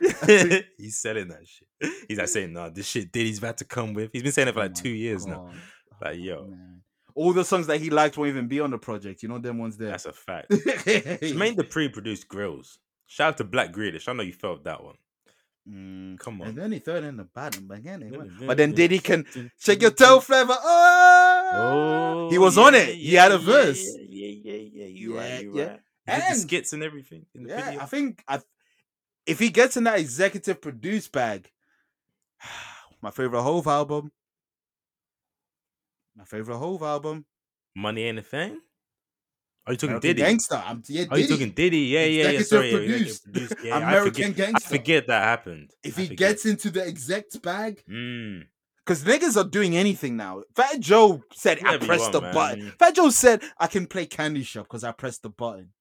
Speaker 3: [laughs] he's selling that shit. He's like saying, "Nah, this shit Diddy's about to come with." He's been saying it for
Speaker 2: Oh
Speaker 3: like
Speaker 2: my
Speaker 3: two years now.
Speaker 2: God. Oh,
Speaker 3: Like, yo.
Speaker 2: man. all the songs that he liked won't even be on the project. You know them ones there.
Speaker 3: That's
Speaker 2: [laughs]
Speaker 3: a fact. Jermaine Dupri produced Grills. Shout out to Black Grealish. I know you felt that one.
Speaker 2: Mm,
Speaker 3: Come
Speaker 2: And
Speaker 3: on.
Speaker 2: then he threw it in the bottom, but again, it went- but then Diddy can shake your toe
Speaker 3: toe.
Speaker 2: flavor. Oh, [laughs] he was on it. he had a verse.
Speaker 3: Yeah, yeah, yeah. You
Speaker 2: Yeah,
Speaker 3: right, you
Speaker 2: yeah.
Speaker 3: right. He did the
Speaker 2: And-
Speaker 3: skits and everything in the
Speaker 2: Yeah,
Speaker 3: video.
Speaker 2: I think I, if he gets in that executive produce bag, [sighs] my favorite Hove album, my favorite Hove album,
Speaker 3: Money ain't a thing. Are you talking
Speaker 2: American
Speaker 3: Diddy?
Speaker 2: Gangsta. I'm yeah,
Speaker 3: Are
Speaker 2: Diddy.
Speaker 3: you Oh, talking Diddy? Yeah, yeah, yeah.
Speaker 2: Executive
Speaker 3: Sorry, yeah,
Speaker 2: produced.
Speaker 3: executive produced. Yeah, I
Speaker 2: American
Speaker 3: forget-
Speaker 2: Gangsta.
Speaker 3: I forget that happened.
Speaker 2: If
Speaker 3: I
Speaker 2: he
Speaker 3: forget.
Speaker 2: gets into the exec bag,
Speaker 3: Mm.
Speaker 2: because niggas are doing anything now. Fat Joe said, "I
Speaker 3: Whatever you
Speaker 2: pressed
Speaker 3: want,
Speaker 2: the
Speaker 3: man.
Speaker 2: button."
Speaker 3: Mm.
Speaker 2: Fat Joe said, "I can play Candy Shop because I pressed the button."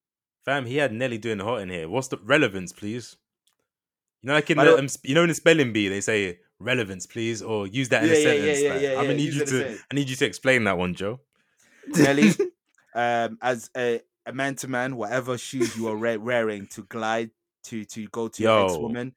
Speaker 3: Fam, he had Nelly doing hot in here. What's the relevance, please? You know, like in
Speaker 2: But
Speaker 3: the,
Speaker 2: it-
Speaker 3: um, sp- you know in the spelling bee, they say relevance, please, or use that in a
Speaker 2: Yeah, yeah, yeah,
Speaker 3: sentence.
Speaker 2: yeah,
Speaker 3: like,
Speaker 2: yeah,
Speaker 3: I'm
Speaker 2: yeah,
Speaker 3: gonna need
Speaker 2: use
Speaker 3: you
Speaker 2: it in a
Speaker 3: to.
Speaker 2: sentence.
Speaker 3: I need you to explain that one, Joe.
Speaker 2: Nelly, [laughs] um, as a, a man to man, whatever shoes you are re- wearing to glide to to go to your ex
Speaker 3: Yo.
Speaker 2: woman,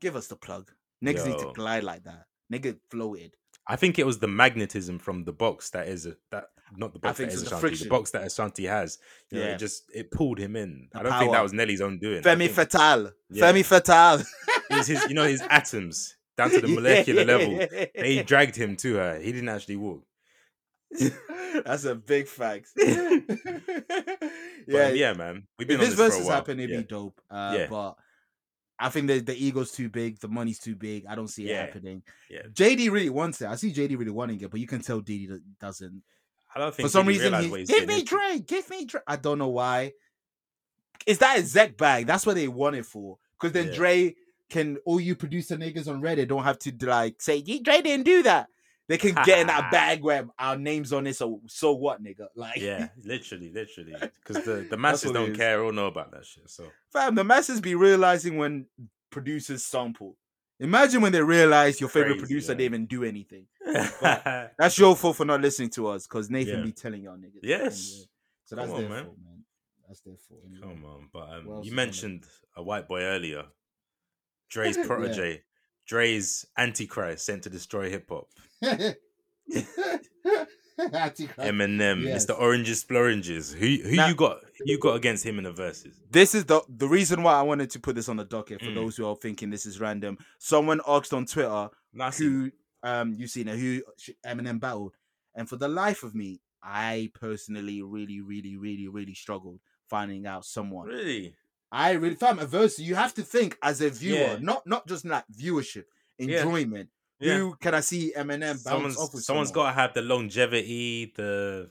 Speaker 2: give us the plug. Niggas need to
Speaker 3: Yo.
Speaker 2: glide like that. Nigga floated.
Speaker 3: I think it was the magnetism from the box that is a, that not the box
Speaker 2: think
Speaker 3: that
Speaker 2: so,
Speaker 3: is
Speaker 2: the
Speaker 3: Ashanti,
Speaker 2: friction.
Speaker 3: the box that Ashanti has. You know,
Speaker 2: Yeah.
Speaker 3: it just it pulled him in.
Speaker 2: The
Speaker 3: I don't think that
Speaker 2: power.
Speaker 3: was Nelly's own doing. I
Speaker 2: Femi
Speaker 3: think
Speaker 2: Fatale.
Speaker 3: Yeah.
Speaker 2: Femi Fatale.
Speaker 3: it was his, you know, his atoms
Speaker 2: [laughs]
Speaker 3: down [laughs] to the molecular level. They dragged him to her. He didn't actually walk.
Speaker 2: That's a big fact.
Speaker 3: [laughs]
Speaker 2: [laughs]
Speaker 3: But, um, yeah,
Speaker 2: yeah,
Speaker 3: man. We've
Speaker 2: if
Speaker 3: been on
Speaker 2: this
Speaker 3: this, versus
Speaker 2: versus
Speaker 3: for a while.
Speaker 2: happened, it'd
Speaker 3: yeah.
Speaker 2: be dope. Uh,
Speaker 3: Yeah.
Speaker 2: But I think the, the ego's too big. The money's too big. I don't see it
Speaker 3: Yeah.
Speaker 2: happening.
Speaker 3: Yeah.
Speaker 2: JD really wants it. I see JD really wanting it, but you can tell DD that doesn't.
Speaker 3: I don't think
Speaker 2: For some
Speaker 3: Diddy
Speaker 2: reason,
Speaker 3: realized
Speaker 2: he-
Speaker 3: what he's
Speaker 2: give
Speaker 3: getting
Speaker 2: me
Speaker 3: [laughs] into.
Speaker 2: Dre, give me Dre. I don't know why. It's that exec bag. That's what they want it for. Because then
Speaker 3: Yeah.
Speaker 2: Dre can, all you producer niggas on Reddit don't have to like say, "Ye- Dre didn't do that. They
Speaker 3: [laughs]
Speaker 2: can get in that bag where our name's on it. So, so what, nigga? Like,
Speaker 3: Yeah, literally,
Speaker 2: [laughs]
Speaker 3: literally. Because the, the
Speaker 2: what
Speaker 3: masses
Speaker 2: it
Speaker 3: don't
Speaker 2: is.
Speaker 3: care or know about that shit.
Speaker 2: [laughs]
Speaker 3: So [laughs]
Speaker 2: Fam, the masses be realizing when producers sample. Imagine when they realize your favorite
Speaker 3: Crazy,
Speaker 2: producer
Speaker 3: man.
Speaker 2: didn't even do anything.
Speaker 3: yeah,
Speaker 2: That's your fault for not listening to us, because Nathan
Speaker 3: Yeah.
Speaker 2: be telling y'all niggas.
Speaker 3: Yes.
Speaker 2: So
Speaker 3: Come
Speaker 2: that's
Speaker 3: on,
Speaker 2: their
Speaker 3: man.
Speaker 2: fault, man. That's their fault. anyway.
Speaker 3: come on. But
Speaker 2: What
Speaker 3: um,
Speaker 2: else is on
Speaker 3: you
Speaker 2: it?
Speaker 3: mentioned a white boy earlier,
Speaker 2: [laughs]
Speaker 3: Dre's
Speaker 2: Yeah.
Speaker 3: protege, Dre's antichrist sent to destroy hip hop. Eminem,
Speaker 2: Yes.
Speaker 3: it's the oranges, floranges. Who who
Speaker 2: Now-
Speaker 3: you got? You got against him in the verses?
Speaker 2: this is the the reason why I wanted to put this on the docket for
Speaker 3: Mm.
Speaker 2: those who are thinking this is random. Someone asked on Twitter
Speaker 3: Nice.
Speaker 2: who um you seen it, who sh- Eminem battled, and for the life of me, I personally really, really, really, really struggled finding out someone.
Speaker 3: Really?
Speaker 2: I really fam a verse. You have to think as a viewer,
Speaker 3: Yeah.
Speaker 2: not not just like viewership,
Speaker 3: Yeah.
Speaker 2: enjoyment.
Speaker 3: Yeah.
Speaker 2: Who can I see Eminem bounce
Speaker 3: someone's
Speaker 2: off with?
Speaker 3: someone's
Speaker 2: someone?
Speaker 3: got to have the longevity, the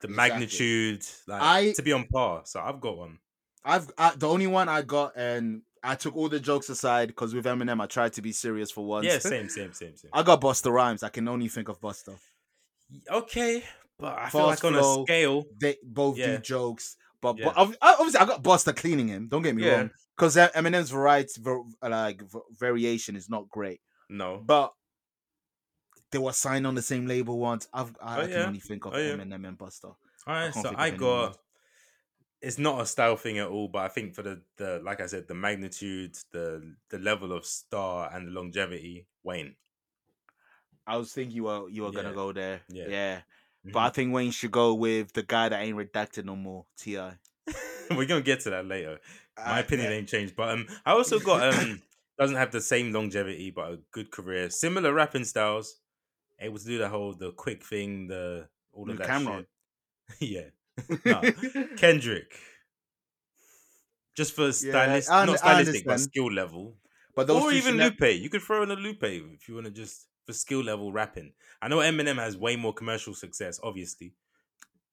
Speaker 3: the
Speaker 2: Exactly.
Speaker 3: magnitude, like
Speaker 2: I-
Speaker 3: to be on par. So I've got one.
Speaker 2: I've I, the only one I got, and I took all the jokes aside because with Eminem, I tried to be serious for once.
Speaker 3: Yeah, same, same, same, same.
Speaker 2: I got Buster Rhymes. I can only think of Buster.
Speaker 3: Okay, but I feel
Speaker 2: Fast
Speaker 3: like on
Speaker 2: flow,
Speaker 3: a scale,
Speaker 2: They both do
Speaker 3: Yeah.
Speaker 2: jokes, but,
Speaker 3: Yeah.
Speaker 2: but ob- obviously I got Buster cleaning him. Don't get me
Speaker 3: Yeah.
Speaker 2: wrong, because Eminem's variety, var- like v- variation, is not great.
Speaker 3: no.
Speaker 2: But they were signed on the same label once. I've, I, I
Speaker 3: Oh,
Speaker 2: can
Speaker 3: yeah.
Speaker 2: only think of
Speaker 3: Oh, yeah.
Speaker 2: Eminem and Buster.
Speaker 3: All right,
Speaker 2: can't
Speaker 3: so
Speaker 2: think of
Speaker 3: I
Speaker 2: anyone
Speaker 3: got.
Speaker 2: else.
Speaker 3: It's not a style thing at all, but I think for the, the like I said, the magnitude, the the level of star and the longevity, Wayne. [laughs]
Speaker 2: I was thinking you were you were gonna
Speaker 3: Yeah.
Speaker 2: go there. Yeah.
Speaker 3: Yeah. Mm-hmm.
Speaker 2: But I think Wayne should go with the guy that ain't redacted no more, Ti.
Speaker 3: We're gonna get to that later. My
Speaker 2: Uh,
Speaker 3: opinion
Speaker 2: yeah.
Speaker 3: ain't changed, but um, I also got um
Speaker 2: [laughs]
Speaker 3: doesn't have the same longevity, but a good career, similar rapping styles, able to do the whole the quick thing, the all of
Speaker 2: With
Speaker 3: that
Speaker 2: Cameron.
Speaker 3: shit. [laughs] yeah,
Speaker 2: [laughs]
Speaker 3: Nah. Kendrick. Just for stylist,
Speaker 2: I un- I
Speaker 3: not stylistic, but
Speaker 2: understand.
Speaker 3: skill level,
Speaker 2: but those
Speaker 3: or
Speaker 2: two
Speaker 3: even
Speaker 2: should ne-
Speaker 3: Lupe. You could throw in a Lupe if you want to just for skill level rapping. I know Eminem has way more commercial success, obviously,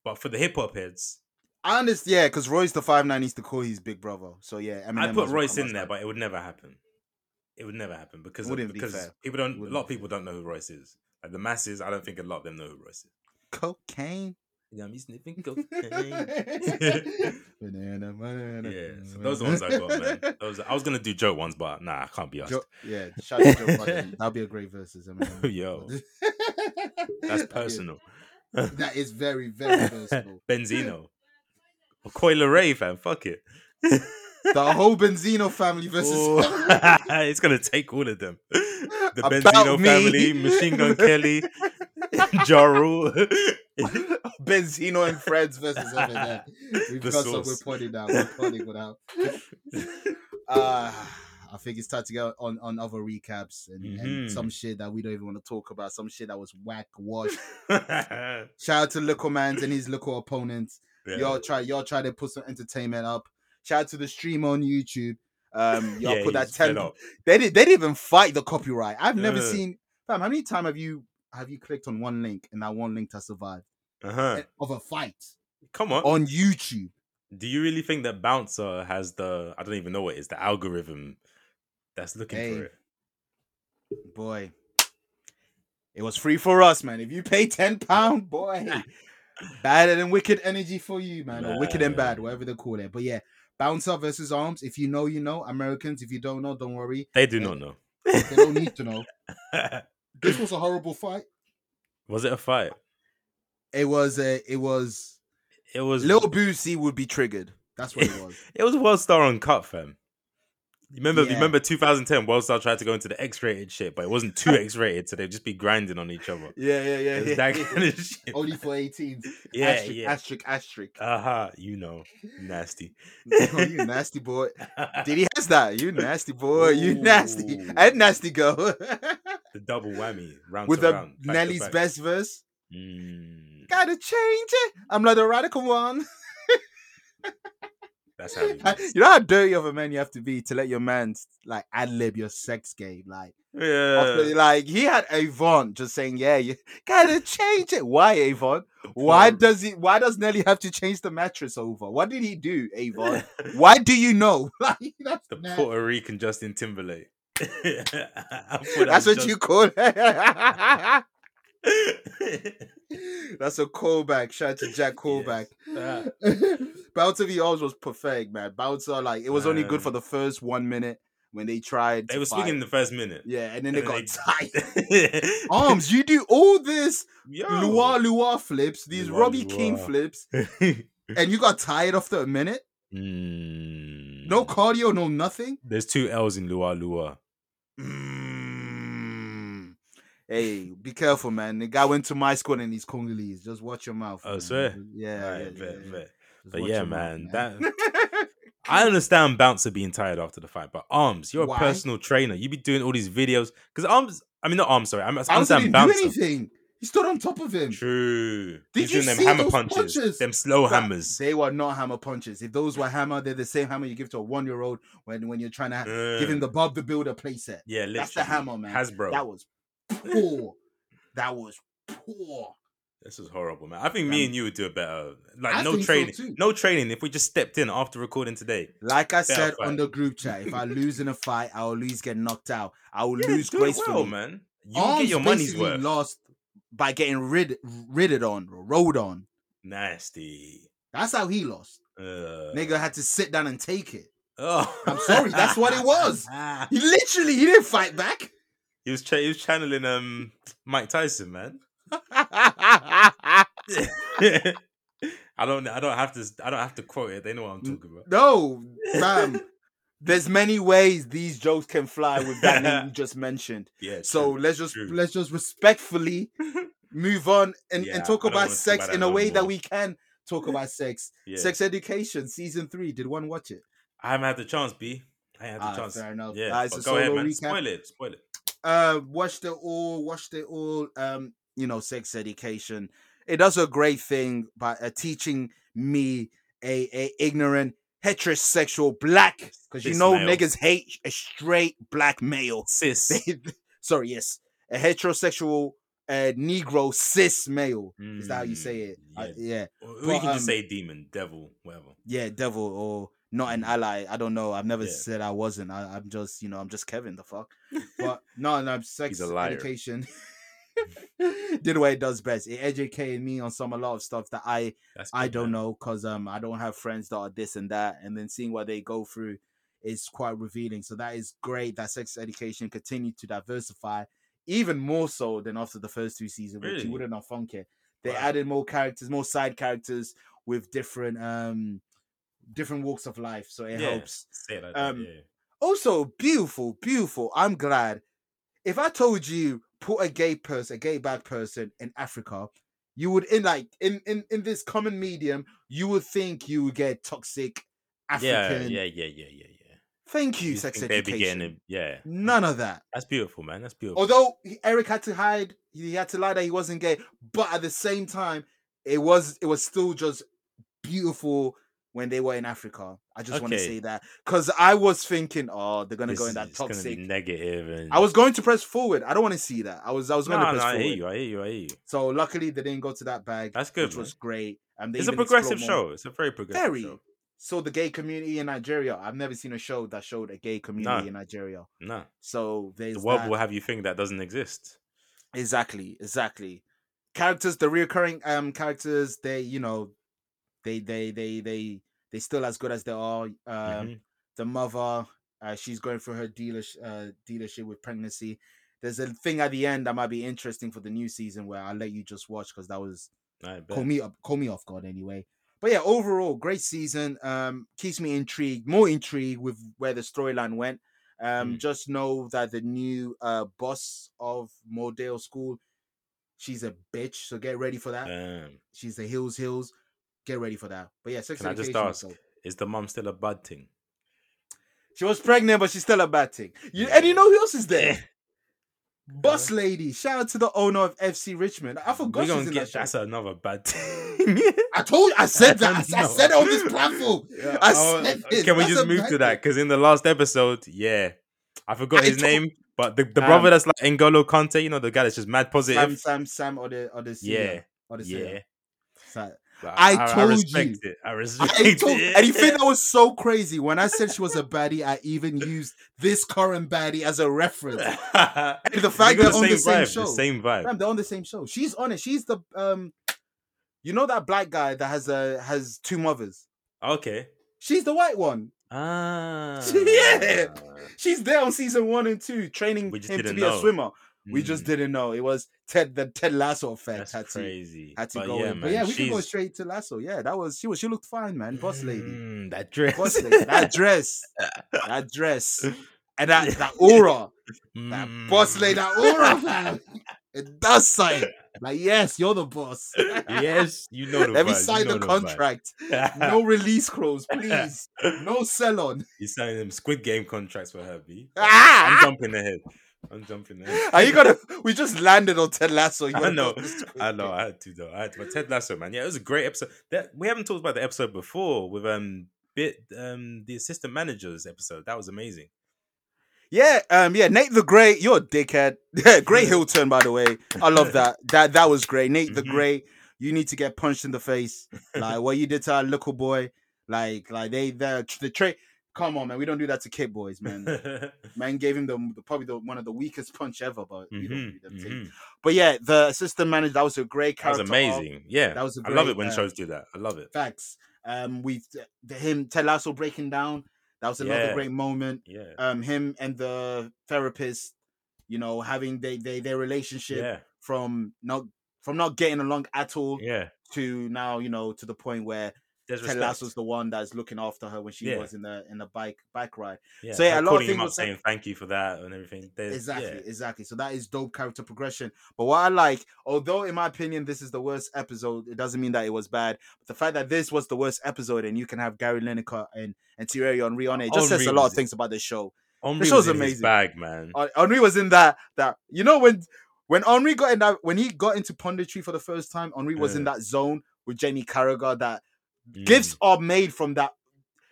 Speaker 3: but for the hip hop heads,
Speaker 2: I understand, yeah, because Royce the five nine needs to call his big brother. So yeah, Eminem
Speaker 3: I
Speaker 2: must
Speaker 3: put
Speaker 2: have
Speaker 3: Royce
Speaker 2: come
Speaker 3: in there,
Speaker 2: outside.
Speaker 3: but it would never happen. It would never happen because of-
Speaker 2: Wouldn't be
Speaker 3: because
Speaker 2: fair.
Speaker 3: people don't. A
Speaker 2: Wouldn't
Speaker 3: lot
Speaker 2: be
Speaker 3: of people don't know who Royce is. Like the masses, I don't think a lot of them know who Royce is. [laughs]
Speaker 2: cocaine.
Speaker 3: Yeah, I'm sniffing
Speaker 2: [laughs] Banana, banana,
Speaker 3: yeah, so those are ones I got,
Speaker 2: [laughs]
Speaker 3: [laughs] man. Those I was gonna do joke ones, but nah, I can't be asked.
Speaker 2: Jo- yeah, shout out to Joe Budden. That'll be a great versus. Eminem.
Speaker 3: [laughs] Yo,
Speaker 2: That'd [laughs]
Speaker 3: that's
Speaker 2: be-
Speaker 3: personal.
Speaker 2: That is very, very personal.
Speaker 3: Benzino, or Coil Ray, fam. Fuck it.
Speaker 2: the whole Benzino family [laughs] versus [laughs]
Speaker 3: Ooh. [laughs] it's gonna take all of them. The
Speaker 2: About
Speaker 3: Benzino
Speaker 2: me. [laughs]
Speaker 3: [laughs] family, Machine Gun Kelly, Jaru,
Speaker 2: Benzino and Freds
Speaker 3: [laughs]
Speaker 2: versus Eminem. We've
Speaker 3: The
Speaker 2: got some. We're
Speaker 3: source.
Speaker 2: pointing out. We're pointing it
Speaker 3: [laughs]
Speaker 2: out. Uh, I think it's time to go on, on other recaps and, and
Speaker 3: Mhm.
Speaker 2: some shit that we don't even want to talk about. Some shit that was whack, wash. Shout out to Local Mans and his local opponents.
Speaker 3: Yeah.
Speaker 2: Y'all try, y'all try to put some entertainment up. Shout out to the stream on YouTube. Um,
Speaker 3: [laughs]
Speaker 2: y'all
Speaker 3: Yeah,
Speaker 2: put that
Speaker 3: he's fed
Speaker 2: ten.
Speaker 3: up.
Speaker 2: They did. They didn't even fight the copyright. I've never
Speaker 3: Yeah.
Speaker 2: seen. Fam, how many time have you have you clicked on one link and that one link has survived
Speaker 3: Uh-huh.
Speaker 2: Eh, of a fight
Speaker 3: Come on.
Speaker 2: on YouTube?
Speaker 3: Do you really think that Bouncer has the I don't even know what it is, the algorithm that's looking
Speaker 2: Hey.
Speaker 3: for it?
Speaker 2: Boy, it was free for us, man. If you pay ten pound, [laughs] boy, better than Wicked Energy for you, man, or Wicked and Bad,
Speaker 3: Man.
Speaker 2: whatever they call it. But yeah, Bouncer versus Arms. If you know, you know. Americans, if you don't know, don't worry.
Speaker 3: They do
Speaker 2: Hey.
Speaker 3: not know.
Speaker 2: They don't need to [laughs] know. This was a horrible fight.
Speaker 3: [laughs] was it a fight?
Speaker 2: It was a. It was
Speaker 3: It was
Speaker 2: Little Boosie would be triggered. That's what it was.
Speaker 3: It was World Star Uncut, fam. You remember,
Speaker 2: Yeah.
Speaker 3: you remember 2010, World Star tried to go into the X rated shit, but it
Speaker 2: [laughs]
Speaker 3: wasn't too X rated, so they'd just be grinding on each other.
Speaker 2: [laughs] yeah, yeah, yeah. Oh,
Speaker 3: It was that
Speaker 2: [laughs]
Speaker 3: kind of shit.
Speaker 2: Only for 18s.
Speaker 3: yeah,
Speaker 2: asterisk,
Speaker 3: yeah.
Speaker 2: asterisk, asterisk.
Speaker 3: Uh huh. You know, nasty.
Speaker 2: Oh, [laughs] you nasty boy. [laughs] Did he has that? You nasty boy. You nasty.
Speaker 3: Ooh.
Speaker 2: And nasty girl.
Speaker 3: [laughs] the double whammy round
Speaker 2: With
Speaker 3: to
Speaker 2: the
Speaker 3: round, back to
Speaker 2: Nelly's
Speaker 3: back.
Speaker 2: best verse.
Speaker 3: Mm,
Speaker 2: Gotta change it. I'm not a radical one. [laughs]
Speaker 3: that's how we
Speaker 2: you know how dirty of a man you have to be to let your man like ad lib your sex game. Like,
Speaker 3: Uh,
Speaker 2: after-
Speaker 3: Yeah.
Speaker 2: like he had Avon just saying, "Yeah, you [laughs] gotta change it." Why Avon? Why does he? Why does Nelly have to change the mattress over? What did he do,
Speaker 3: [laughs]
Speaker 2: Avon? [laughs] Why do you know? Like that's
Speaker 3: the
Speaker 2: nasty.
Speaker 3: Puerto Rican Justin Timberlake. [laughs] I thought that
Speaker 2: That's
Speaker 3: was
Speaker 2: what you call it. [laughs] That's
Speaker 3: Justin-
Speaker 2: a callback. Shout out to
Speaker 3: [laughs]
Speaker 2: Jack callback.
Speaker 3: Yes.
Speaker 2: [laughs] Bouncer v Oz was perfect, man. Bouncer, like it was only good for
Speaker 3: Man.
Speaker 2: the first one minute when they tried.
Speaker 3: [laughs] They
Speaker 2: to
Speaker 3: were
Speaker 2: fight.
Speaker 3: speaking in the first minute.
Speaker 2: yeah, and then they
Speaker 3: and
Speaker 2: got
Speaker 3: then [laughs]
Speaker 2: tight.
Speaker 3: they-
Speaker 2: [laughs] Arms, you do all this
Speaker 3: Yo.
Speaker 2: Luar Luar flips, these
Speaker 3: Luar
Speaker 2: Robbie King
Speaker 3: Luar. [laughs]
Speaker 2: flips, and you got tired after a minute.
Speaker 3: Mm.
Speaker 2: No cardio, no nothing.
Speaker 3: There's two L's in Lua Lua.
Speaker 2: Mm. Hey, be careful, man. The guy went to my school and he's Congolese. Just watch your mouth.
Speaker 3: Oh,
Speaker 2: man.
Speaker 3: swear?
Speaker 2: Yeah.
Speaker 3: Alright,
Speaker 2: yeah, yeah,
Speaker 3: bet,
Speaker 2: yeah.
Speaker 3: bet.
Speaker 2: Just
Speaker 3: But
Speaker 2: watch
Speaker 3: yeah,
Speaker 2: your mouth,
Speaker 3: man,
Speaker 2: [laughs]
Speaker 3: that I understand Bouncer being tired after the fight, but Arms, you're
Speaker 2: Why?
Speaker 3: a personal trainer. You be doing all these videos because Arms. I mean, not Arms. Sorry, I, I
Speaker 2: I
Speaker 3: understand
Speaker 2: didn't do
Speaker 3: Bouncer.
Speaker 2: anything. He stood on top of him.
Speaker 3: True.
Speaker 2: Did
Speaker 3: He's
Speaker 2: you
Speaker 3: doing them
Speaker 2: see
Speaker 3: hammer
Speaker 2: those
Speaker 3: punches,
Speaker 2: punches?
Speaker 3: them slow
Speaker 2: But
Speaker 3: hammers.
Speaker 2: They were not hammer punches. If those were hammer, they're the same hammer you give to a one-year-old when, when you're trying to give him
Speaker 3: Uh,
Speaker 2: the Bob the Builder playset.
Speaker 3: yeah, literally.
Speaker 2: That's the hammer, man.
Speaker 3: Hasbro.
Speaker 2: That was poor. that was poor.
Speaker 3: This is horrible, man. I think me
Speaker 2: Damn.
Speaker 3: and you would do it better. Like
Speaker 2: I
Speaker 3: no
Speaker 2: think so
Speaker 3: training,
Speaker 2: too.
Speaker 3: no training. If we just stepped in after recording today,
Speaker 2: Like I said on
Speaker 3: fight.
Speaker 2: the group chat, if I lose in a fight, I will lose get knocked out. I will
Speaker 3: yeah,
Speaker 2: lose
Speaker 3: do it
Speaker 2: gracefully.
Speaker 3: well, man. You
Speaker 2: Arms
Speaker 3: get your money's
Speaker 2: basically
Speaker 3: worth.
Speaker 2: Lost by getting rid ridded on, rode on.
Speaker 3: Nasty.
Speaker 2: That's how he lost.
Speaker 3: Uh,
Speaker 2: Nigga had to sit down and take it.
Speaker 3: Oh.
Speaker 2: I'm sorry, that's what it was. He literally he didn't fight back.
Speaker 3: [laughs] He was, cha- he was channeling um Mike Tyson, man. [laughs] I don't I don't have to I don't have to quote it. They know what
Speaker 2: Mm.
Speaker 3: I'm talking about.
Speaker 2: no, fam. There's many ways these jokes can fly with that name
Speaker 3: [laughs]
Speaker 2: you just mentioned.
Speaker 3: Yeah.
Speaker 2: So
Speaker 3: true.
Speaker 2: let's just
Speaker 3: true.
Speaker 2: let's just
Speaker 3: [laughs]
Speaker 2: respectfully move on and,
Speaker 3: Yeah,
Speaker 2: and talk
Speaker 3: I don't
Speaker 2: about
Speaker 3: wanna talk
Speaker 2: sex
Speaker 3: about
Speaker 2: in
Speaker 3: that
Speaker 2: a
Speaker 3: no
Speaker 2: way that
Speaker 3: more.
Speaker 2: we can talk about sex.
Speaker 3: yeah.
Speaker 2: Sex Education season three. Did one watch it?
Speaker 3: I haven't had the chance, B. I haven't had
Speaker 2: Ah,
Speaker 3: the chance.
Speaker 2: fair enough.
Speaker 3: Yeah.
Speaker 2: Ah, it's
Speaker 3: but
Speaker 2: a
Speaker 3: go ahead,
Speaker 2: solo
Speaker 3: man.
Speaker 2: recap.
Speaker 3: Spoil it. Spoil it.
Speaker 2: Uh, watched it all. Watched it all. Um, you know, Sex Education. It does a great thing by uh, teaching me a, a ignorant heterosexual black because you
Speaker 3: Cis
Speaker 2: know
Speaker 3: male.
Speaker 2: niggas hate a straight black male. [laughs]
Speaker 3: Sis.
Speaker 2: They- sorry, yes, a heterosexual uh, Negro cis male is that how you say
Speaker 3: Mm,
Speaker 2: it? I-
Speaker 3: yeah.
Speaker 2: yeah,
Speaker 3: Or, or
Speaker 2: But,
Speaker 3: you can
Speaker 2: um,
Speaker 3: just say demon, devil, whatever.
Speaker 2: yeah, devil or not an ally. I don't know. I've never
Speaker 3: Yeah.
Speaker 2: said I wasn't. I, I'm just, you know, I'm just Kevin. The
Speaker 3: [laughs]
Speaker 2: fuck. But no, no, sex
Speaker 3: a liar. Mm.
Speaker 2: education [laughs] did what it does best. It educated me on some a lot of stuff that I
Speaker 3: That's
Speaker 2: I
Speaker 3: good,
Speaker 2: don't
Speaker 3: man.
Speaker 2: know because um I don't have friends that are this and that, and then seeing what they go through is quite revealing. So that is great that sex education continued to diversify even more so than after the first two seasons, which
Speaker 3: Really?
Speaker 2: you wouldn't have thunk it. They
Speaker 3: Wow.
Speaker 2: added more characters, more side characters with different um different walks of life. So it
Speaker 3: Yeah.
Speaker 2: helps.
Speaker 3: Say it like
Speaker 2: Um,
Speaker 3: that. yeah, Yeah.
Speaker 2: Also, beautiful, beautiful. I'm glad. If I told you put a gay person, a gay black person in Africa you would in like in in in this common medium, you would think you would get toxic
Speaker 3: Yeah,
Speaker 2: African.
Speaker 3: yeah, yeah, yeah, yeah, yeah.
Speaker 2: Thank you,
Speaker 3: You'd
Speaker 2: sex
Speaker 3: think they'd be
Speaker 2: education.
Speaker 3: getting a- yeah.
Speaker 2: None of that.
Speaker 3: That's beautiful, man. That's beautiful.
Speaker 2: Although he- Eric had to hide, he had to lie that he wasn't gay, but at the same time, it was it was still just beautiful when they were in Africa. I just want to
Speaker 3: Okay.
Speaker 2: say that because I was thinking, oh, they're gonna
Speaker 3: This
Speaker 2: go in
Speaker 3: is
Speaker 2: that
Speaker 3: just gonna be
Speaker 2: toxic.
Speaker 3: negative and
Speaker 2: I was going to press forward. I don't want to see that. I was I was
Speaker 3: No,
Speaker 2: going to
Speaker 3: no,
Speaker 2: press
Speaker 3: I
Speaker 2: forward.
Speaker 3: hear you. I hear you. I hear you.
Speaker 2: So luckily they didn't go to that bag,
Speaker 3: That's good.
Speaker 2: which
Speaker 3: man.
Speaker 2: was great. And they
Speaker 3: It's a
Speaker 2: even explore
Speaker 3: progressive
Speaker 2: more.
Speaker 3: show. It's a very progressive
Speaker 2: Very.
Speaker 3: show.
Speaker 2: So the gay community in Nigeria, I've never seen a show that showed a gay community in Nigeria.
Speaker 3: No,
Speaker 2: So there's
Speaker 3: the world
Speaker 2: that.
Speaker 3: will have you think that doesn't exist.
Speaker 2: Exactly, exactly. Characters, the reoccurring um characters, they you know, they they they they they still as good as they are. Um,
Speaker 3: Mhm.
Speaker 2: The mother, uh, she's going through her dealership uh, dealership with pregnancy. There's a thing at the end that might be interesting for the new season where I'll let you just watch because that was
Speaker 3: I bet.
Speaker 2: call me up, call me off guard anyway. But yeah, overall, great season. Um, keeps me intrigued, more intrigued with where the storyline went. Um,
Speaker 3: Mm.
Speaker 2: just know that the new uh boss of Mordale School, she's a bitch. So get ready for that.
Speaker 3: Damn.
Speaker 2: She's the hills hills. Get ready for that. But yeah, sex
Speaker 3: Can I just
Speaker 2: education. was
Speaker 3: ask?
Speaker 2: dope.
Speaker 3: Is the mum still a bad thing?
Speaker 2: She was pregnant, but she's still a bad thing. You,
Speaker 3: Yeah.
Speaker 2: and you know who else is there? Bus lady. Shout out to the owner of FC Richmond. I forgot
Speaker 3: We're
Speaker 2: she's
Speaker 3: gonna
Speaker 2: in
Speaker 3: get
Speaker 2: that show.
Speaker 3: that's another bad [laughs] thing.
Speaker 2: I told. I said
Speaker 3: [laughs]
Speaker 2: that. I, s- I
Speaker 3: No.
Speaker 2: said it on this platform.
Speaker 3: Yeah,
Speaker 2: [laughs] I
Speaker 3: oh,
Speaker 2: said it.
Speaker 3: Can we
Speaker 2: That's
Speaker 3: just
Speaker 2: a
Speaker 3: move
Speaker 2: bad
Speaker 3: to that? Because in the last episode, yeah, I forgot
Speaker 2: I
Speaker 3: his
Speaker 2: told-
Speaker 3: name, but the, the
Speaker 2: Um,
Speaker 3: brother that's like Engolo Conte, you know, the guy that's just mad
Speaker 2: Sam,
Speaker 3: positive.
Speaker 2: Sam, Sam, or the or the
Speaker 3: yeah,
Speaker 2: CEO, or the CEO.
Speaker 3: yeah. [laughs]
Speaker 2: So-
Speaker 3: Like,
Speaker 2: I told
Speaker 3: respect It. I respect
Speaker 2: I told,
Speaker 3: it.
Speaker 2: and you
Speaker 3: [laughs]
Speaker 2: think that was so crazy when I said she was a baddie. I even used this current baddie as a
Speaker 3: [laughs]
Speaker 2: reference.
Speaker 3: and
Speaker 2: the fact they're on the same
Speaker 3: vibe,
Speaker 2: show.
Speaker 3: the same
Speaker 2: Fam,
Speaker 3: vibe.
Speaker 2: they're on the same show. She's on it. She's the um, you know that black guy that has a has two mothers.
Speaker 3: Okay.
Speaker 2: She's the white one. [laughs]
Speaker 3: Ah.
Speaker 2: Yeah. She's there on season one and two, training
Speaker 3: We just
Speaker 2: him to
Speaker 3: didn't
Speaker 2: be a
Speaker 3: know.
Speaker 2: swimmer. We just
Speaker 3: Mm,
Speaker 2: didn't know. It was Ted the Ted Lasso effect.
Speaker 3: That's
Speaker 2: Had to,
Speaker 3: crazy.
Speaker 2: had to
Speaker 3: But
Speaker 2: go
Speaker 3: yeah,
Speaker 2: in.
Speaker 3: man,
Speaker 2: but yeah, we can go
Speaker 3: she's-
Speaker 2: straight to Lasso. Yeah, that was she was she looked fine, man. Boss lady.
Speaker 3: Mm, that dress. [laughs]
Speaker 2: Boss lady, that dress, that dress, and
Speaker 3: [laughs]
Speaker 2: that, that aura, that
Speaker 3: Mm.
Speaker 2: boss lady, that aura, fam. It does say, like, yes, you're the boss.
Speaker 3: yes, you know the
Speaker 2: Let me
Speaker 3: vibes, you
Speaker 2: sign
Speaker 3: know
Speaker 2: the
Speaker 3: vibe.
Speaker 2: contract. No release clause, please. No sell on.
Speaker 3: [laughs] You signing them Squid Game contracts for her, B. [laughs]
Speaker 2: [laughs]
Speaker 3: I'm
Speaker 2: Ah!
Speaker 3: jumping ahead. I'm jumping ahead.
Speaker 2: Are you gonna? We just landed on Ted Lasso. You
Speaker 3: [laughs] I
Speaker 2: wanna go
Speaker 3: know,
Speaker 2: to Squid
Speaker 3: I know.
Speaker 2: Game?
Speaker 3: I had to though. I had to. But Ted Lasso, man, yeah, it was a great episode. That we haven't talked about the episode before with um bit um the assistant managers episode. That was amazing.
Speaker 2: Yeah, um, yeah. Nate the Great, you're a dickhead. [laughs] great heel turn, by the way. I
Speaker 3: [laughs]
Speaker 2: love that. That that was great. Nate the
Speaker 3: Mhm.
Speaker 2: Great, you need to get punched in the face. Like what you did to our little boy. Like like they the the trade. Come on, man. We don't do that to kid boys,
Speaker 3: [laughs]
Speaker 2: man.
Speaker 3: Mm-hmm.
Speaker 2: Man gave him the, the probably the one of the weakest punch ever, but we don't do
Speaker 3: Mhm,
Speaker 2: them things.
Speaker 3: mhm.
Speaker 2: But yeah, the assistant manager that was a great
Speaker 3: That was
Speaker 2: character. arc.
Speaker 3: amazing. Yeah,
Speaker 2: That was a
Speaker 3: I love
Speaker 2: great,
Speaker 3: it when
Speaker 2: uh,
Speaker 3: shows do that. I love it.
Speaker 2: Facts. Um, we the, him Ted Lasso breaking down. That was another
Speaker 3: Yeah.
Speaker 2: great moment
Speaker 3: Yeah,
Speaker 2: um him and the therapist you know having they, they their relationship
Speaker 3: yeah,
Speaker 2: from not from not getting along at all
Speaker 3: yeah.
Speaker 2: to now you know to the point where
Speaker 3: There's
Speaker 2: Ted
Speaker 3: respect.
Speaker 2: Lasso's the one that's looking after her when she
Speaker 3: Yeah.
Speaker 2: was in the in the bike bike ride
Speaker 3: Yeah,
Speaker 2: So, yeah,
Speaker 3: her
Speaker 2: a lot of
Speaker 3: calling
Speaker 2: things
Speaker 3: him up
Speaker 2: was said-
Speaker 3: saying thank you for that and everything. There's,
Speaker 2: exactly
Speaker 3: yeah.
Speaker 2: exactly so that is dope character progression but what I like although in my opinion this is the worst episode it doesn't mean that it was bad but the fact that this was the worst episode and you can have Gary Lineker and and Thierry Henry on it, it just says a
Speaker 3: Henry
Speaker 2: lot
Speaker 3: was-
Speaker 2: of things about the show
Speaker 3: Omri
Speaker 2: show's
Speaker 3: was in his
Speaker 2: amazing.
Speaker 3: bag, man.
Speaker 2: Hen- Henri was in that that you know when when Henri got in that when he got into punditry for the first time, Henri was in
Speaker 3: Yeah.
Speaker 2: that zone with Jamie Carragher that
Speaker 3: Mm,
Speaker 2: gifts are made from that.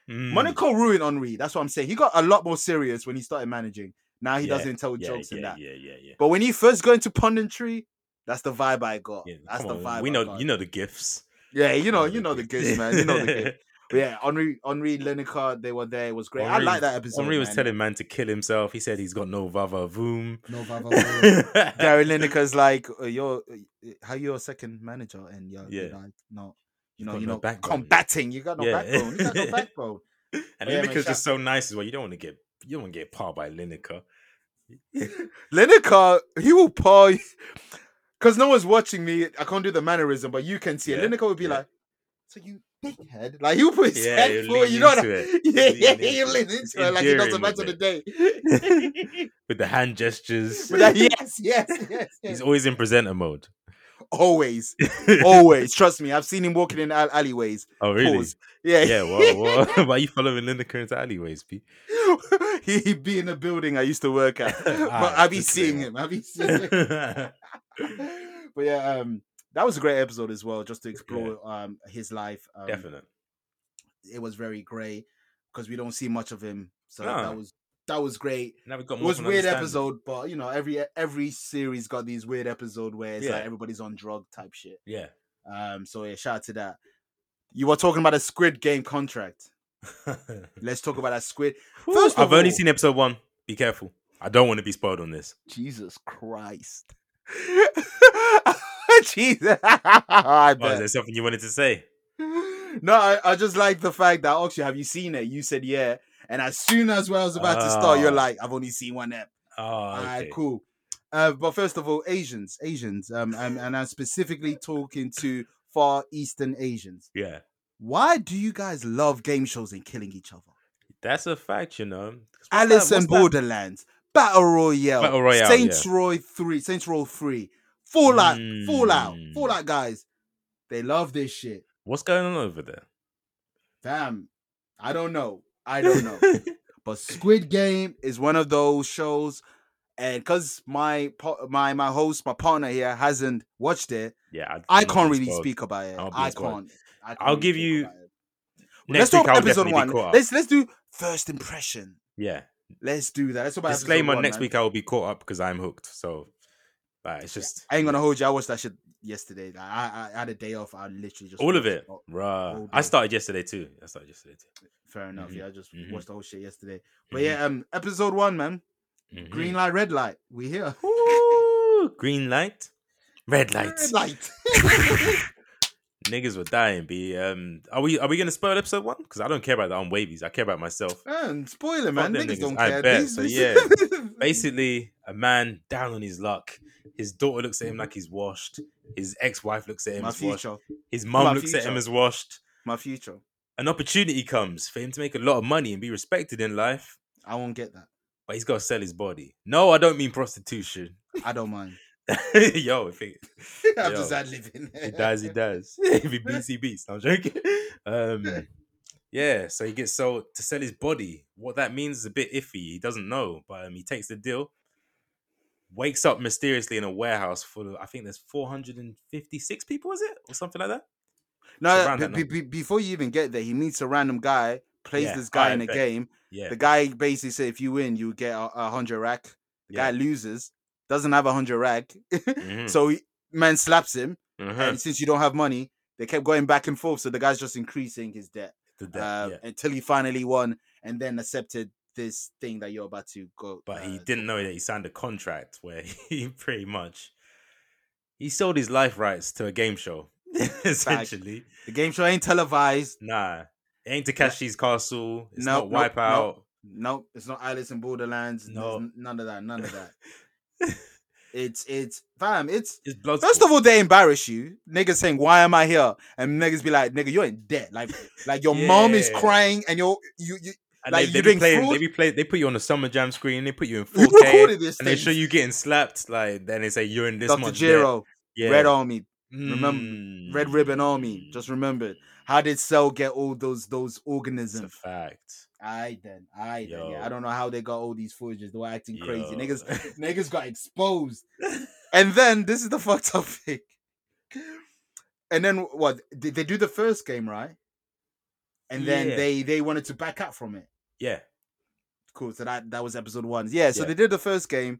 Speaker 3: mm.
Speaker 2: Monaco ruined Henri. That's what I'm saying. He got a lot more serious when he started managing. Now he
Speaker 3: Yeah,
Speaker 2: doesn't tell
Speaker 3: yeah,
Speaker 2: jokes
Speaker 3: yeah,
Speaker 2: and that.
Speaker 3: Yeah, yeah, yeah.
Speaker 2: But when he first got into punditry, that's the vibe I got.
Speaker 3: Yeah,
Speaker 2: that's
Speaker 3: come
Speaker 2: the
Speaker 3: on,
Speaker 2: vibe.
Speaker 3: We
Speaker 2: I
Speaker 3: know,
Speaker 2: got.
Speaker 3: you know the gifts.
Speaker 2: Yeah, you know, you know the
Speaker 3: gifts.
Speaker 2: goods, man. You know the
Speaker 3: [laughs]
Speaker 2: goods. But yeah, Henri, Henri, Lineker, they were there. It was great. I
Speaker 3: Henri
Speaker 2: like
Speaker 3: was-
Speaker 2: that episode.
Speaker 3: Henri was
Speaker 2: man. [laughs]
Speaker 3: telling man to kill himself. He said he's got no vava voom. [laughs]
Speaker 2: no Vava Vava.
Speaker 3: yeah,
Speaker 2: Gary Lineker's like, uh, you're uh, y- how you're a second manager and you're, you're
Speaker 3: Yeah.
Speaker 2: like not you know
Speaker 3: You've got
Speaker 2: you're
Speaker 3: no
Speaker 2: not
Speaker 3: backbone.
Speaker 2: combating. You got no
Speaker 3: Yeah.
Speaker 2: backbone. You got
Speaker 3: [laughs]
Speaker 2: no backbone.
Speaker 3: [laughs] and
Speaker 2: yeah, man,
Speaker 3: Lineker's
Speaker 2: shout-
Speaker 3: just so nice as well. You don't want to get you don't want to get par by Lineker.
Speaker 2: Lineker, he will paw because no one's watching me. I can't do the mannerism, but you can see it.
Speaker 3: Yeah,
Speaker 2: Lineker would be
Speaker 3: yeah.
Speaker 2: like, "So you dickhead!" Like he'll put his
Speaker 3: Yeah,
Speaker 2: head
Speaker 3: he'll
Speaker 2: forward.
Speaker 3: lean
Speaker 2: You know that?
Speaker 3: into it.
Speaker 2: [laughs] Yeah,
Speaker 3: He'll
Speaker 2: yeah,
Speaker 3: lean
Speaker 2: he'll
Speaker 3: into
Speaker 2: lean
Speaker 3: it.
Speaker 2: into
Speaker 3: It's
Speaker 2: it like it doesn't
Speaker 3: endearing,
Speaker 2: matter
Speaker 3: isn't
Speaker 2: the day.
Speaker 3: With the hand
Speaker 2: [laughs]
Speaker 3: gestures. [laughs]
Speaker 2: But that- yes, yes, yes. yes.
Speaker 3: He's always in presenter mode. [laughs]
Speaker 2: always, always. Trust me, I've seen him walking in al- alleyways.
Speaker 3: oh really?
Speaker 2: Pause. [laughs] Yeah,
Speaker 3: Yeah. Whoa, whoa. [laughs] Why are you following Linda Curran's alleyways,
Speaker 2: [laughs]
Speaker 3: P? [laughs]
Speaker 2: he he be in the building I used to work at, but
Speaker 3: Ah,
Speaker 2: I be
Speaker 3: good to
Speaker 2: seeing
Speaker 3: know.
Speaker 2: him.
Speaker 3: [laughs]
Speaker 2: I be seeing him.
Speaker 3: yeah,
Speaker 2: but yeah, um, that was a great episode as well, just to explore um his life. Um,
Speaker 3: definite.
Speaker 2: it was very great because we don't see much of him, so
Speaker 3: No.
Speaker 2: that was that was great.
Speaker 3: Now we've got
Speaker 2: It
Speaker 3: more
Speaker 2: was
Speaker 3: of an
Speaker 2: weird
Speaker 3: understanding.
Speaker 2: episode, but you know every every series got these weird episode where it's
Speaker 3: Yeah.
Speaker 2: like everybody's on drug type shit.
Speaker 3: Yeah.
Speaker 2: Um, so yeah, shout out to that. You were talking about a Squid Game contract.
Speaker 3: [laughs]
Speaker 2: Let's talk about that Squid. First of
Speaker 3: I've only
Speaker 2: all-
Speaker 3: seen episode one. Be careful. I don't want to be spoiled on this.
Speaker 2: Jesus Christ. [laughs] Jesus. [laughs] I
Speaker 3: Oh, is
Speaker 2: bet.
Speaker 3: there something you wanted to say?
Speaker 2: No, I, I just like the fact that actually, have you seen it? You said yeah. And as soon as when I was about to start, you're
Speaker 3: Ah.
Speaker 2: like, I've only seen one app.
Speaker 3: Oh,
Speaker 2: All right,
Speaker 3: okay.
Speaker 2: cool. Uh, but first of all, Asians, Asians, um, um, and I'm specifically talking to Far Eastern Asians.
Speaker 3: Yeah,
Speaker 2: Why do you guys love game shows and killing each other?
Speaker 3: that's a fact, you know. 'Cause what's that-
Speaker 2: Alice
Speaker 3: what's
Speaker 2: and
Speaker 3: that-
Speaker 2: Borderlands, Battle Royale,
Speaker 3: Battle Royale,
Speaker 2: Saints
Speaker 3: yeah.
Speaker 2: Row 3, Saints Row 3, Fallout, Fallout,
Speaker 3: Mm.
Speaker 2: Fallout guys. They love this shit.
Speaker 3: What's going on over
Speaker 2: [laughs]
Speaker 3: there?
Speaker 2: Damn. I don't know.
Speaker 3: [laughs]
Speaker 2: I don't know. but Squid Game is one of those shows and cuz my pa- my my host, my partner here hasn't watched it,
Speaker 3: yeah, I'd-
Speaker 2: I
Speaker 3: I'm not
Speaker 2: can't
Speaker 3: being
Speaker 2: really
Speaker 3: spoiled.
Speaker 2: speak about it.
Speaker 3: I'll be
Speaker 2: I
Speaker 3: spoiled.
Speaker 2: can't. I can't
Speaker 3: I'll
Speaker 2: really
Speaker 3: give
Speaker 2: talk
Speaker 3: you-
Speaker 2: about it.
Speaker 3: Next
Speaker 2: Let's talk
Speaker 3: week, I'll
Speaker 2: episode
Speaker 3: definitely
Speaker 2: one.
Speaker 3: Be caught up.
Speaker 2: Let's let's do first impression.
Speaker 3: yeah.
Speaker 2: Let's do that. Let's talk about episode
Speaker 3: Disclaimer:
Speaker 2: one,
Speaker 3: Next
Speaker 2: man.
Speaker 3: week, I will be caught up because I'm hooked. So, like, it's just
Speaker 2: I ain't
Speaker 3: [laughs]
Speaker 2: gonna hold you. I watched that shit yesterday. Like, I, I had a day off. I literally just
Speaker 3: all of
Speaker 2: watched Oh,
Speaker 3: it,
Speaker 2: all-
Speaker 3: Bruh.
Speaker 2: all
Speaker 3: I
Speaker 2: day.
Speaker 3: started yesterday too. I started yesterday too.
Speaker 2: Fair enough.
Speaker 3: Mhm,
Speaker 2: Yeah, I just
Speaker 3: mhm.
Speaker 2: watched the whole shit yesterday.
Speaker 3: Mm-hmm.
Speaker 2: But yeah, um, episode one, man.
Speaker 3: Mhm.
Speaker 2: Green light, red light. We here.
Speaker 3: Ooh, green light,
Speaker 2: Red
Speaker 3: red lights. [laughs]
Speaker 2: light.
Speaker 3: Niggas were dying. Be um, are we are we gonna spoil episode one? Because I don't care about the unwavies. I care about myself.
Speaker 2: man, spoiler, man.
Speaker 3: them
Speaker 2: Niggas,
Speaker 3: niggas,
Speaker 2: don't
Speaker 3: I
Speaker 2: care.
Speaker 3: bet,
Speaker 2: These-
Speaker 3: so
Speaker 2: these- [laughs]
Speaker 3: yeah. Basically, a man down on his luck. His daughter looks at him like he's washed. His ex-wife looks at him
Speaker 2: my
Speaker 3: as washed.
Speaker 2: future.
Speaker 3: His mum
Speaker 2: My
Speaker 3: looks at him
Speaker 2: future.
Speaker 3: as washed.
Speaker 2: My future.
Speaker 3: An opportunity comes for him to make a lot of money and be respected in life,
Speaker 2: I won't get
Speaker 3: [laughs]
Speaker 2: that.
Speaker 3: but he's got to sell his body. No, I don't mean prostitution. [laughs]
Speaker 2: I don't mind. [laughs]
Speaker 3: Yo, if it,
Speaker 2: I'm
Speaker 3: Yo.
Speaker 2: just ad libbing. [laughs]
Speaker 3: he dies, he dies. [laughs] if he beats, he beats. No, I'm joking. [laughs] Um, yeah, so he gets sold to sell his body. What that means is a bit iffy. He doesn't know, but um, he takes the deal. Wakes up mysteriously in a warehouse full of, I think there's 456 people, is it? Or something like that?
Speaker 2: No,
Speaker 3: Surround that
Speaker 2: be- be- before you even get there, he meets a random guy, plays
Speaker 3: Yeah,
Speaker 2: this guy
Speaker 3: I
Speaker 2: in a
Speaker 3: bet.
Speaker 2: game.
Speaker 3: Yeah.
Speaker 2: The guy basically said, if you win, you get a, a hundred rack. The
Speaker 3: yeah.
Speaker 2: guy loses, doesn't have a hundred rack. [laughs]
Speaker 3: Mhm,
Speaker 2: So he, man slaps him,
Speaker 3: mhm.
Speaker 2: and since you don't have money, they kept going back and forth. So the guy's just increasing his debt,
Speaker 3: Did that,
Speaker 2: uh,
Speaker 3: yeah.
Speaker 2: until he finally won, and then accepted this thing that you're about to go.
Speaker 3: But he
Speaker 2: uh,
Speaker 3: didn't know that he signed a contract where [laughs] he pretty much he sold his life rights to a game show, [laughs] essentially.
Speaker 2: The game show ain't televised.
Speaker 3: Nah, it ain't Takashi's Castle. It's
Speaker 2: Nope,
Speaker 3: not
Speaker 2: nope,
Speaker 3: Wipeout.
Speaker 2: nope. Nope, it's not Alice in Borderlands. there's
Speaker 3: No.
Speaker 2: n- none of that. None of
Speaker 3: [laughs]
Speaker 2: that. it's it's fam. It's
Speaker 3: It's Bloodsport.
Speaker 2: First of all, they embarrass you. Niggas saying, "Why am I here?" And niggas be like, "Nigga, you're in debt. Like, like your mom is
Speaker 3: Yeah.
Speaker 2: crying, and you're you you
Speaker 3: and
Speaker 2: like,
Speaker 3: they,
Speaker 2: you
Speaker 3: they be
Speaker 2: doing
Speaker 3: playing. They
Speaker 2: fraud?
Speaker 3: be playing. They put you on a Summer Jam screen. They put you in
Speaker 2: [laughs] you
Speaker 3: 4K,
Speaker 2: recorded this
Speaker 3: and they show
Speaker 2: thing."
Speaker 3: you getting slapped. Like then they say you're in this
Speaker 2: Dr.
Speaker 3: much
Speaker 2: Jiro,
Speaker 3: debt.
Speaker 2: Red Army,
Speaker 3: Yeah. Hmm.
Speaker 2: remember, Red Ribbon Army. Just
Speaker 3: Mm.
Speaker 2: remembered. How did Cell get all those those
Speaker 3: It's a
Speaker 2: organisms?
Speaker 3: fact.
Speaker 2: I then, I then, yeah.
Speaker 3: Yo.
Speaker 2: I don't know how they got all these forges. They were acting crazy.
Speaker 3: Yo.
Speaker 2: Niggas, niggas got exposed. [laughs] and then this is the fucked up thing. And then what? Did they do the first game right? And then
Speaker 3: Yeah.
Speaker 2: they they wanted to back up from it.
Speaker 3: [laughs] Yeah.
Speaker 2: Cool. So that that was episode one. Yeah. So
Speaker 3: Yeah.
Speaker 2: they did the first game.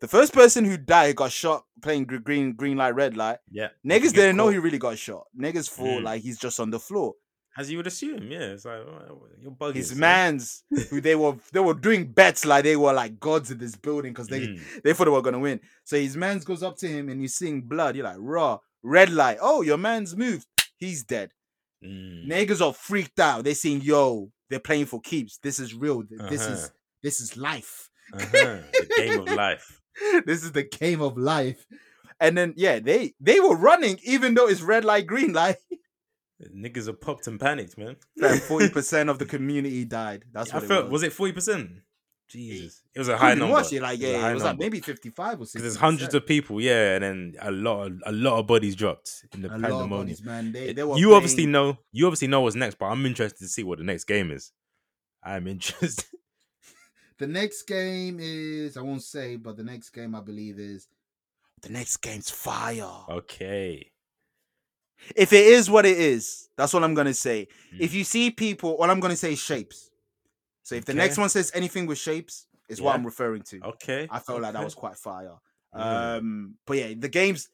Speaker 2: The first person who died got shot playing gr- green green light red light.
Speaker 3: Yeah. If you
Speaker 2: Niggas
Speaker 3: get
Speaker 2: didn't know
Speaker 3: caught-
Speaker 2: he really got shot. Niggas thought
Speaker 3: Mm.
Speaker 2: like he's just on the floor.
Speaker 3: As you would assume, yeah. It's like "Oh, you're bugging.
Speaker 2: His
Speaker 3: son."
Speaker 2: man's who they were they were doing bets like they were like gods in this building because they
Speaker 3: Mm.
Speaker 2: they thought they were gonna win. So his man's goes up to him and you're seeing blood. You're like, raw, red light. Oh, your man's moved. He's dead. [laughs]
Speaker 3: Mm.
Speaker 2: Niggas are freaked out. They seeing, yo, they're playing for keeps. This is real. Th- This
Speaker 3: Uh-huh.
Speaker 2: is this is life. [laughs]
Speaker 3: Uh-huh. The game of life.
Speaker 2: this is the game of life. And then yeah, they they were running even though it's red light, green
Speaker 3: [laughs]
Speaker 2: light.
Speaker 3: Niggas are popped and panicked, man.
Speaker 2: Forty percent of the community died. That's
Speaker 3: I
Speaker 2: what it
Speaker 3: felt
Speaker 2: was.
Speaker 3: was it forty percent? Jesus, it was a high
Speaker 2: High
Speaker 3: number.
Speaker 2: Watch it, like,
Speaker 3: was a
Speaker 2: yeah,
Speaker 3: high
Speaker 2: it was like
Speaker 3: number.
Speaker 2: maybe 55 or 60.
Speaker 3: Because there's hundreds of people, yeah, and then a lot, of, a lot of bodies dropped in the
Speaker 2: a lot of
Speaker 3: pandemonium.
Speaker 2: bodies, man. They,
Speaker 3: It-
Speaker 2: they
Speaker 3: you
Speaker 2: were
Speaker 3: obviously
Speaker 2: playing-
Speaker 3: know, you obviously know what's next, but I'm interested to see what the next game is. I'm [laughs] interested.
Speaker 2: The next game is I won't say, but the next game I believe is Uh, the next game's fire.
Speaker 3: okay,
Speaker 2: If it is what it is, that's what I'm gonna say.
Speaker 3: Mm.
Speaker 2: If you see people, all I'm gonna say is shapes. So if the
Speaker 3: Okay.
Speaker 2: next one says anything with shapes, is what
Speaker 3: Yeah.
Speaker 2: I'm referring to.
Speaker 3: okay.
Speaker 2: I felt like that
Speaker 3: okay.
Speaker 2: was quite fire.
Speaker 3: Yeah.
Speaker 2: Um, but yeah, the game's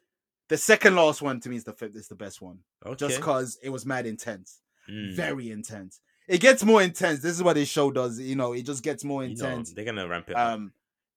Speaker 2: the second last one to me is the fifth is the best one,
Speaker 3: okay.
Speaker 2: just because it was mad intense,
Speaker 3: Mm.
Speaker 2: very intense. It gets more intense. This is what this show does. You know, it just gets more
Speaker 3: You know,
Speaker 2: intense.
Speaker 3: they're gonna ramp it up.
Speaker 2: um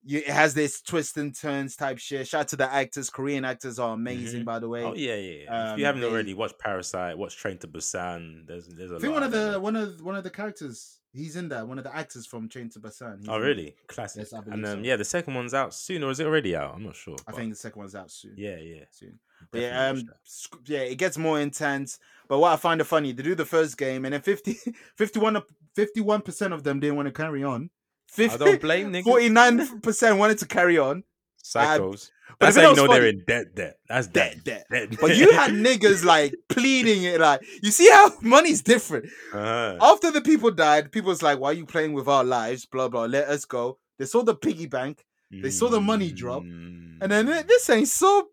Speaker 2: you, it has this twist and turns type shit. Shout out to the actors. Korean actors are amazing,
Speaker 3: Mhm.
Speaker 2: by the way.
Speaker 3: oh yeah, yeah. yeah. if
Speaker 2: um,
Speaker 3: you haven't
Speaker 2: they-
Speaker 3: already, watch Parasite, watch Train to Busan. There's, there's a.
Speaker 2: I think
Speaker 3: lot
Speaker 2: one of
Speaker 3: out there.
Speaker 2: the one of one of the characters he's in there. One of the actors from Train to Busan. he's
Speaker 3: Oh
Speaker 2: in it.
Speaker 3: really? Classic.
Speaker 2: Yes, I believe
Speaker 3: and um,
Speaker 2: so.
Speaker 3: yeah, the second one's out soon, or is it already out? I'm not sure.
Speaker 2: I
Speaker 3: but
Speaker 2: think the second one's out soon.
Speaker 3: Yeah, yeah.
Speaker 2: soon. But yeah,
Speaker 3: Definitely
Speaker 2: um,
Speaker 3: watch that.
Speaker 2: sc- yeah, it gets more intense. But what I find it funny, they do the first game, and then [laughs] 50, 51 51 percent of them didn't want to carry on.
Speaker 3: I
Speaker 2: 50, [laughs]
Speaker 3: don't blame niggas.
Speaker 2: 49 percent wanted to carry on.
Speaker 3: Psychos.
Speaker 2: um, but
Speaker 3: That's
Speaker 2: if it
Speaker 3: how you
Speaker 2: was
Speaker 3: know they're
Speaker 2: funny-
Speaker 3: in debt. Debt. That's debt.
Speaker 2: Dead, dead.
Speaker 3: debt.
Speaker 2: But you
Speaker 3: [laughs]
Speaker 2: had niggas like pleading it, like you see how [laughs] money's different.
Speaker 3: uh
Speaker 2: after the people died, people was like, "Why are you playing with our lives?" Blah blah. Let us go. They saw the piggy bank, they saw the money drop,
Speaker 3: Mm.
Speaker 2: and then [laughs] "Eh, this ain't so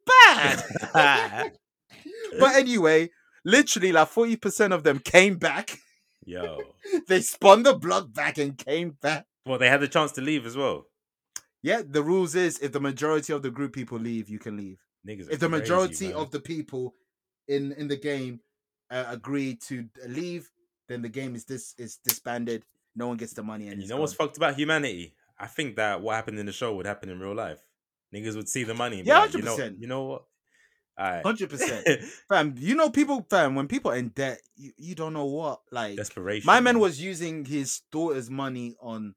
Speaker 2: bad. but anyway, literally like forty percent of them came back.
Speaker 3: [laughs]
Speaker 2: [laughs]
Speaker 3: yo,
Speaker 2: They spun the block back and came back.
Speaker 3: well, they had the chance to leave as well.
Speaker 2: Yeah, the rules is if the majority of the group people leave, you can leave.
Speaker 3: Niggas.
Speaker 2: If the majority of the people in in the game uh, agree to leave, then the game is this is disbanded. No one gets the money, and
Speaker 3: and you
Speaker 2: it's
Speaker 3: know what's
Speaker 2: gone.
Speaker 3: fucked about humanity? I think that what happened in the show would happen in real life. Niggas would see the money. and be
Speaker 2: Yeah,
Speaker 3: like, you know-
Speaker 2: 100%.
Speaker 3: You know what? All right.
Speaker 2: Hundred percent, fam. You know, people, fam. When people are in debt, you, you don't know what. Like,
Speaker 3: [laughs] Desperation.
Speaker 2: my man was using his daughter's money on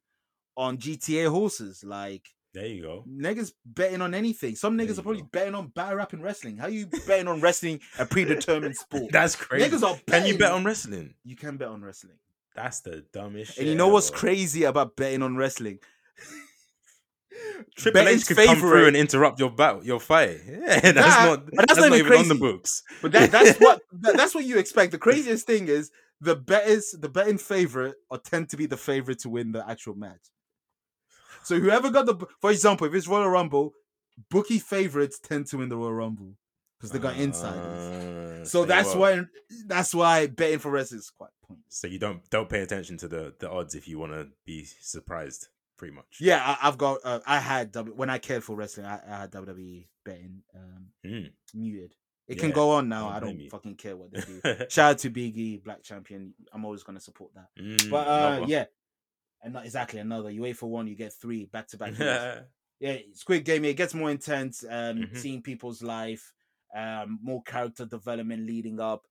Speaker 2: on GTA horses. Like,
Speaker 3: There you go. [laughs]
Speaker 2: niggas betting on anything. Some
Speaker 3: There
Speaker 2: niggas
Speaker 3: you
Speaker 2: are probably
Speaker 3: go.
Speaker 2: betting on battle rap and wrestling. How
Speaker 3: [laughs]
Speaker 2: you betting on wrestling a predetermined sport?
Speaker 3: That's crazy.
Speaker 2: Niggas are
Speaker 3: Can
Speaker 2: betting.
Speaker 3: you bet on wrestling?
Speaker 2: You can bet on wrestling.
Speaker 3: That's the dumbest shit.
Speaker 2: and you know what's
Speaker 3: ever.
Speaker 2: crazy about betting on wrestling?
Speaker 3: Triple H
Speaker 2: Betting's
Speaker 3: could come through
Speaker 2: favourite.
Speaker 3: and interrupt your battle, your fight. [laughs] Yeah, that's
Speaker 2: Nah,
Speaker 3: not.
Speaker 2: but
Speaker 3: That's, not even on the
Speaker 2: crazy.
Speaker 3: books.
Speaker 2: But that,
Speaker 3: [laughs]
Speaker 2: that's what that, that's what you expect. The craziest thing is the betters, the betting favorite, or tend to be the favorite to win the actual match. So whoever got the, b- for example, if it's Royal Rumble, bookie favorites tend to win the Royal Rumble because they got
Speaker 3: Uh,
Speaker 2: insiders.
Speaker 3: Ah,
Speaker 2: So
Speaker 3: say
Speaker 2: that's
Speaker 3: what.
Speaker 2: why that's why betting for wrestling is quite pointless.
Speaker 3: So you don't don't pay attention to the the odds if you want to be surprised. Pretty much.
Speaker 2: Yeah, I, I've got. Uh, I had W- when I cared for wrestling, I, I had WWE betting um,
Speaker 3: Mm.
Speaker 2: muted. It can
Speaker 3: Yeah,
Speaker 2: go on now.
Speaker 3: don't
Speaker 2: I don't
Speaker 3: blame you.
Speaker 2: fucking care what
Speaker 3: [laughs]
Speaker 2: they do. Shout out to Big E, Black Champion. I'm always going to support that.
Speaker 3: [laughs] Mm,
Speaker 2: But uh,
Speaker 3: another.
Speaker 2: yeah, and not exactly another. You wait for one, you get three back to
Speaker 3: [laughs]
Speaker 2: back. years.
Speaker 3: Oh,
Speaker 2: Yeah, Squid Game. It gets more intense. Um,
Speaker 3: Mhm.
Speaker 2: seeing people's life, um, more character development leading up,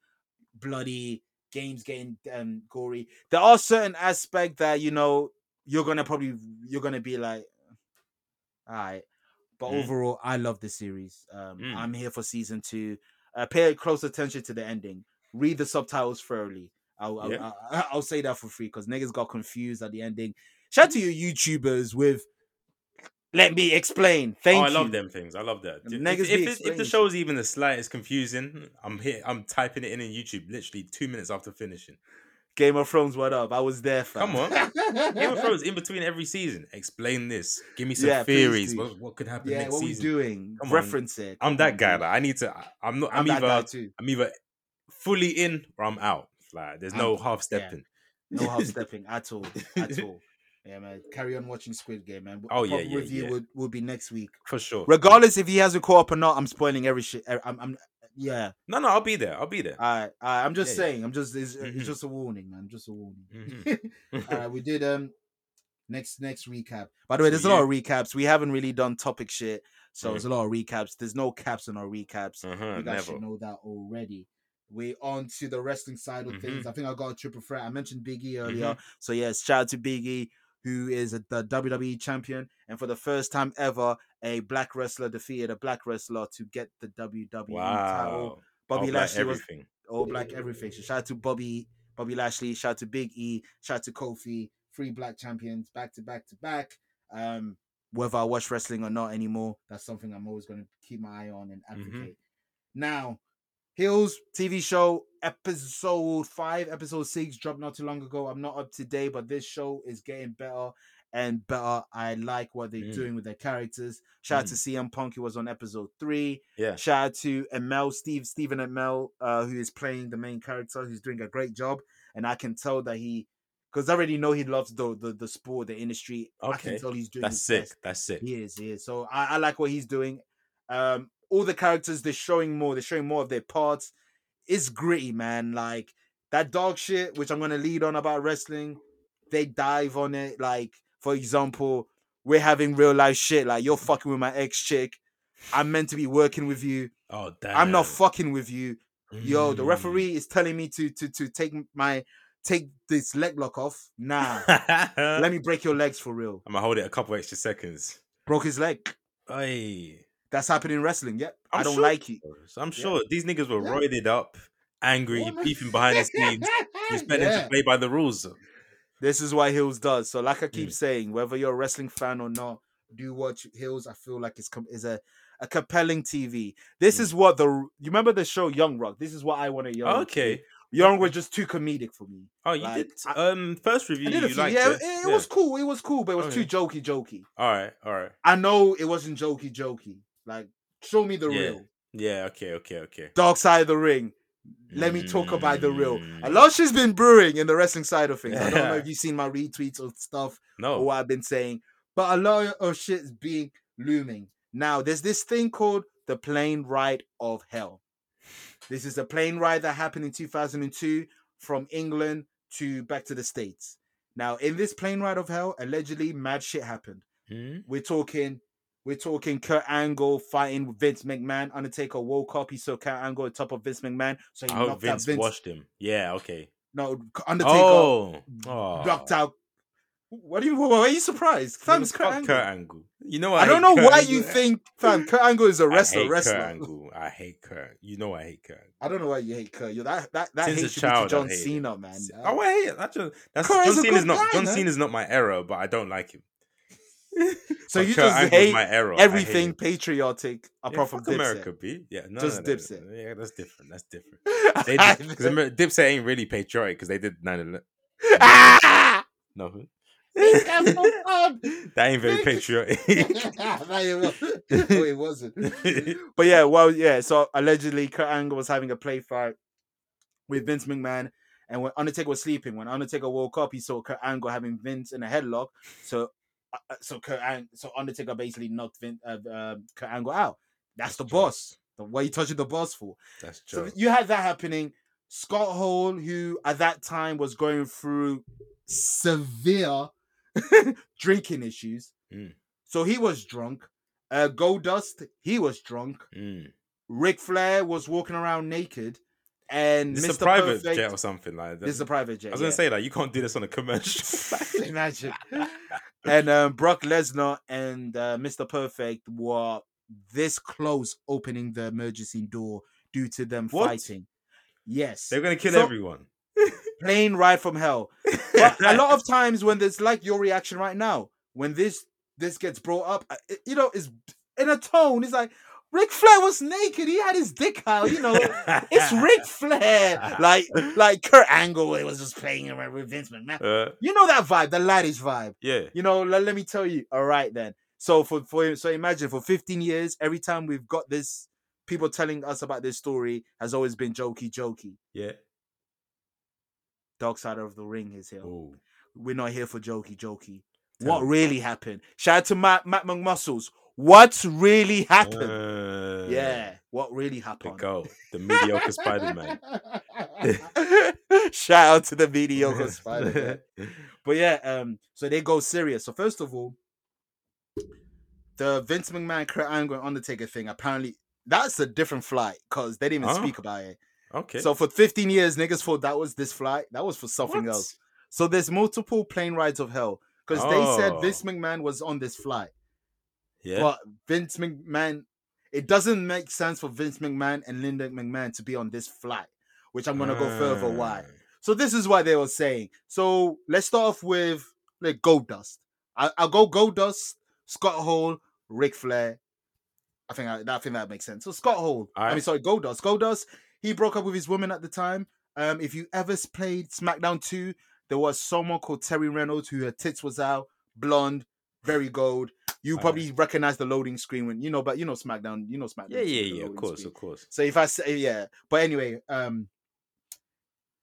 Speaker 2: bloody games getting um gory. There are certain aspect that you know you're gonna probably you're gonna be like, all right. But
Speaker 3: Mm.
Speaker 2: overall, I love this series. Um,
Speaker 3: Mm.
Speaker 2: I'm here for season two. Uh, pay close attention to the ending. Read the subtitles thoroughly. I'll, I'll,
Speaker 3: Yeah.
Speaker 2: I'll, [laughs] I'll say that for free because niggas got confused at the ending. Shout out to your YouTubers with "Let me explain." Thank
Speaker 3: oh, I
Speaker 2: you.
Speaker 3: love them things. I love that.
Speaker 2: And
Speaker 3: If-
Speaker 2: niggas be
Speaker 3: If, if, the- if
Speaker 2: explaining
Speaker 3: the
Speaker 2: shit.
Speaker 3: show's even the slightest confusing, I'm here. I'm typing it in in YouTube literally two minutes after finishing.
Speaker 2: Game of Thrones, what up? I was there. Fam.
Speaker 3: Come on. Game
Speaker 2: [laughs]
Speaker 3: of Thrones in between every season. Explain this. Give me some
Speaker 2: Yeah, please
Speaker 3: theories.
Speaker 2: do.
Speaker 3: What, what could happen
Speaker 2: yeah,
Speaker 3: next
Speaker 2: what
Speaker 3: season?
Speaker 2: we doing?
Speaker 3: Come on.
Speaker 2: Reference it.
Speaker 3: I'm
Speaker 2: Come
Speaker 3: that
Speaker 2: on,
Speaker 3: guy.
Speaker 2: dude.
Speaker 3: Like, I need to. I- I'm not. I'm,
Speaker 2: Mm-hmm. I'm that
Speaker 3: either.
Speaker 2: guy too.
Speaker 3: I'm either fully in or I'm out. Like there's no half stepping.
Speaker 2: No
Speaker 3: [laughs]
Speaker 2: half stepping at all. At all. Yeah, man. Carry on watching Squid Game, man.
Speaker 3: Oh, yeah,
Speaker 2: Proper
Speaker 3: yeah,
Speaker 2: Review
Speaker 3: yeah.
Speaker 2: Will, will be next week.
Speaker 3: for sure.
Speaker 2: Regardless if he has a co-op or not, I'm spoiling every shit. eh, I'm, I'm yeah.
Speaker 3: No, no, I'll be there. I'll be there.
Speaker 2: All right, all right. I'm just
Speaker 3: Yeah, yeah.
Speaker 2: saying. I'm just. It's,
Speaker 3: Mhm.
Speaker 2: it's just a warning, man. Just a warning.
Speaker 3: Mhm.
Speaker 2: [laughs] all right, we did um next next recap. By the way,
Speaker 3: So
Speaker 2: there's a lot of recaps. We haven't really done topic shit, so
Speaker 3: Mm.
Speaker 2: there's a lot of recaps. There's no caps on our recaps.
Speaker 3: uh-huh,
Speaker 2: you guys
Speaker 3: never.
Speaker 2: should know that already. We're on to the wrestling side of
Speaker 3: Mm-hmm.
Speaker 2: things. I think I got a triple threat. I mentioned Biggie earlier. So yes, shout out to Biggie, who is a, the WWE champion, and for the first time ever, a black wrestler defeated a black wrestler to get the WWE title.
Speaker 3: Wow.
Speaker 2: oh, Bobby
Speaker 3: All black
Speaker 2: Lashley was
Speaker 3: everything.
Speaker 2: all black everything. So shout out to Bobby, Bobby Lashley, shout out to Big E, shout out to Kofi, three black champions back to back to back. Um, whether I watch wrestling or not anymore, that's something I'm always going to keep my eye on and
Speaker 3: Mhm.
Speaker 2: advocate. Now, Hills TV show episode five, episode six dropped not too long ago. I'm not up to date, but this show is getting better and better. I like what they're
Speaker 3: Mm.
Speaker 2: doing with their characters. Shout out to CM Punk, who was on episode three.
Speaker 3: Yeah.
Speaker 2: Shout out to Emel, Steve, Stephen Emel, uh, who is playing the main character, who's doing a great job. And I can tell that he, because I already know he loves the, the the sport, the industry. I
Speaker 3: Okay.
Speaker 2: can tell he's doing
Speaker 3: That's
Speaker 2: his
Speaker 3: sick.
Speaker 2: best.
Speaker 3: That's sick.
Speaker 2: He is, he is. So I, I like what he's doing. Um, all the characters, they're showing more, they're showing more of their parts. It's gritty, man. Like that dog shit, which I'm gonna lead on about wrestling, they dive on it. Like, for example, we're having real life shit. Like, you're fucking with my ex chick. I'm meant to be working with you.
Speaker 3: Oh damn.
Speaker 2: I'm not fucking with you. Yo, the
Speaker 3: Mm.
Speaker 2: referee is telling me to to to take my take this leg lock off.
Speaker 3: [laughs]
Speaker 2: Nah. Let me break your legs for real.
Speaker 3: I'm gonna Mm. hold it a couple extra seconds.
Speaker 2: Broke his leg.
Speaker 3: Aye.
Speaker 2: That's happened in wrestling. Yep. I
Speaker 3: I'm
Speaker 2: don't
Speaker 3: sure-
Speaker 2: like it.
Speaker 3: So I'm sure these niggas were
Speaker 2: Yeah.
Speaker 3: roided up, angry,
Speaker 2: Woman.
Speaker 3: beefing [laughs] behind
Speaker 2: [laughs]
Speaker 3: the scenes, expecting
Speaker 2: Yeah.
Speaker 3: to play by the rules.
Speaker 2: This is what Hills does. So, like I keep
Speaker 3: Mm.
Speaker 2: saying, whether you're a wrestling fan or not, do watch Hills. I feel like it's com- is a, a compelling TV. This
Speaker 3: Mm.
Speaker 2: is what the you remember the show Young Rock. This is what I want to Young. Rock to
Speaker 3: Okay.
Speaker 2: be. Young was just too comedic for me.
Speaker 3: Oh, you
Speaker 2: Like,
Speaker 3: did. um, first review
Speaker 2: I did a
Speaker 3: you
Speaker 2: few-
Speaker 3: liked
Speaker 2: yeah,
Speaker 3: it.
Speaker 2: it, it was cool. It was cool, but it was too
Speaker 3: Okay.
Speaker 2: jokey, jokey.
Speaker 3: All right. All right.
Speaker 2: I know it wasn't jokey, jokey. Like, show me the
Speaker 3: Yeah.
Speaker 2: real
Speaker 3: Yeah. Okay. Okay. Okay.
Speaker 2: dark side of the ring. Let me talk about the real. A
Speaker 3: Mm.
Speaker 2: lot she's been brewing in the wrestling side of things. I don't know if you've seen my retweets or stuff.
Speaker 3: No.
Speaker 2: or what I've been saying, but a lot of shit's being looming. Now, there's this thing called the plane ride of hell. This is the plane ride that happened in 2002 from England to back to the States. Now, in this plane ride of hell, allegedly mad shit happened.
Speaker 3: Hmm?
Speaker 2: We're talking, we're talking Kurt Angle fighting Vince McMahon. Undertaker woke up, he saw Kurt Angle on top of Vince McMahon, so he
Speaker 3: I hope
Speaker 2: knocked
Speaker 3: Oh, Vince,
Speaker 2: out Vince.
Speaker 3: washed him. Yeah. Okay.
Speaker 2: No, Undertaker
Speaker 3: Oh.
Speaker 2: knocked
Speaker 3: Aw.
Speaker 2: out. What do you? Why are you surprised? Fam, it's Kurt
Speaker 3: Fuck
Speaker 2: Angle.
Speaker 3: Kurt Angle. You know I,
Speaker 2: I don't
Speaker 3: hate
Speaker 2: know
Speaker 3: Kurt
Speaker 2: why
Speaker 3: Angle.
Speaker 2: you think, fam. Kurt Angle is a wrestler.
Speaker 3: [laughs] I hate
Speaker 2: wrestler.
Speaker 3: Kurt Angle. I hate Kurt. You know I hate Kurt. Angle.
Speaker 2: I don't know why you hate Kurt. You're that that that
Speaker 3: Since a
Speaker 2: hates you
Speaker 3: child,
Speaker 2: to
Speaker 3: I've
Speaker 2: John
Speaker 3: hated
Speaker 2: Cena, man.
Speaker 3: S-
Speaker 2: Uh,
Speaker 3: Oh, I hate it. That's just, that's
Speaker 2: Kurt
Speaker 3: John
Speaker 2: is a
Speaker 3: Cena's
Speaker 2: good
Speaker 3: not
Speaker 2: guy,
Speaker 3: John
Speaker 2: man.
Speaker 3: Cena's not my era, but I don't like him.
Speaker 2: so
Speaker 3: But
Speaker 2: you
Speaker 3: Kurt
Speaker 2: just
Speaker 3: Angle's
Speaker 2: hate
Speaker 3: my era. I hate
Speaker 2: everything
Speaker 3: him.
Speaker 2: patriotic
Speaker 3: Yeah,
Speaker 2: apart from
Speaker 3: fuck
Speaker 2: Dipset.
Speaker 3: America, B. Yeah, no,
Speaker 2: Just
Speaker 3: no, no, no,
Speaker 2: Dipset.
Speaker 3: no. Yeah, that's different. That's
Speaker 2: [laughs]
Speaker 3: different. They did, cause Amer- Dipset ain't really patriotic because they did 9
Speaker 2: [laughs] Ah!
Speaker 3: No,
Speaker 2: Make that so fun.
Speaker 3: [laughs] that ain't very
Speaker 2: Make-
Speaker 3: patriotic. [laughs]
Speaker 2: No, it wa- no, it wasn't. but yeah, well, yeah. So allegedly, Kurt Angle was having a play fight with Vince McMahon, and when Undertaker was sleeping, when Undertaker woke up, he saw Kurt Angle having Vince in a headlock. So, uh, uh, so Kurt Ang- so Undertaker basically knocked Vin- uh, uh, Kurt Angle out. That's the
Speaker 3: Joke.
Speaker 2: boss. The- What are you touching the boss for?
Speaker 3: that's
Speaker 2: So
Speaker 3: true.
Speaker 2: th- you had that happening. Scott Hall, who at that time was going through severe [laughs] drinking issues,
Speaker 3: Mm.
Speaker 2: so he was drunk. Uh, Goldust, he was drunk.
Speaker 3: Mm.
Speaker 2: Ric Flair was walking around naked, and
Speaker 3: This
Speaker 2: Mr.
Speaker 3: is a private
Speaker 2: Perfect,
Speaker 3: jet or something like that.
Speaker 2: This is a private jet.
Speaker 3: I was gonna
Speaker 2: yeah.
Speaker 3: say like you can't do this on a commercial. [laughs]
Speaker 2: [laughs] Imagine. and um, Brock Lesnar and uh, Mr. Perfect were this close opening the emergency door due to them
Speaker 3: What?
Speaker 2: fighting. Yes.
Speaker 3: They're gonna kill
Speaker 2: So-
Speaker 3: everyone.
Speaker 2: Plane ride from hell. But a lot of times when there's like your reaction right now, when this this gets brought up, I- it- you know, it's in a tone. It's like Ric Flair was naked. He had his dick out. You know,
Speaker 3: [laughs]
Speaker 2: it's Ric Flair. Like like Kurt Angle, it was just playing around with Vince McMahon.
Speaker 3: Uh,
Speaker 2: You know that vibe, the laddish vibe.
Speaker 3: yeah.
Speaker 2: You know, le- let, me tell you. All right then. So for for so imagine for 15 years, every time we've got this, people telling us about this story has always been jokey, jokey.
Speaker 3: Yeah.
Speaker 2: Dark side of the ring is here.
Speaker 3: Oh.
Speaker 2: We're not here for jokey, jokey.
Speaker 3: Tell
Speaker 2: what
Speaker 3: me.
Speaker 2: really happened? Shout out to Matt Matt McMuscles. What really happened?
Speaker 3: Uh,
Speaker 2: yeah, what really
Speaker 3: The
Speaker 2: happened?
Speaker 3: goat. The mediocre Spider Man.
Speaker 2: Shout out to the [laughs]
Speaker 3: [laughs]
Speaker 2: mediocre Spider Man. But yeah, um, so they go serious. So first of all, the Vince McMahon, Kurt Angle, and Undertaker thing apparently that's a different flight because they didn't even
Speaker 3: Oh,
Speaker 2: speak about it.
Speaker 3: okay.
Speaker 2: So for 15 years, niggas thought that was this flight. That was for something
Speaker 3: What?
Speaker 2: else. So there's multiple plane rides of hell because they said Vince
Speaker 3: Oh.
Speaker 2: McMahon was on this flight,
Speaker 3: Yeah.
Speaker 2: but Vince McMahon. It doesn't make sense for Vince McMahon and Linda McMahon to be on this flight, which I'm gonna go further why.
Speaker 3: Ah.
Speaker 2: So this is what they were saying. So let's start off with like Goldust. I, I'll go Goldust, Scott Hall, Ric Flair. I think I, I think that makes sense. So Scott Hall. I mean,
Speaker 3: Alright.
Speaker 2: sorry, Goldust. Goldust. He broke up with his woman at the time. Um, if you ever s- played SmackDown two, there was someone called Terry Reynolds who her tits was out, blonde, very gold. You
Speaker 3: Alright.
Speaker 2: probably recognize the loading screen when you know, but you know SmackDown. You know SmackDown.
Speaker 3: Yeah,
Speaker 2: 2,
Speaker 3: yeah,
Speaker 2: the
Speaker 3: yeah. Of
Speaker 2: loading
Speaker 3: course,
Speaker 2: screen.
Speaker 3: of course.
Speaker 2: So if I say yeah, but anyway, um,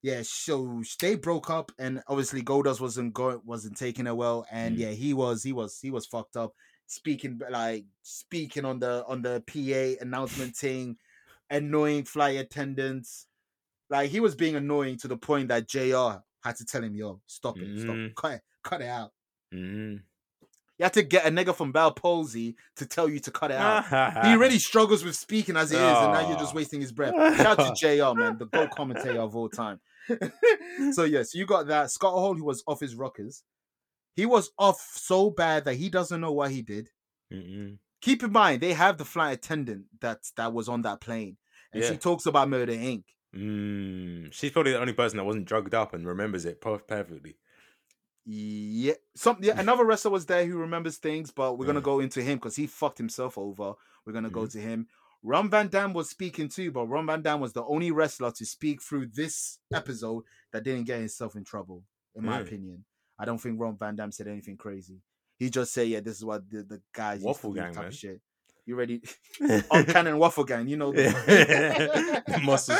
Speaker 2: yeah. So sh- they broke up, and obviously Goldust wasn't go wasn't taking it well, and
Speaker 3: Mm.
Speaker 2: yeah, he was he was he was fucked up, speaking b- like speaking on the on the PA announcement thing, annoying flight attendants, like he was being annoying to the point that Jr. had to tell him, "Yo, stop it, stop, it,
Speaker 3: Mm.
Speaker 2: cut it, cut it out."
Speaker 3: Mm.
Speaker 2: You had to get a nigga from Bell Palsy to tell you to cut it out.
Speaker 3: Uh,
Speaker 2: He already struggles with speaking as it is, and now you're just
Speaker 3: Ah.
Speaker 2: wasting his breath. Shout out to JR, man, the gold commentator of all time. [laughs] so, yes, you got that. Scott Hall, who was off his rockers, he was off so bad that he doesn't know what he did.
Speaker 3: [laughs] Mm-mm.
Speaker 2: Keep in mind, they have the flight attendant that, that was on that plane, and she
Speaker 3: Yeah.
Speaker 2: talks about Murder Inc.
Speaker 3: Mm. She's probably the only person that wasn't drugged up and remembers it
Speaker 2: [laughs]
Speaker 3: per- perfectly.
Speaker 2: Yeah, some yeah, another wrestler was there who remembers things, but we're gonna
Speaker 3: Mm.
Speaker 2: go into him because he fucked himself over. We're gonna go
Speaker 3: Mhm.
Speaker 2: to him. Ron Van Dam was speaking too, but Ron Van Dam was the only wrestler to speak through this episode that didn't get himself in trouble, in my
Speaker 3: Mm.
Speaker 2: opinion. I don't think Ron Van Dam said anything crazy. He just said, "Yeah, this is what the, the guys used to
Speaker 3: Waffle
Speaker 2: do,"
Speaker 3: Gang,
Speaker 2: type of
Speaker 3: man.
Speaker 2: shit." You
Speaker 3: [laughs]
Speaker 2: ready? [laughs] On Cannon Waffle Gang, you know the
Speaker 3: Oh, [laughs] the muscles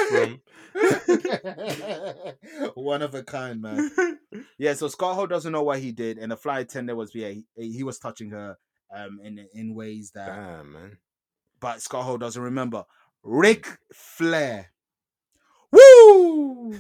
Speaker 3: from.
Speaker 2: [laughs] one of a kind, [laughs]
Speaker 3: uh,
Speaker 2: man. Yeah, so Scott Hall doesn't know what he did, and the flight attendant was yeah, he, eh, he was touching her um in in ways that
Speaker 3: Damn, man.
Speaker 2: but Scott Hall doesn't remember. Rick Flair.
Speaker 3: [laughs]
Speaker 2: Woo!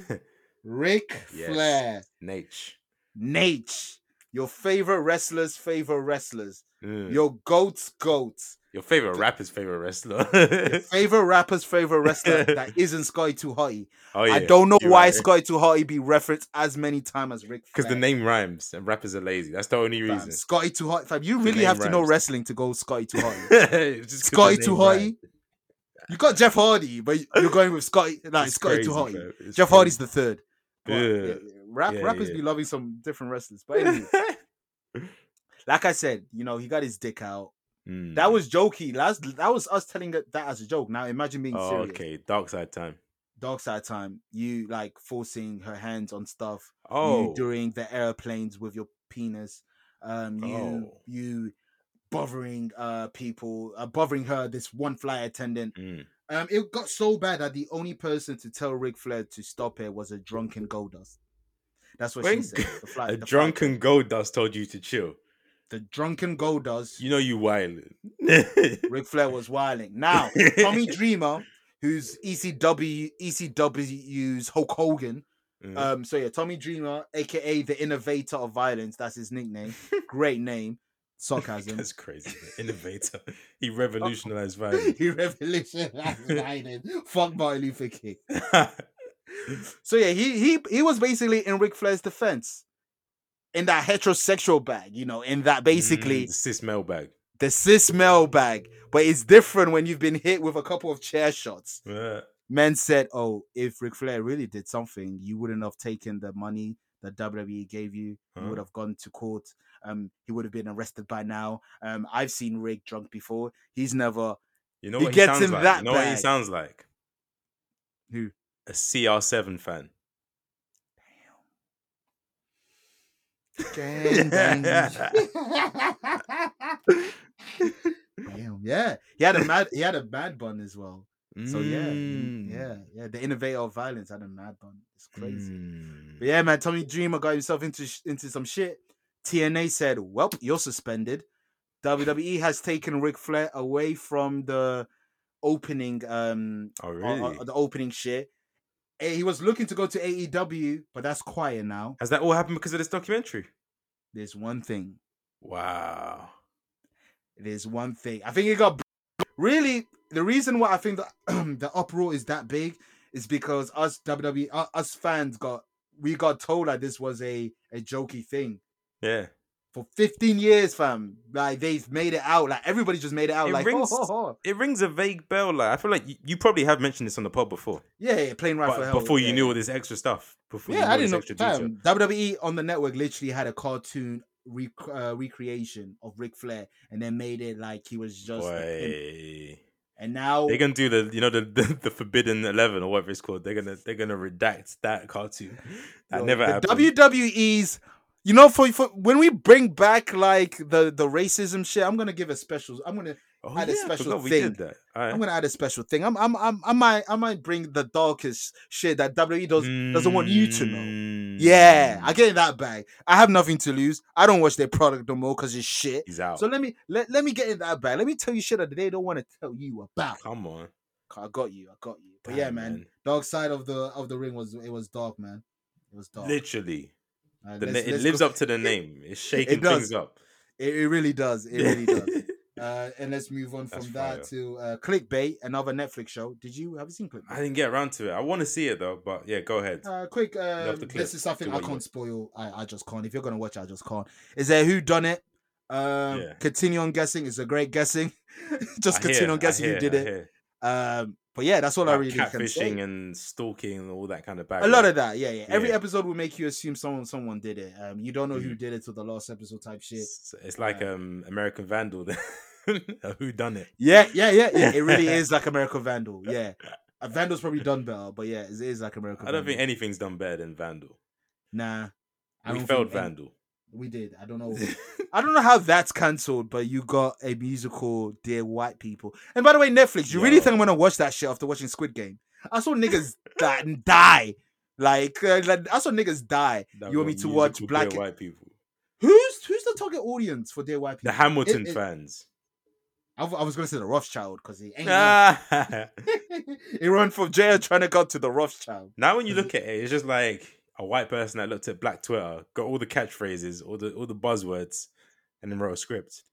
Speaker 2: Rick
Speaker 3: Yes.
Speaker 2: Flair.
Speaker 3: Nate.
Speaker 2: Nate. Your favorite wrestlers, favorite wrestlers.
Speaker 3: Mm. Your,
Speaker 2: Your goats, goats.
Speaker 3: favorite rapper's favorite wrestler.
Speaker 2: Your favorite rapper's favorite wrestler that isn't Scotty Too Hotty.
Speaker 3: [laughs] oh yeah.
Speaker 2: I don't know
Speaker 3: you're
Speaker 2: why
Speaker 3: right.
Speaker 2: Scotty Too Hotty be referenced as many times as Rick
Speaker 3: Because the name rhymes and rappers are lazy. That's the only
Speaker 2: Fam,
Speaker 3: reason.
Speaker 2: Scotty Too Hot. Fam, you really
Speaker 3: name
Speaker 2: have to know
Speaker 3: rhymes.
Speaker 2: wrestling to go Scotty Too Hot.
Speaker 3: [laughs] Just 'cause the
Speaker 2: Scotty
Speaker 3: name
Speaker 2: Too
Speaker 3: rhymes.
Speaker 2: Hotty. You got Jeff Hardy, but you're going with Scotty. Like
Speaker 3: It's
Speaker 2: Scotty Too
Speaker 3: crazy,
Speaker 2: Hotty.
Speaker 3: bro. It's
Speaker 2: Jeff Hardy's the third. But, yeah,
Speaker 3: Yeah.
Speaker 2: yeah, Rap,
Speaker 3: Yeah,
Speaker 2: rappers
Speaker 3: yeah.
Speaker 2: be loving some different wrestlers. But
Speaker 3: crazy. [laughs]
Speaker 2: anyway, like I said, you know, he got his dick out.
Speaker 3: Mm.
Speaker 2: That was jokey. That's, that was us telling it- that as a joke. Now imagine being
Speaker 3: Oh,
Speaker 2: serious.
Speaker 3: okay. Dark side time.
Speaker 2: Dark side time. You like forcing her hands on stuff.
Speaker 3: Oh.
Speaker 2: You doing the airplanes with your penis. Um, you
Speaker 3: Oh.
Speaker 2: you bothering uh people, uh, bothering her. This one flight attendant.
Speaker 3: Mm.
Speaker 2: Um, it got so bad that the only person to tell Ric Flair to stop it was a drunken Goldust. That's what she
Speaker 3: When-
Speaker 2: said. The flight,
Speaker 3: [laughs] a
Speaker 2: the flight-
Speaker 3: drunken gold dust told you to chill.
Speaker 2: the drunken Goldust.
Speaker 3: You [laughs] know you wild. [laughs]
Speaker 2: Ric Flair was wilding. Now Tommy Dreamer, who's E ECW ECW's Hulk Hogan,
Speaker 3: Mm.
Speaker 2: Um, so yeah, Tommy Dreamer, aka the innovator of violence, that's his nickname. Great
Speaker 3: [laughs]
Speaker 2: name, sarcasm.
Speaker 3: [laughs] That's crazy. man. Innovator. [laughs]
Speaker 2: [laughs]
Speaker 3: he revolutionized [laughs] violence.
Speaker 2: he revolutionized violence. Fuck Martin Luther King. So yeah, he he he was basically in Ric Flair's defense, in that heterosexual bag, you know, in that basically
Speaker 3: Mm, cis mailbag.
Speaker 2: the cis male bag. But it's different when you've been hit with a couple of chair shots.
Speaker 3: Uh,
Speaker 2: men said, "Oh, if Ric Flair really did something, you wouldn't have taken the money that WWE gave you. You would
Speaker 3: Huh?
Speaker 2: have gone to court. Um, he would have been arrested by now. Um, I've seen Rick drunk before. He's never.
Speaker 3: You know
Speaker 2: He
Speaker 3: what he
Speaker 2: gets
Speaker 3: sounds
Speaker 2: in
Speaker 3: like?
Speaker 2: that
Speaker 3: you know what he
Speaker 2: bag.
Speaker 3: sounds like?
Speaker 2: Who?
Speaker 3: A CR7 fan. [laughs]
Speaker 2: Damn, yeah, he had a mad. He had a mad bun as well. So yeah, he-
Speaker 3: Mm,
Speaker 2: yeah, yeah. The innovator of violence had a mad bun. It's crazy.
Speaker 3: mm.
Speaker 2: But yeah, man, Tommy Dreamer got himself into sh- into some shit. TNA said, "Well, you're suspended." WWE has taken Ric Flair away from the opening, um,
Speaker 3: Oh
Speaker 2: o- o-
Speaker 3: really?
Speaker 2: the opening shit. Eh, He was looking to go to AEW, but that's quiet now.
Speaker 3: Has that all happened because of this documentary?
Speaker 2: There's one thing.
Speaker 3: Wow.
Speaker 2: There's one thing. I think it got really the reason why I think the the [clears throat] uproar is that big is because us WWE uh, us fans got we got told that this was a a jokey thing.
Speaker 3: Yeah.
Speaker 2: for 15 years, fam. Like they've made it out. Like everybody just made it out.
Speaker 3: It
Speaker 2: like, oh,
Speaker 3: rings- It rings a vague bell. Like I feel like you, you probably have mentioned this on the pod before,
Speaker 2: yeah, yeah, plane ride for
Speaker 3: but
Speaker 2: hell.
Speaker 3: before you
Speaker 2: yeah.
Speaker 3: knew all this extra stuff. Before you
Speaker 2: yeah,
Speaker 3: knew
Speaker 2: I
Speaker 3: all this
Speaker 2: didn't know.
Speaker 3: extra
Speaker 2: Fam,
Speaker 3: detail.
Speaker 2: WWE on the network literally had a cartoon rec- uh, recreation of Ric Flair, and then made it like he was just. a pimp.
Speaker 3: Boy.
Speaker 2: And now
Speaker 3: They're gonna do the you know the, the the Forbidden Eleven or whatever it's called. They're gonna they're gonna redact that cartoon. That
Speaker 2: Yo,
Speaker 3: never
Speaker 2: the
Speaker 3: happened.
Speaker 2: WWE's, you know, for, for when we bring back like the the racism shit, I'm gonna give a special. I'm gonna
Speaker 3: oh,
Speaker 2: had a
Speaker 3: yeah, I
Speaker 2: special
Speaker 3: forgot we
Speaker 2: thing.
Speaker 3: did that. All
Speaker 2: I'm gonna add a special thing. I'm I'm, I'm I might I might bring the darkest shit that WWE does doesn't want you to know.
Speaker 3: Mm.
Speaker 2: Yeah, I get in that bag. I have nothing to lose. I don't watch their product no more because it's shit.
Speaker 3: He's out.
Speaker 2: So let me let, let me get in that bag. Let me tell you shit that they don't want to tell you about.
Speaker 3: Come on.
Speaker 2: I got you. I got you. But yeah,
Speaker 3: Damn,
Speaker 2: man, Dark Side of the of the Ring was it was dark, man. It was dark.
Speaker 3: Literally.
Speaker 2: Uh,
Speaker 3: The na-
Speaker 2: let's-
Speaker 3: it
Speaker 2: let's
Speaker 3: lives
Speaker 2: go-
Speaker 3: up to the name. It's shaking
Speaker 2: does.
Speaker 3: things up.
Speaker 2: It, it really does. It
Speaker 3: [laughs]
Speaker 2: really does. Uh, and let's move on
Speaker 3: That's
Speaker 2: from that to uh, Clickbait, another Netflix show. Did you have you seen Clickbait?
Speaker 3: I didn't get around to it. I want to see it though, but yeah, go ahead.
Speaker 2: Uh, quick, um,
Speaker 3: to click.
Speaker 2: this is something
Speaker 3: Do
Speaker 2: I
Speaker 3: what you
Speaker 2: can't
Speaker 3: want.
Speaker 2: spoil. I, I just can't. If you're gonna watch, it, I just can't. Is there who done it? Um,
Speaker 3: Yeah.
Speaker 2: continue on guessing. It's a great guessing. [laughs] just
Speaker 3: I
Speaker 2: continue
Speaker 3: hear,
Speaker 2: on
Speaker 3: I
Speaker 2: guessing
Speaker 3: hear,
Speaker 2: who did
Speaker 3: I
Speaker 2: it.
Speaker 3: hear.
Speaker 2: Um, but yeah, that's all I
Speaker 3: About
Speaker 2: really can say.
Speaker 3: catfishing and stalking and all that kind of bad.
Speaker 2: A lot of that, yeah, yeah. Every
Speaker 3: Yeah. Mm.
Speaker 2: episode will make you assume someone someone did it. Um, you don't know who did it till the last episode type shit.
Speaker 3: It's, it's like um American Vandal. [laughs] Who done it?
Speaker 2: Yeah, yeah, yeah, yeah. It
Speaker 3: [laughs]
Speaker 2: really is like American Vandal. Yeah, Uh, Vandal's probably done better, but yeah, it is like American.
Speaker 3: I don't
Speaker 2: Vandal.
Speaker 3: think anything's done better than Vandal.
Speaker 2: Nah, I
Speaker 3: we
Speaker 2: don't
Speaker 3: failed
Speaker 2: think any-
Speaker 3: Vandal.
Speaker 2: We did. I don't
Speaker 3: [laughs]
Speaker 2: know. I don't know how that's cancelled, but you got a musical, dear white people. And by the way, Netflix, you really
Speaker 3: Yo.
Speaker 2: think I'm gonna watch that shit after watching Squid Game? I saw niggas that die. Like, uh, like, I saw niggas die.
Speaker 3: That
Speaker 2: you want me
Speaker 3: got
Speaker 2: to
Speaker 3: musical
Speaker 2: watch
Speaker 3: queer
Speaker 2: Black?
Speaker 3: white people?
Speaker 2: Who's who's the target audience for dear white people?
Speaker 3: The Hamilton
Speaker 2: it- it-
Speaker 3: fans.
Speaker 2: I, w- I was gonna say the Rothschild because he
Speaker 3: [laughs]
Speaker 2: ain't.
Speaker 3: Ah.
Speaker 2: he [laughs] run from jail trying to go to the Rothschild.
Speaker 3: now
Speaker 2: [laughs]
Speaker 3: when you look at it, it's just like a white person that looked at Black Twitter, got all the catchphrases, all the all the buzzwords, and then wrote a script.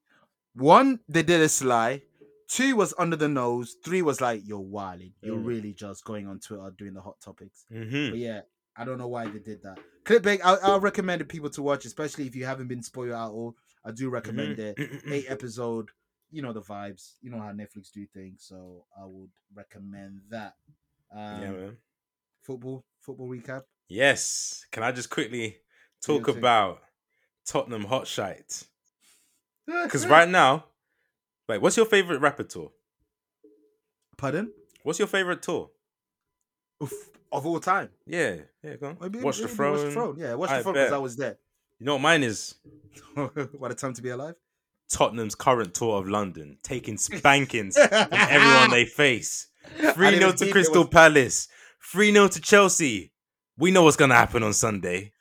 Speaker 2: One, they did a sly. Two was under the nose. Three was like, you're wilding. You're
Speaker 3: Mm.
Speaker 2: really just going on Twitter doing the hot topics.
Speaker 3: Mm-hmm.
Speaker 2: But yeah, I don't know why they did that. Clickbait, I, I recommend it people to watch, especially if you haven't been spoiled at all. I
Speaker 3: Mm-hmm.
Speaker 2: do recommend it. [clears throat] Eight episode, you know the vibes. You know how Netflix do things, so I would recommend that. Um,
Speaker 3: yeah, man.
Speaker 2: football, football
Speaker 3: [laughs]
Speaker 2: recap.
Speaker 3: Yes. Can I just quickly talk
Speaker 2: thing.
Speaker 3: about Tottenham
Speaker 2: [laughs]
Speaker 3: Hot Shite?
Speaker 2: Eh,
Speaker 3: Because right now, like, what's your favorite rapper tour?
Speaker 2: pardon,
Speaker 3: What's your favorite tour?
Speaker 2: Oof, of all time,
Speaker 3: Yeah, yeah, go on.
Speaker 2: Maybe it-
Speaker 3: Watch
Speaker 2: maybe
Speaker 3: the throne.
Speaker 2: Watch the throne. Yeah, watch the
Speaker 3: I
Speaker 2: throne because I
Speaker 3: bet.
Speaker 2: was there. [laughs]
Speaker 3: You know what mine is?
Speaker 2: what a time to be alive.
Speaker 3: Tottenham's current tour of London, taking spankings from
Speaker 2: [laughs]
Speaker 3: everyone they face. 3 0
Speaker 2: even
Speaker 3: to
Speaker 2: think it
Speaker 3: Crystal
Speaker 2: was-
Speaker 3: Palace, 3 0 to Chelsea. We know what's going to happen on Sunday.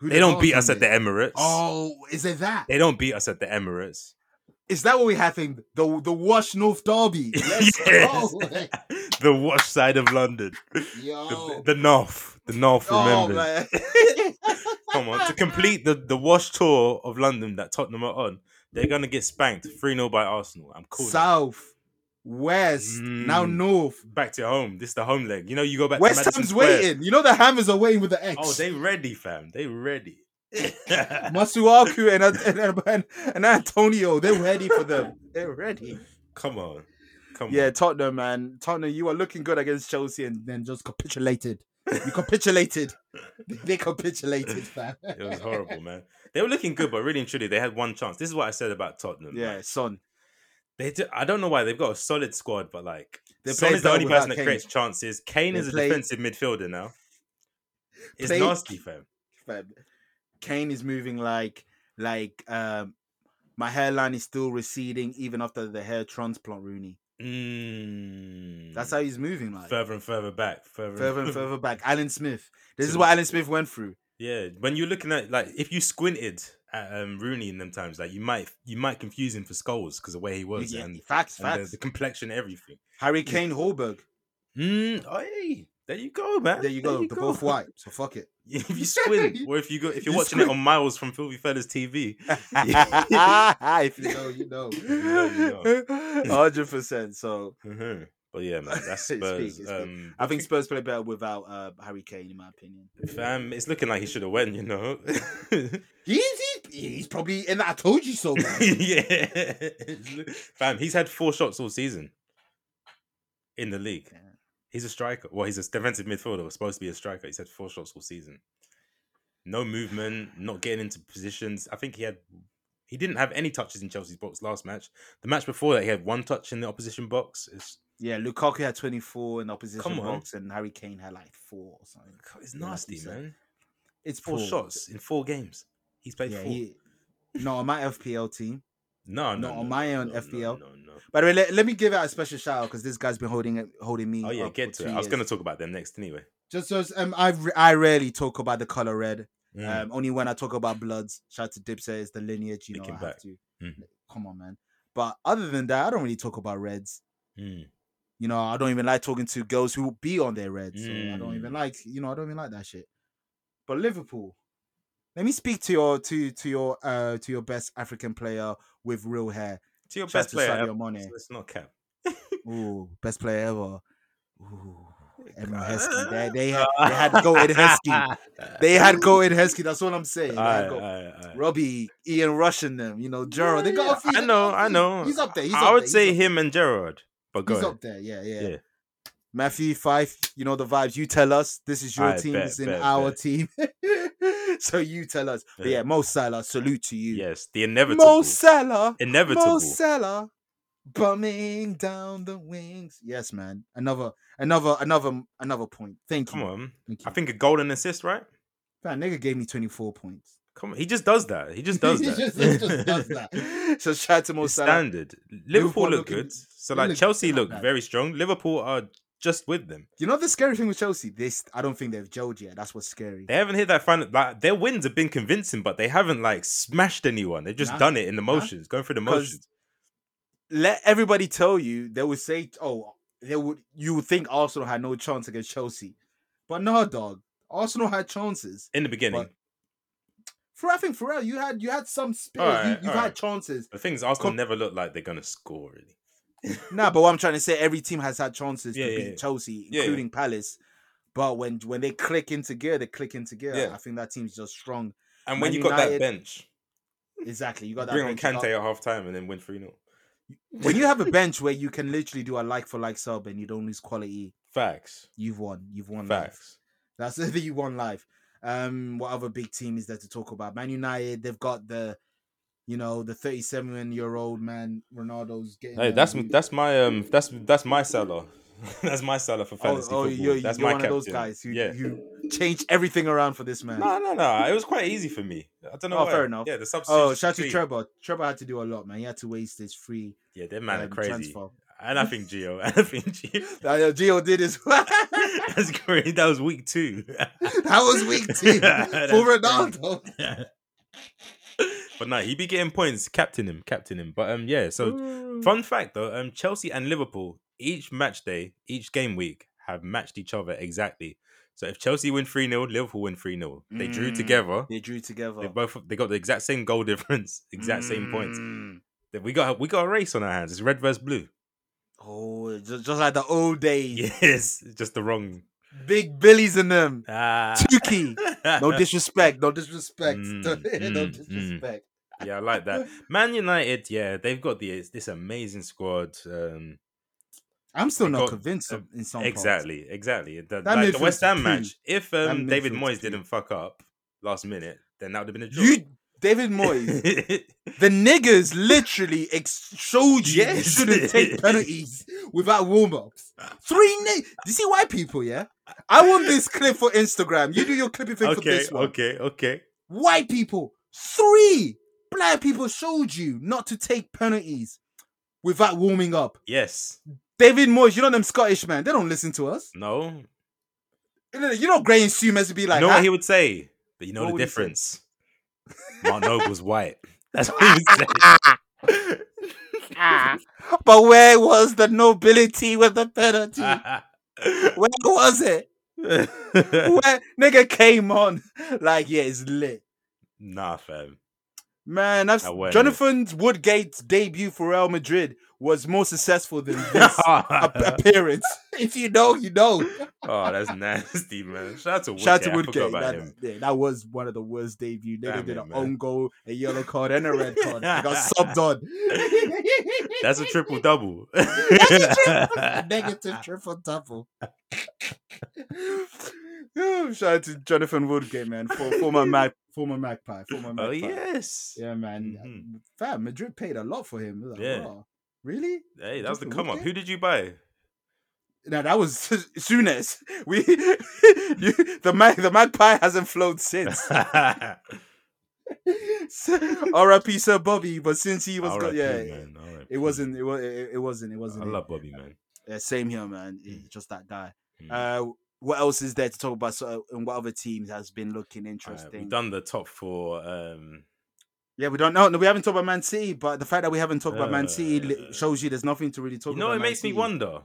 Speaker 2: Who
Speaker 3: They
Speaker 2: did
Speaker 3: don't
Speaker 2: not
Speaker 3: beat
Speaker 2: on
Speaker 3: us at the
Speaker 2: there?
Speaker 3: Emirates.
Speaker 2: Oh, is it that?
Speaker 3: They don't beat us at the Emirates. [laughs]
Speaker 2: Is that what we have in the the Wash North
Speaker 3: [laughs]
Speaker 2: Derby? Let's [laughs]
Speaker 3: Yes.
Speaker 2: go. Oh,
Speaker 3: The west side of London. The,
Speaker 2: Yo.
Speaker 3: the North. The North
Speaker 2: Oh,
Speaker 3: remembered.
Speaker 2: man.
Speaker 3: Come on. To complete the, the wash tour of London that Tottenham are on, they're going to get spanked 3 0 by Arsenal. I'm
Speaker 2: [laughs]
Speaker 3: cool.
Speaker 2: South, West, now
Speaker 3: Mm.
Speaker 2: North.
Speaker 3: back to your home. This is the home leg. You know, you go back
Speaker 2: West
Speaker 3: to
Speaker 2: Ham's
Speaker 3: Madison Square.
Speaker 2: waiting. You know the Hammers are waiting with the X.
Speaker 3: Oh, they ready, fam. They ready.
Speaker 2: Masuaku and, and, and, and Antonio, they're ready for them. [laughs] They're ready.
Speaker 3: Come on. Come
Speaker 2: Yeah,
Speaker 3: on.
Speaker 2: Tottenham, man. Tottenham, you are looking good against Chelsea and then just capitulated. You
Speaker 3: [laughs]
Speaker 2: capitulated. they capitulated, fam.
Speaker 3: It was
Speaker 2: [laughs]
Speaker 3: horrible, man. They were looking good, but really and truly, they had one chance. This is what I said about Tottenham.
Speaker 2: Yeah,
Speaker 3: like,
Speaker 2: son.
Speaker 3: they. Do, I don't know why they've got a solid squad, but like
Speaker 2: They
Speaker 3: Son
Speaker 2: play
Speaker 3: is the only
Speaker 2: well without
Speaker 3: person that
Speaker 2: Kane.
Speaker 3: creates chances. Kane
Speaker 2: They
Speaker 3: is a
Speaker 2: play-
Speaker 3: defensive midfielder now. It's
Speaker 2: Play-
Speaker 3: nasty, fam.
Speaker 2: Fam. Kane is moving like like um my hairline is still receding even after the hair transplant Rooney.
Speaker 3: Mm.
Speaker 2: That's how he's moving like.
Speaker 3: further and further back, further,
Speaker 2: further
Speaker 3: [laughs]
Speaker 2: and further back. Alan Smith. This is
Speaker 3: To-
Speaker 2: what Alan Smith went through.
Speaker 3: Yeah, when you're looking at like if you squinted at um, Rooney in them times, like you might you might confuse him for Skulls because the way he was
Speaker 2: Yeah,
Speaker 3: and,
Speaker 2: facts,
Speaker 3: and the,
Speaker 2: facts.
Speaker 3: the complexion, everything. [laughs]
Speaker 2: Harry Kane, Holberg.
Speaker 3: Mm, oh, hey, there you go, man.
Speaker 2: There you go. They're both [laughs] white, so fuck it.
Speaker 3: [laughs] if you squint, or if you go, if you're
Speaker 2: You
Speaker 3: watching it
Speaker 2: squint.
Speaker 3: on Miles from Filthy Fellas TV,
Speaker 2: [laughs] if you know, you know.
Speaker 3: know, you
Speaker 2: Hundred percent. So
Speaker 3: Mhm. but yeah, man,
Speaker 2: It's
Speaker 3: that's
Speaker 2: big,
Speaker 3: Spurs.
Speaker 2: it's big.
Speaker 3: um,
Speaker 2: I think Spurs play better without uh, Harry Kane, in my opinion.
Speaker 3: fam, it's looking like he should have went. You know, [laughs]
Speaker 2: He's he, he's probably and I told you so. man.
Speaker 3: [laughs] yeah, fam, he's had four shots all season in the league.
Speaker 2: Yeah.
Speaker 3: He's a striker. Well, he's a defensive midfielder. Was supposed to be a striker. He's had four shots all season. no movement, not getting into positions. I think he had he didn't have any touches in Chelsea's box last match. The match before that, he had one touch in the opposition box. It's
Speaker 2: [laughs] Yeah, Lukaku had 24 in opposition
Speaker 3: Come on.
Speaker 2: box, and Harry Kane had like four or something.
Speaker 3: it's
Speaker 2: Yeah, like
Speaker 3: nasty,
Speaker 2: you said.
Speaker 3: man.
Speaker 2: It's
Speaker 3: Four
Speaker 2: poor.
Speaker 3: shots in four games. He's played
Speaker 2: Yeah,
Speaker 3: four.
Speaker 2: he, not on my FPL team.
Speaker 3: No, no,
Speaker 2: not
Speaker 3: no,
Speaker 2: on my
Speaker 3: no,
Speaker 2: own
Speaker 3: no,
Speaker 2: FPL.
Speaker 3: No, no, no.
Speaker 2: By the way, let, let me give out a special shout out because this guy's been holding it, holding me.
Speaker 3: Oh yeah,
Speaker 2: up
Speaker 3: get
Speaker 2: for
Speaker 3: to
Speaker 2: two
Speaker 3: it. I was
Speaker 2: years.
Speaker 3: going to talk about them next anyway.
Speaker 2: just so um, I re- I rarely talk about the color red.
Speaker 3: Mm.
Speaker 2: Um, only when I talk about bloods. Shout out to Dipset, it's the lineage. You know, I
Speaker 3: Thinking
Speaker 2: have
Speaker 3: back.
Speaker 2: to.
Speaker 3: Mm.
Speaker 2: Come on, man. But other than that, I don't really talk about reds.
Speaker 3: Mm.
Speaker 2: You know, I don't even like talking to girls who be on their reds. So I don't
Speaker 3: Mm.
Speaker 2: even like. You know, I don't even like that shit. But Liverpool. Let me speak to your to to your uh to your best African player with real hair.
Speaker 3: To your
Speaker 2: Shout
Speaker 3: best
Speaker 2: to
Speaker 3: player,
Speaker 2: Sadio
Speaker 3: ever,
Speaker 2: Mane.
Speaker 3: so It's not cap.
Speaker 2: Ooh, best player ever. Ooh, Edmund
Speaker 3: God. [laughs]
Speaker 2: Heskey. They, they, had, they had goated Heskey. They had goated Heskey. That's what I'm saying. They had
Speaker 3: Aye,
Speaker 2: goated-
Speaker 3: aye, aye.
Speaker 2: Robbie, Ian Rush and them, you know, Gerald. they
Speaker 3: Yeah,
Speaker 2: got a few.
Speaker 3: I
Speaker 2: they
Speaker 3: know,
Speaker 2: got a
Speaker 3: I
Speaker 2: few.
Speaker 3: know.
Speaker 2: He's up there. He's
Speaker 3: I
Speaker 2: up
Speaker 3: would
Speaker 2: there, he's
Speaker 3: say
Speaker 2: up
Speaker 3: him and Gerard, but go
Speaker 2: He's
Speaker 3: ahead.
Speaker 2: up there. Yeah, yeah,
Speaker 3: Yeah.
Speaker 2: Matthew Fife, you know the vibes. You tell us this is your
Speaker 3: Aye,
Speaker 2: team,
Speaker 3: bet,
Speaker 2: this is
Speaker 3: bet,
Speaker 2: our
Speaker 3: bet.
Speaker 2: team. [laughs] so you tell us. But
Speaker 3: Yeah.
Speaker 2: yeah, Mo Salah, salute to you.
Speaker 3: Yes, the inevitable.
Speaker 2: Mo Salah.
Speaker 3: inevitable.
Speaker 2: Mo Salah bumming down the wings. Yes, man. Another, another, another, another point. Thank
Speaker 3: Come
Speaker 2: you.
Speaker 3: on.
Speaker 2: Thank
Speaker 3: I
Speaker 2: you.
Speaker 3: think a golden assist, right?
Speaker 2: That nigga gave me 24 points.
Speaker 3: Come on. He just does that. He just
Speaker 2: [laughs]
Speaker 3: does
Speaker 2: He
Speaker 3: that.
Speaker 2: just-
Speaker 3: [laughs]
Speaker 2: he just does that. So shout out to Mo
Speaker 3: It's
Speaker 2: Salah.
Speaker 3: standard.
Speaker 2: Liverpool
Speaker 3: Liverpool look
Speaker 2: looking-
Speaker 3: good. So
Speaker 2: they
Speaker 3: like
Speaker 2: look-
Speaker 3: Chelsea
Speaker 2: they're not
Speaker 3: look
Speaker 2: bad.
Speaker 3: very strong. Liverpool are just with them.
Speaker 2: You know the scary thing with Chelsea? This I don't think they've gelled yet. That's what's scary.
Speaker 3: They haven't hit that final. Like their wins have been convincing, but they haven't like smashed anyone. They've just
Speaker 2: Nah,
Speaker 3: done it in the motions, going through the
Speaker 2: 'Cause
Speaker 3: motions.
Speaker 2: Let everybody tell you, they would say, oh, they would you would think Arsenal had no chance against Chelsea. But no, dog. Arsenal had chances.
Speaker 3: In the beginning,
Speaker 2: For I think Pharrell, you had you had some space.
Speaker 3: Alright,
Speaker 2: you, you've had
Speaker 3: alright.
Speaker 2: chances.
Speaker 3: the thing is, Arsenal
Speaker 2: Com-
Speaker 3: never look like they're gonna score. Really,
Speaker 2: Nah, but what I'm trying to say, every team has had chances
Speaker 3: Yeah,
Speaker 2: to
Speaker 3: yeah,
Speaker 2: beat
Speaker 3: yeah.
Speaker 2: Chelsea,
Speaker 3: Yeah, yeah.
Speaker 2: including Palace. But when when they click into gear, they click into gear.
Speaker 3: Yeah.
Speaker 2: I think that team's just strong.
Speaker 3: and when
Speaker 2: Man
Speaker 3: you got that
Speaker 2: United-
Speaker 3: bench,
Speaker 2: Exactly. You got that
Speaker 3: bring on
Speaker 2: bench, you got-
Speaker 3: Kante at half time and then win three 0
Speaker 2: when you have a bench where you can literally do a like for like sub and you don't lose quality,
Speaker 3: Facts,
Speaker 2: you've won. You've won life.
Speaker 3: facts.
Speaker 2: That's [laughs] the you won life. Um, what other big team is there to talk about? Man United, they've got the, you know, the 37 year old man Ronaldo's getting.
Speaker 3: Hey,
Speaker 2: there.
Speaker 3: that's that's my um that's that's my seller. [laughs] that's my seller for
Speaker 2: oh,
Speaker 3: fantasy
Speaker 2: oh
Speaker 3: football.
Speaker 2: you're,
Speaker 3: that's
Speaker 2: you're
Speaker 3: my
Speaker 2: one
Speaker 3: captain.
Speaker 2: of those guys who
Speaker 3: yeah.
Speaker 2: who changed everything around for this man.
Speaker 3: No, no, no. It was quite easy for me. I don't know.
Speaker 2: Oh,
Speaker 3: why.
Speaker 2: fair enough.
Speaker 3: Yeah, the substitute.
Speaker 2: oh, shout out to Trevor. Trevor had to do a lot, man. He had to waste his free
Speaker 3: Yeah, that man are
Speaker 2: um,
Speaker 3: crazy.
Speaker 2: transfer.
Speaker 3: And I think Gio. [laughs] And I think
Speaker 2: [laughs]
Speaker 3: Gio.
Speaker 2: Uh, Gio did as well. that
Speaker 3: That's great. That was week two. [laughs]
Speaker 2: was weak too
Speaker 3: That's
Speaker 2: for
Speaker 3: crazy.
Speaker 2: Ronaldo.
Speaker 3: but no, he be getting points. Captain him, captain him. But um, yeah. So
Speaker 2: Ooh.
Speaker 3: fun fact though, um, Chelsea and Liverpool each match day, each game week have matched each other exactly. So if Chelsea win three 0 Liverpool win three 0 They drew
Speaker 2: Mm.
Speaker 3: together.
Speaker 2: They drew together.
Speaker 3: They both they got the exact same goal [laughs] difference, exact same points.
Speaker 2: Mm.
Speaker 3: That We got we got a race on our hands. It's red versus blue. [laughs]
Speaker 2: Oh, just, just like the old days.
Speaker 3: Yes, just the wrong.
Speaker 2: Big Billy's in them.
Speaker 3: [laughs] Ah.
Speaker 2: Tukey.
Speaker 3: [laughs]
Speaker 2: No disrespect. No disrespect.
Speaker 3: Mm,
Speaker 2: [laughs] no
Speaker 3: mm,
Speaker 2: disrespect.
Speaker 3: yeah, I like that. Man United, yeah, they've got the this amazing squad. Um,
Speaker 2: I'm still
Speaker 3: They
Speaker 2: not
Speaker 3: got-
Speaker 2: convinced of, in some parts.
Speaker 3: exactly, exactly. The,
Speaker 2: That
Speaker 3: like the
Speaker 2: midfield's
Speaker 3: West Ham
Speaker 2: poo.
Speaker 3: match. If um,
Speaker 2: That
Speaker 3: David
Speaker 2: midfield's
Speaker 3: Moyes
Speaker 2: poo.
Speaker 3: didn't fuck up last minute, then that would have been a draw.
Speaker 2: You, David
Speaker 3: [laughs]
Speaker 2: Moyes, the niggers literally ex- showed you
Speaker 3: Yes.
Speaker 2: you shouldn't
Speaker 3: [laughs]
Speaker 2: take penalties without warm ups. Three niggas. You see why people, yeah? I want
Speaker 3: [laughs]
Speaker 2: this clip for Instagram. You do your clipping thing for
Speaker 3: okay,
Speaker 2: this one.
Speaker 3: okay, okay.
Speaker 2: White people, three. Black people showed you not to take penalties without warming up.
Speaker 3: Yes.
Speaker 2: David Moyes, you know them Scottish man. They don't listen to us.
Speaker 3: No.
Speaker 2: You know- You know Gray and Sue must be like, "Ah,
Speaker 3: you know
Speaker 2: "Huh?"
Speaker 3: what he would say, but you know
Speaker 2: What
Speaker 3: the
Speaker 2: would he say?
Speaker 3: difference. Mark Noble's
Speaker 2: [laughs]
Speaker 3: white. That's what he would say.
Speaker 2: but where was the nobility with the penalty?
Speaker 3: Ah.
Speaker 2: Where was it? Where nigga came on? Like, yeah, it's lit.
Speaker 3: [laughs] nah, fam. [laughs]
Speaker 2: Man, I've,
Speaker 3: I weren't
Speaker 2: Jonathan Woodgate's debut for Real Madrid was more successful than [laughs]
Speaker 3: [laughs]
Speaker 2: this ap- appearance. [laughs] If you know, you know.
Speaker 3: Oh, that's nasty, man. Shout out to Woodgate.
Speaker 2: Shout out to
Speaker 3: I forgot
Speaker 2: Woodgate.
Speaker 3: about
Speaker 2: That,
Speaker 3: him.
Speaker 2: yeah, that was one of the worst debut. Nigga
Speaker 3: Damn
Speaker 2: did
Speaker 3: it,
Speaker 2: an
Speaker 3: man.
Speaker 2: own goal, a yellow card, and a red card. He got
Speaker 3: [laughs]
Speaker 2: subbed on. [laughs]
Speaker 3: That's a triple double. [laughs]
Speaker 2: That's a triple- negative triple double. Yeah, shout out to Jonathan Woodgate, man, for,
Speaker 3: [laughs]
Speaker 2: former Mag, former Magpie, former Magpie.
Speaker 3: Oh yes.
Speaker 2: yeah, man.
Speaker 3: Mhm.
Speaker 2: Fam, Madrid paid a lot for him. It was like,
Speaker 3: Yeah.
Speaker 2: "Wow, really?
Speaker 3: Hey, that was the
Speaker 2: Jonathan
Speaker 3: come up.
Speaker 2: Woodgate?
Speaker 3: Who did
Speaker 2: [laughs]
Speaker 3: you buy?
Speaker 2: Now that was [laughs] Souness. We [laughs] you, the mag, the Magpie hasn't flown
Speaker 3: [laughs]
Speaker 2: since. [laughs] R.I.P. Sir Bobby, but since he was, go-
Speaker 3: RIP,
Speaker 2: yeah,
Speaker 3: man, RIP.
Speaker 2: it wasn't, it was, it, it wasn't, it wasn't.
Speaker 3: I
Speaker 2: it.
Speaker 3: love Bobby, man.
Speaker 2: Yeah, same here, man.
Speaker 3: Mm.
Speaker 2: He's just that guy.
Speaker 3: Mm.
Speaker 2: Uh, what else is there to talk about? So, and what other teams has been looking
Speaker 3: All right,
Speaker 2: interesting?
Speaker 3: we've done the top four. Um,
Speaker 2: Yeah, we don't know. No, we haven't talked about Man City, but the fact that we haven't talked about Man City li-
Speaker 3: Uh,
Speaker 2: shows you there's nothing to really talk
Speaker 3: you know,
Speaker 2: about.
Speaker 3: it
Speaker 2: Man
Speaker 3: makes me
Speaker 2: City.
Speaker 3: wonder.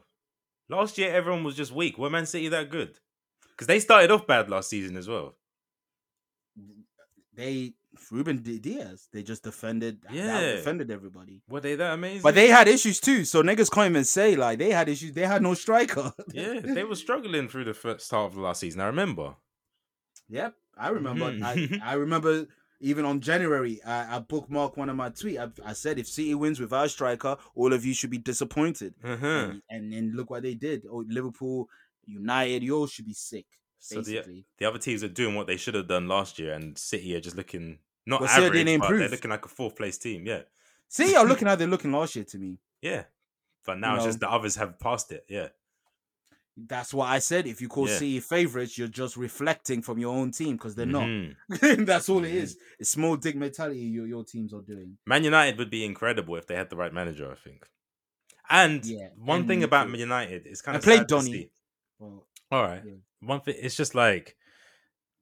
Speaker 3: Last year, everyone was just weak. Were Man City that good? Because they started off bad last season as well.
Speaker 2: They, Ruben Di- Diaz, they just defended, yeah,
Speaker 3: Yeah.
Speaker 2: defended everybody.
Speaker 3: Were they that amazing?
Speaker 2: But they had issues too, so niggas can't even say like they had issues. They had no striker.
Speaker 3: yeah, they were struggling through the first half of last season. I remember.
Speaker 2: [laughs] Yep, I remember. I,
Speaker 3: Mhm.
Speaker 2: I remember even on January, I, I bookmarked one of my tweet. I, I said, if City wins with our striker, all of you should be disappointed.
Speaker 3: Uh-huh.
Speaker 2: And, and then look what they did. Oh, Liverpool, United, you all should be sick.
Speaker 3: So the uh,
Speaker 2: Basically,
Speaker 3: the other teams are doing what they should have done last year, and City are just looking not
Speaker 2: Well, City
Speaker 3: average,
Speaker 2: didn't
Speaker 3: but they're
Speaker 2: improve.
Speaker 3: looking like a fourth place team. Yeah,
Speaker 2: City are looking how they're looking last year to me.
Speaker 3: yeah. But now it's
Speaker 2: No.
Speaker 3: just the others have passed it. Yeah,
Speaker 2: That's what I said. If you call
Speaker 3: Yeah.
Speaker 2: City favourites, you're just reflecting from your own team because they're
Speaker 3: Mhm.
Speaker 2: not. [laughs] That's all it
Speaker 3: Mhm.
Speaker 2: is. It's small dick mentality your your teams are doing.
Speaker 3: Man United would be incredible if they had the right manager. I think. And
Speaker 2: Yeah,
Speaker 3: one
Speaker 2: and
Speaker 3: thing
Speaker 2: me
Speaker 3: about
Speaker 2: too.
Speaker 3: Man United, it's kind
Speaker 2: I
Speaker 3: of
Speaker 2: played
Speaker 3: sad to
Speaker 2: Donny.
Speaker 3: see.
Speaker 2: Well,
Speaker 3: All right.
Speaker 2: Yeah.
Speaker 3: One thing, it's just like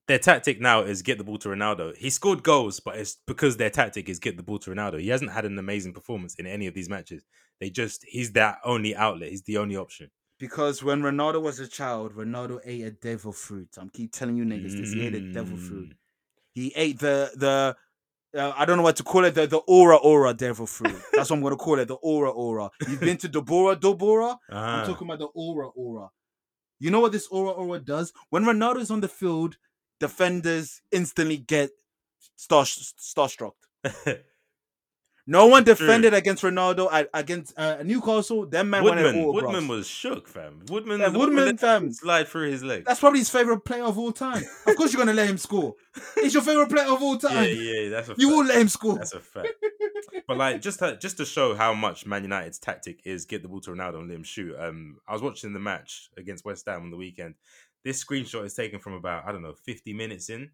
Speaker 3: their tactic now is get the ball to Ronaldo. He scored goals, but it's because their tactic is get the ball to Ronaldo. He hasn't had an amazing performance in any of these matches. They just he's their only outlet. He's the only option.
Speaker 2: Because when Ronaldo was a child, Ronaldo ate a devil fruit. I'm keep telling you niggas this. He ate a devil fruit.
Speaker 3: Mm.
Speaker 2: He ate the the. Uh, I don't know what to call it. The, the aura aura devil fruit. That's what I'm gonna call it. The aura aura. You've been to Dobora Dobora. I'm
Speaker 3: Ah,
Speaker 2: talking about the aura aura. You know what this aura aura does? When Ronaldo's on the field, defenders instantly get star
Speaker 3: [laughs]
Speaker 2: starstruck. No one defended against Ronaldo at, against uh, Newcastle. That man went
Speaker 3: Woodman.
Speaker 2: at all.
Speaker 3: Woodman
Speaker 2: bruv.
Speaker 3: was shook, fam. Woodman.
Speaker 2: Yeah,
Speaker 3: Woodman,
Speaker 2: Woodman,
Speaker 3: let
Speaker 2: fam.
Speaker 3: him slide through his leg.
Speaker 2: That's probably his favorite player of all time. Of course, you're gonna let him score.
Speaker 3: [laughs]
Speaker 2: He's your favorite player of all
Speaker 3: yeah,
Speaker 2: time.
Speaker 3: yeah. That's a
Speaker 2: You
Speaker 3: fact.
Speaker 2: will let him score.
Speaker 3: That's a fact. but like just to, just to show how much Man United's tactic is get the ball to Ronaldo and let him shoot. Um, I was watching the match against West Ham on the weekend. This screenshot is taken from about I don't know 50 minutes in.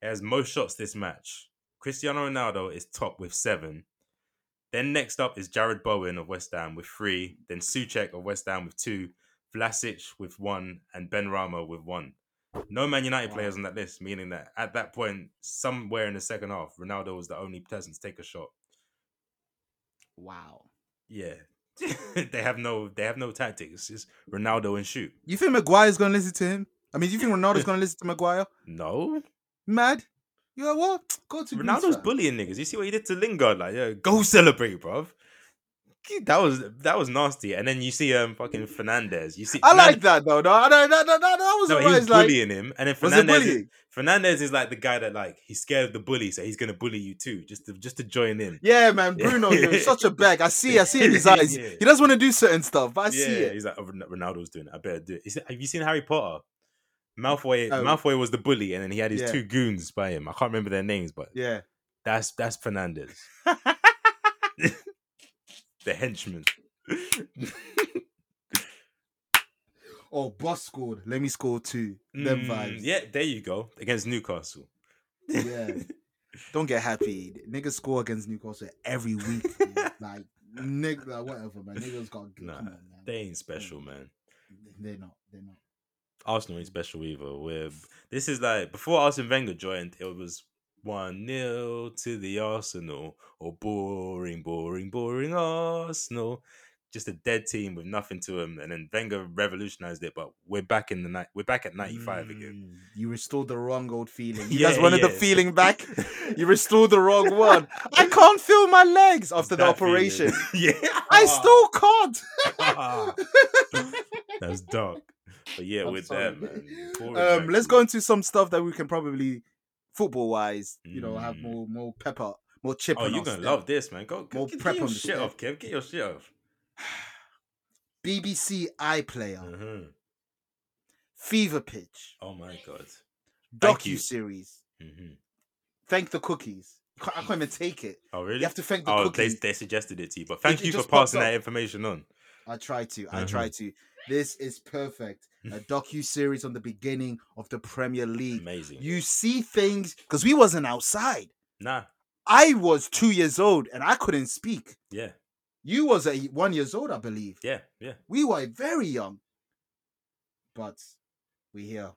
Speaker 3: It has most shots this match. Cristiano Ronaldo is top with seven. Then next up is Jared Bowen of West Ham with three. Then Suchek of West Ham with two. Vlasic with one and Ben Rama with one. No Man United
Speaker 2: Wow.
Speaker 3: players on that list, meaning that at that point, somewhere in the second half, Ronaldo was the only person to take a shot.
Speaker 2: Wow.
Speaker 3: Yeah. [laughs] they have no they have no tactics. It's Ronaldo and shoot.
Speaker 2: You think Maguire's gonna listen to him? I mean, do you think
Speaker 3: [laughs]
Speaker 2: Ronaldo's gonna listen to Maguire?
Speaker 3: No.
Speaker 2: Mad? You know what? Go to Greece,
Speaker 3: Ronaldo's
Speaker 2: fam.
Speaker 3: bullying niggas. You see what he did to Lingard? Like, yeah, go celebrate, bruv. That was that was nasty. And then you see um fucking Fernandez. You see
Speaker 2: I
Speaker 3: Fernan-
Speaker 2: like that though. No, no, no, no, no, that was
Speaker 3: no, he
Speaker 2: alright.
Speaker 3: was
Speaker 2: It's like,
Speaker 3: bullying him. And then
Speaker 2: was it
Speaker 3: Fernandez is-
Speaker 2: bullying?
Speaker 3: Fernandez is like the guy that like he's scared of the bully, so he's gonna bully you too, just to just to join in.
Speaker 2: Yeah, man, Bruno,
Speaker 3: Yeah.
Speaker 2: you're
Speaker 3: [laughs]
Speaker 2: such a bag. I see, I see in his eyes.
Speaker 3: Yeah.
Speaker 2: He doesn't want to do certain stuff, but I
Speaker 3: yeah,
Speaker 2: see it.
Speaker 3: he's like, oh, Ron- Ronaldo's doing it. I better do it. Is it- Have you seen Harry Potter? Malfoy,
Speaker 2: Oh.
Speaker 3: Malfoy was the bully, and then he had his
Speaker 2: Yeah.
Speaker 3: two goons by him. I can't remember their names, but
Speaker 2: Yeah.
Speaker 3: that's
Speaker 2: [laughs]
Speaker 3: that's Fernandez, the henchman.
Speaker 2: Oh, boss scored. Let me score too. Them
Speaker 3: Mm,
Speaker 2: vibes.
Speaker 3: Yeah, there you go. Against Newcastle.
Speaker 2: Yeah.
Speaker 3: [laughs]
Speaker 2: Don't get happy. Niggas score against Newcastle every week.
Speaker 3: [laughs]
Speaker 2: dude. like, nigga, like, whatever, man. Niggas got good.
Speaker 3: Nah,
Speaker 2: Come on, man.
Speaker 3: They ain't special,
Speaker 2: Mm.
Speaker 3: man.
Speaker 2: They're not. They're not.
Speaker 3: Arsenal ain't special either. We're this is like before Arsene Wenger joined, it was one 0 to the Arsenal or boring, boring, boring Arsenal. Just a dead team with nothing to them, and then Wenger revolutionized it. But we're back in the night. We're back at ninety five again.
Speaker 2: Mm, You restored the wrong old feeling. You
Speaker 3: Yeah,
Speaker 2: guys wanted the
Speaker 3: yeah.
Speaker 2: feeling back.
Speaker 3: [laughs]
Speaker 2: You restored the wrong one. I can't feel my legs after the
Speaker 3: That feeling. [laughs] Ah.
Speaker 2: operation.
Speaker 3: yeah,
Speaker 2: [laughs] I
Speaker 3: [laughs]
Speaker 2: still can't.
Speaker 3: That's dark. But yeah,
Speaker 2: I'm
Speaker 3: we're
Speaker 2: sorry.
Speaker 3: there, man. Boring
Speaker 2: Um, let's
Speaker 3: Arsenal.
Speaker 2: go into some stuff that we can probably, football wise, you know, have
Speaker 3: Mm.
Speaker 2: more more pepper, more chip.
Speaker 3: Oh,
Speaker 2: on
Speaker 3: you're
Speaker 2: our
Speaker 3: gonna
Speaker 2: step.
Speaker 3: love this, man. Go, go
Speaker 2: More
Speaker 3: get,
Speaker 2: prep
Speaker 3: get your
Speaker 2: on the
Speaker 3: shit
Speaker 2: step.
Speaker 3: off, Kev. Get your shit off.
Speaker 2: BBC iPlayer.
Speaker 3: Mhm.
Speaker 2: Fever Pitch,
Speaker 3: Mm-hmm. Oh my god. Thank you.
Speaker 2: docu series.
Speaker 3: hmm
Speaker 2: Thank the cookies. I can't, I can't even take it.
Speaker 3: Oh really?
Speaker 2: You have to thank the
Speaker 3: oh, they,
Speaker 2: cookies.
Speaker 3: they suggested it to you, but thank
Speaker 2: it
Speaker 3: you for
Speaker 2: just popped
Speaker 3: passing that
Speaker 2: up.
Speaker 3: information on.
Speaker 2: I try to. I
Speaker 3: Uh-huh.
Speaker 2: try to. This is perfect.
Speaker 3: [laughs]
Speaker 2: A docu series on the beginning of the Premier League.
Speaker 3: Amazing.
Speaker 2: You see things because we wasn't outside.
Speaker 3: nah.
Speaker 2: I was two years old and I couldn't speak.
Speaker 3: Yeah.
Speaker 2: You was a one years old, I believe.
Speaker 3: Yeah. Yeah.
Speaker 2: We were very young, but we here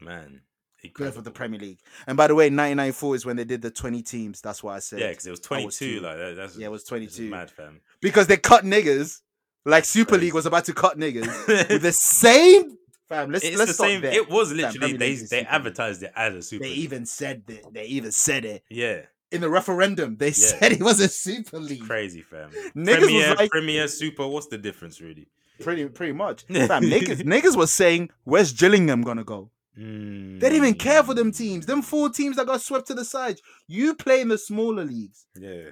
Speaker 3: Man.
Speaker 2: good for the
Speaker 3: incredible.
Speaker 2: Premier League. And by the way, 1994 is when they did the 20 teams. That's why I said.
Speaker 3: Yeah, because it was
Speaker 2: two.
Speaker 3: 22. Like that, that's
Speaker 2: Yeah, it was
Speaker 3: this is
Speaker 2: 22
Speaker 3: Mad fam.
Speaker 2: because they cut niggas like Super
Speaker 3: Crazy.
Speaker 2: League was about to cut niggas with
Speaker 3: it's [laughs]
Speaker 2: the same fam. Let's
Speaker 3: the
Speaker 2: let's stop
Speaker 3: same.
Speaker 2: there.
Speaker 3: It was
Speaker 2: Fam,
Speaker 3: literally
Speaker 2: Premier
Speaker 3: they
Speaker 2: League is
Speaker 3: they
Speaker 2: Super League.
Speaker 3: advertised it as a super.
Speaker 2: They
Speaker 3: League.
Speaker 2: even said that. They even said it
Speaker 3: yeah,
Speaker 2: [laughs] in the referendum. They
Speaker 3: Yeah.
Speaker 2: said it was a Super League.
Speaker 3: crazy fam.
Speaker 2: Niggas was
Speaker 3: Premier,
Speaker 2: like-
Speaker 3: Premier, Super. What's the difference really?
Speaker 2: Pretty pretty
Speaker 3: [laughs]
Speaker 2: much. Fam, niggas niggas was saying where's Gillingham gonna go. They didn't even care for
Speaker 3: Mm.
Speaker 2: them teams. Them four teams that got swept to the side. You play in the smaller leagues.
Speaker 3: Yeah.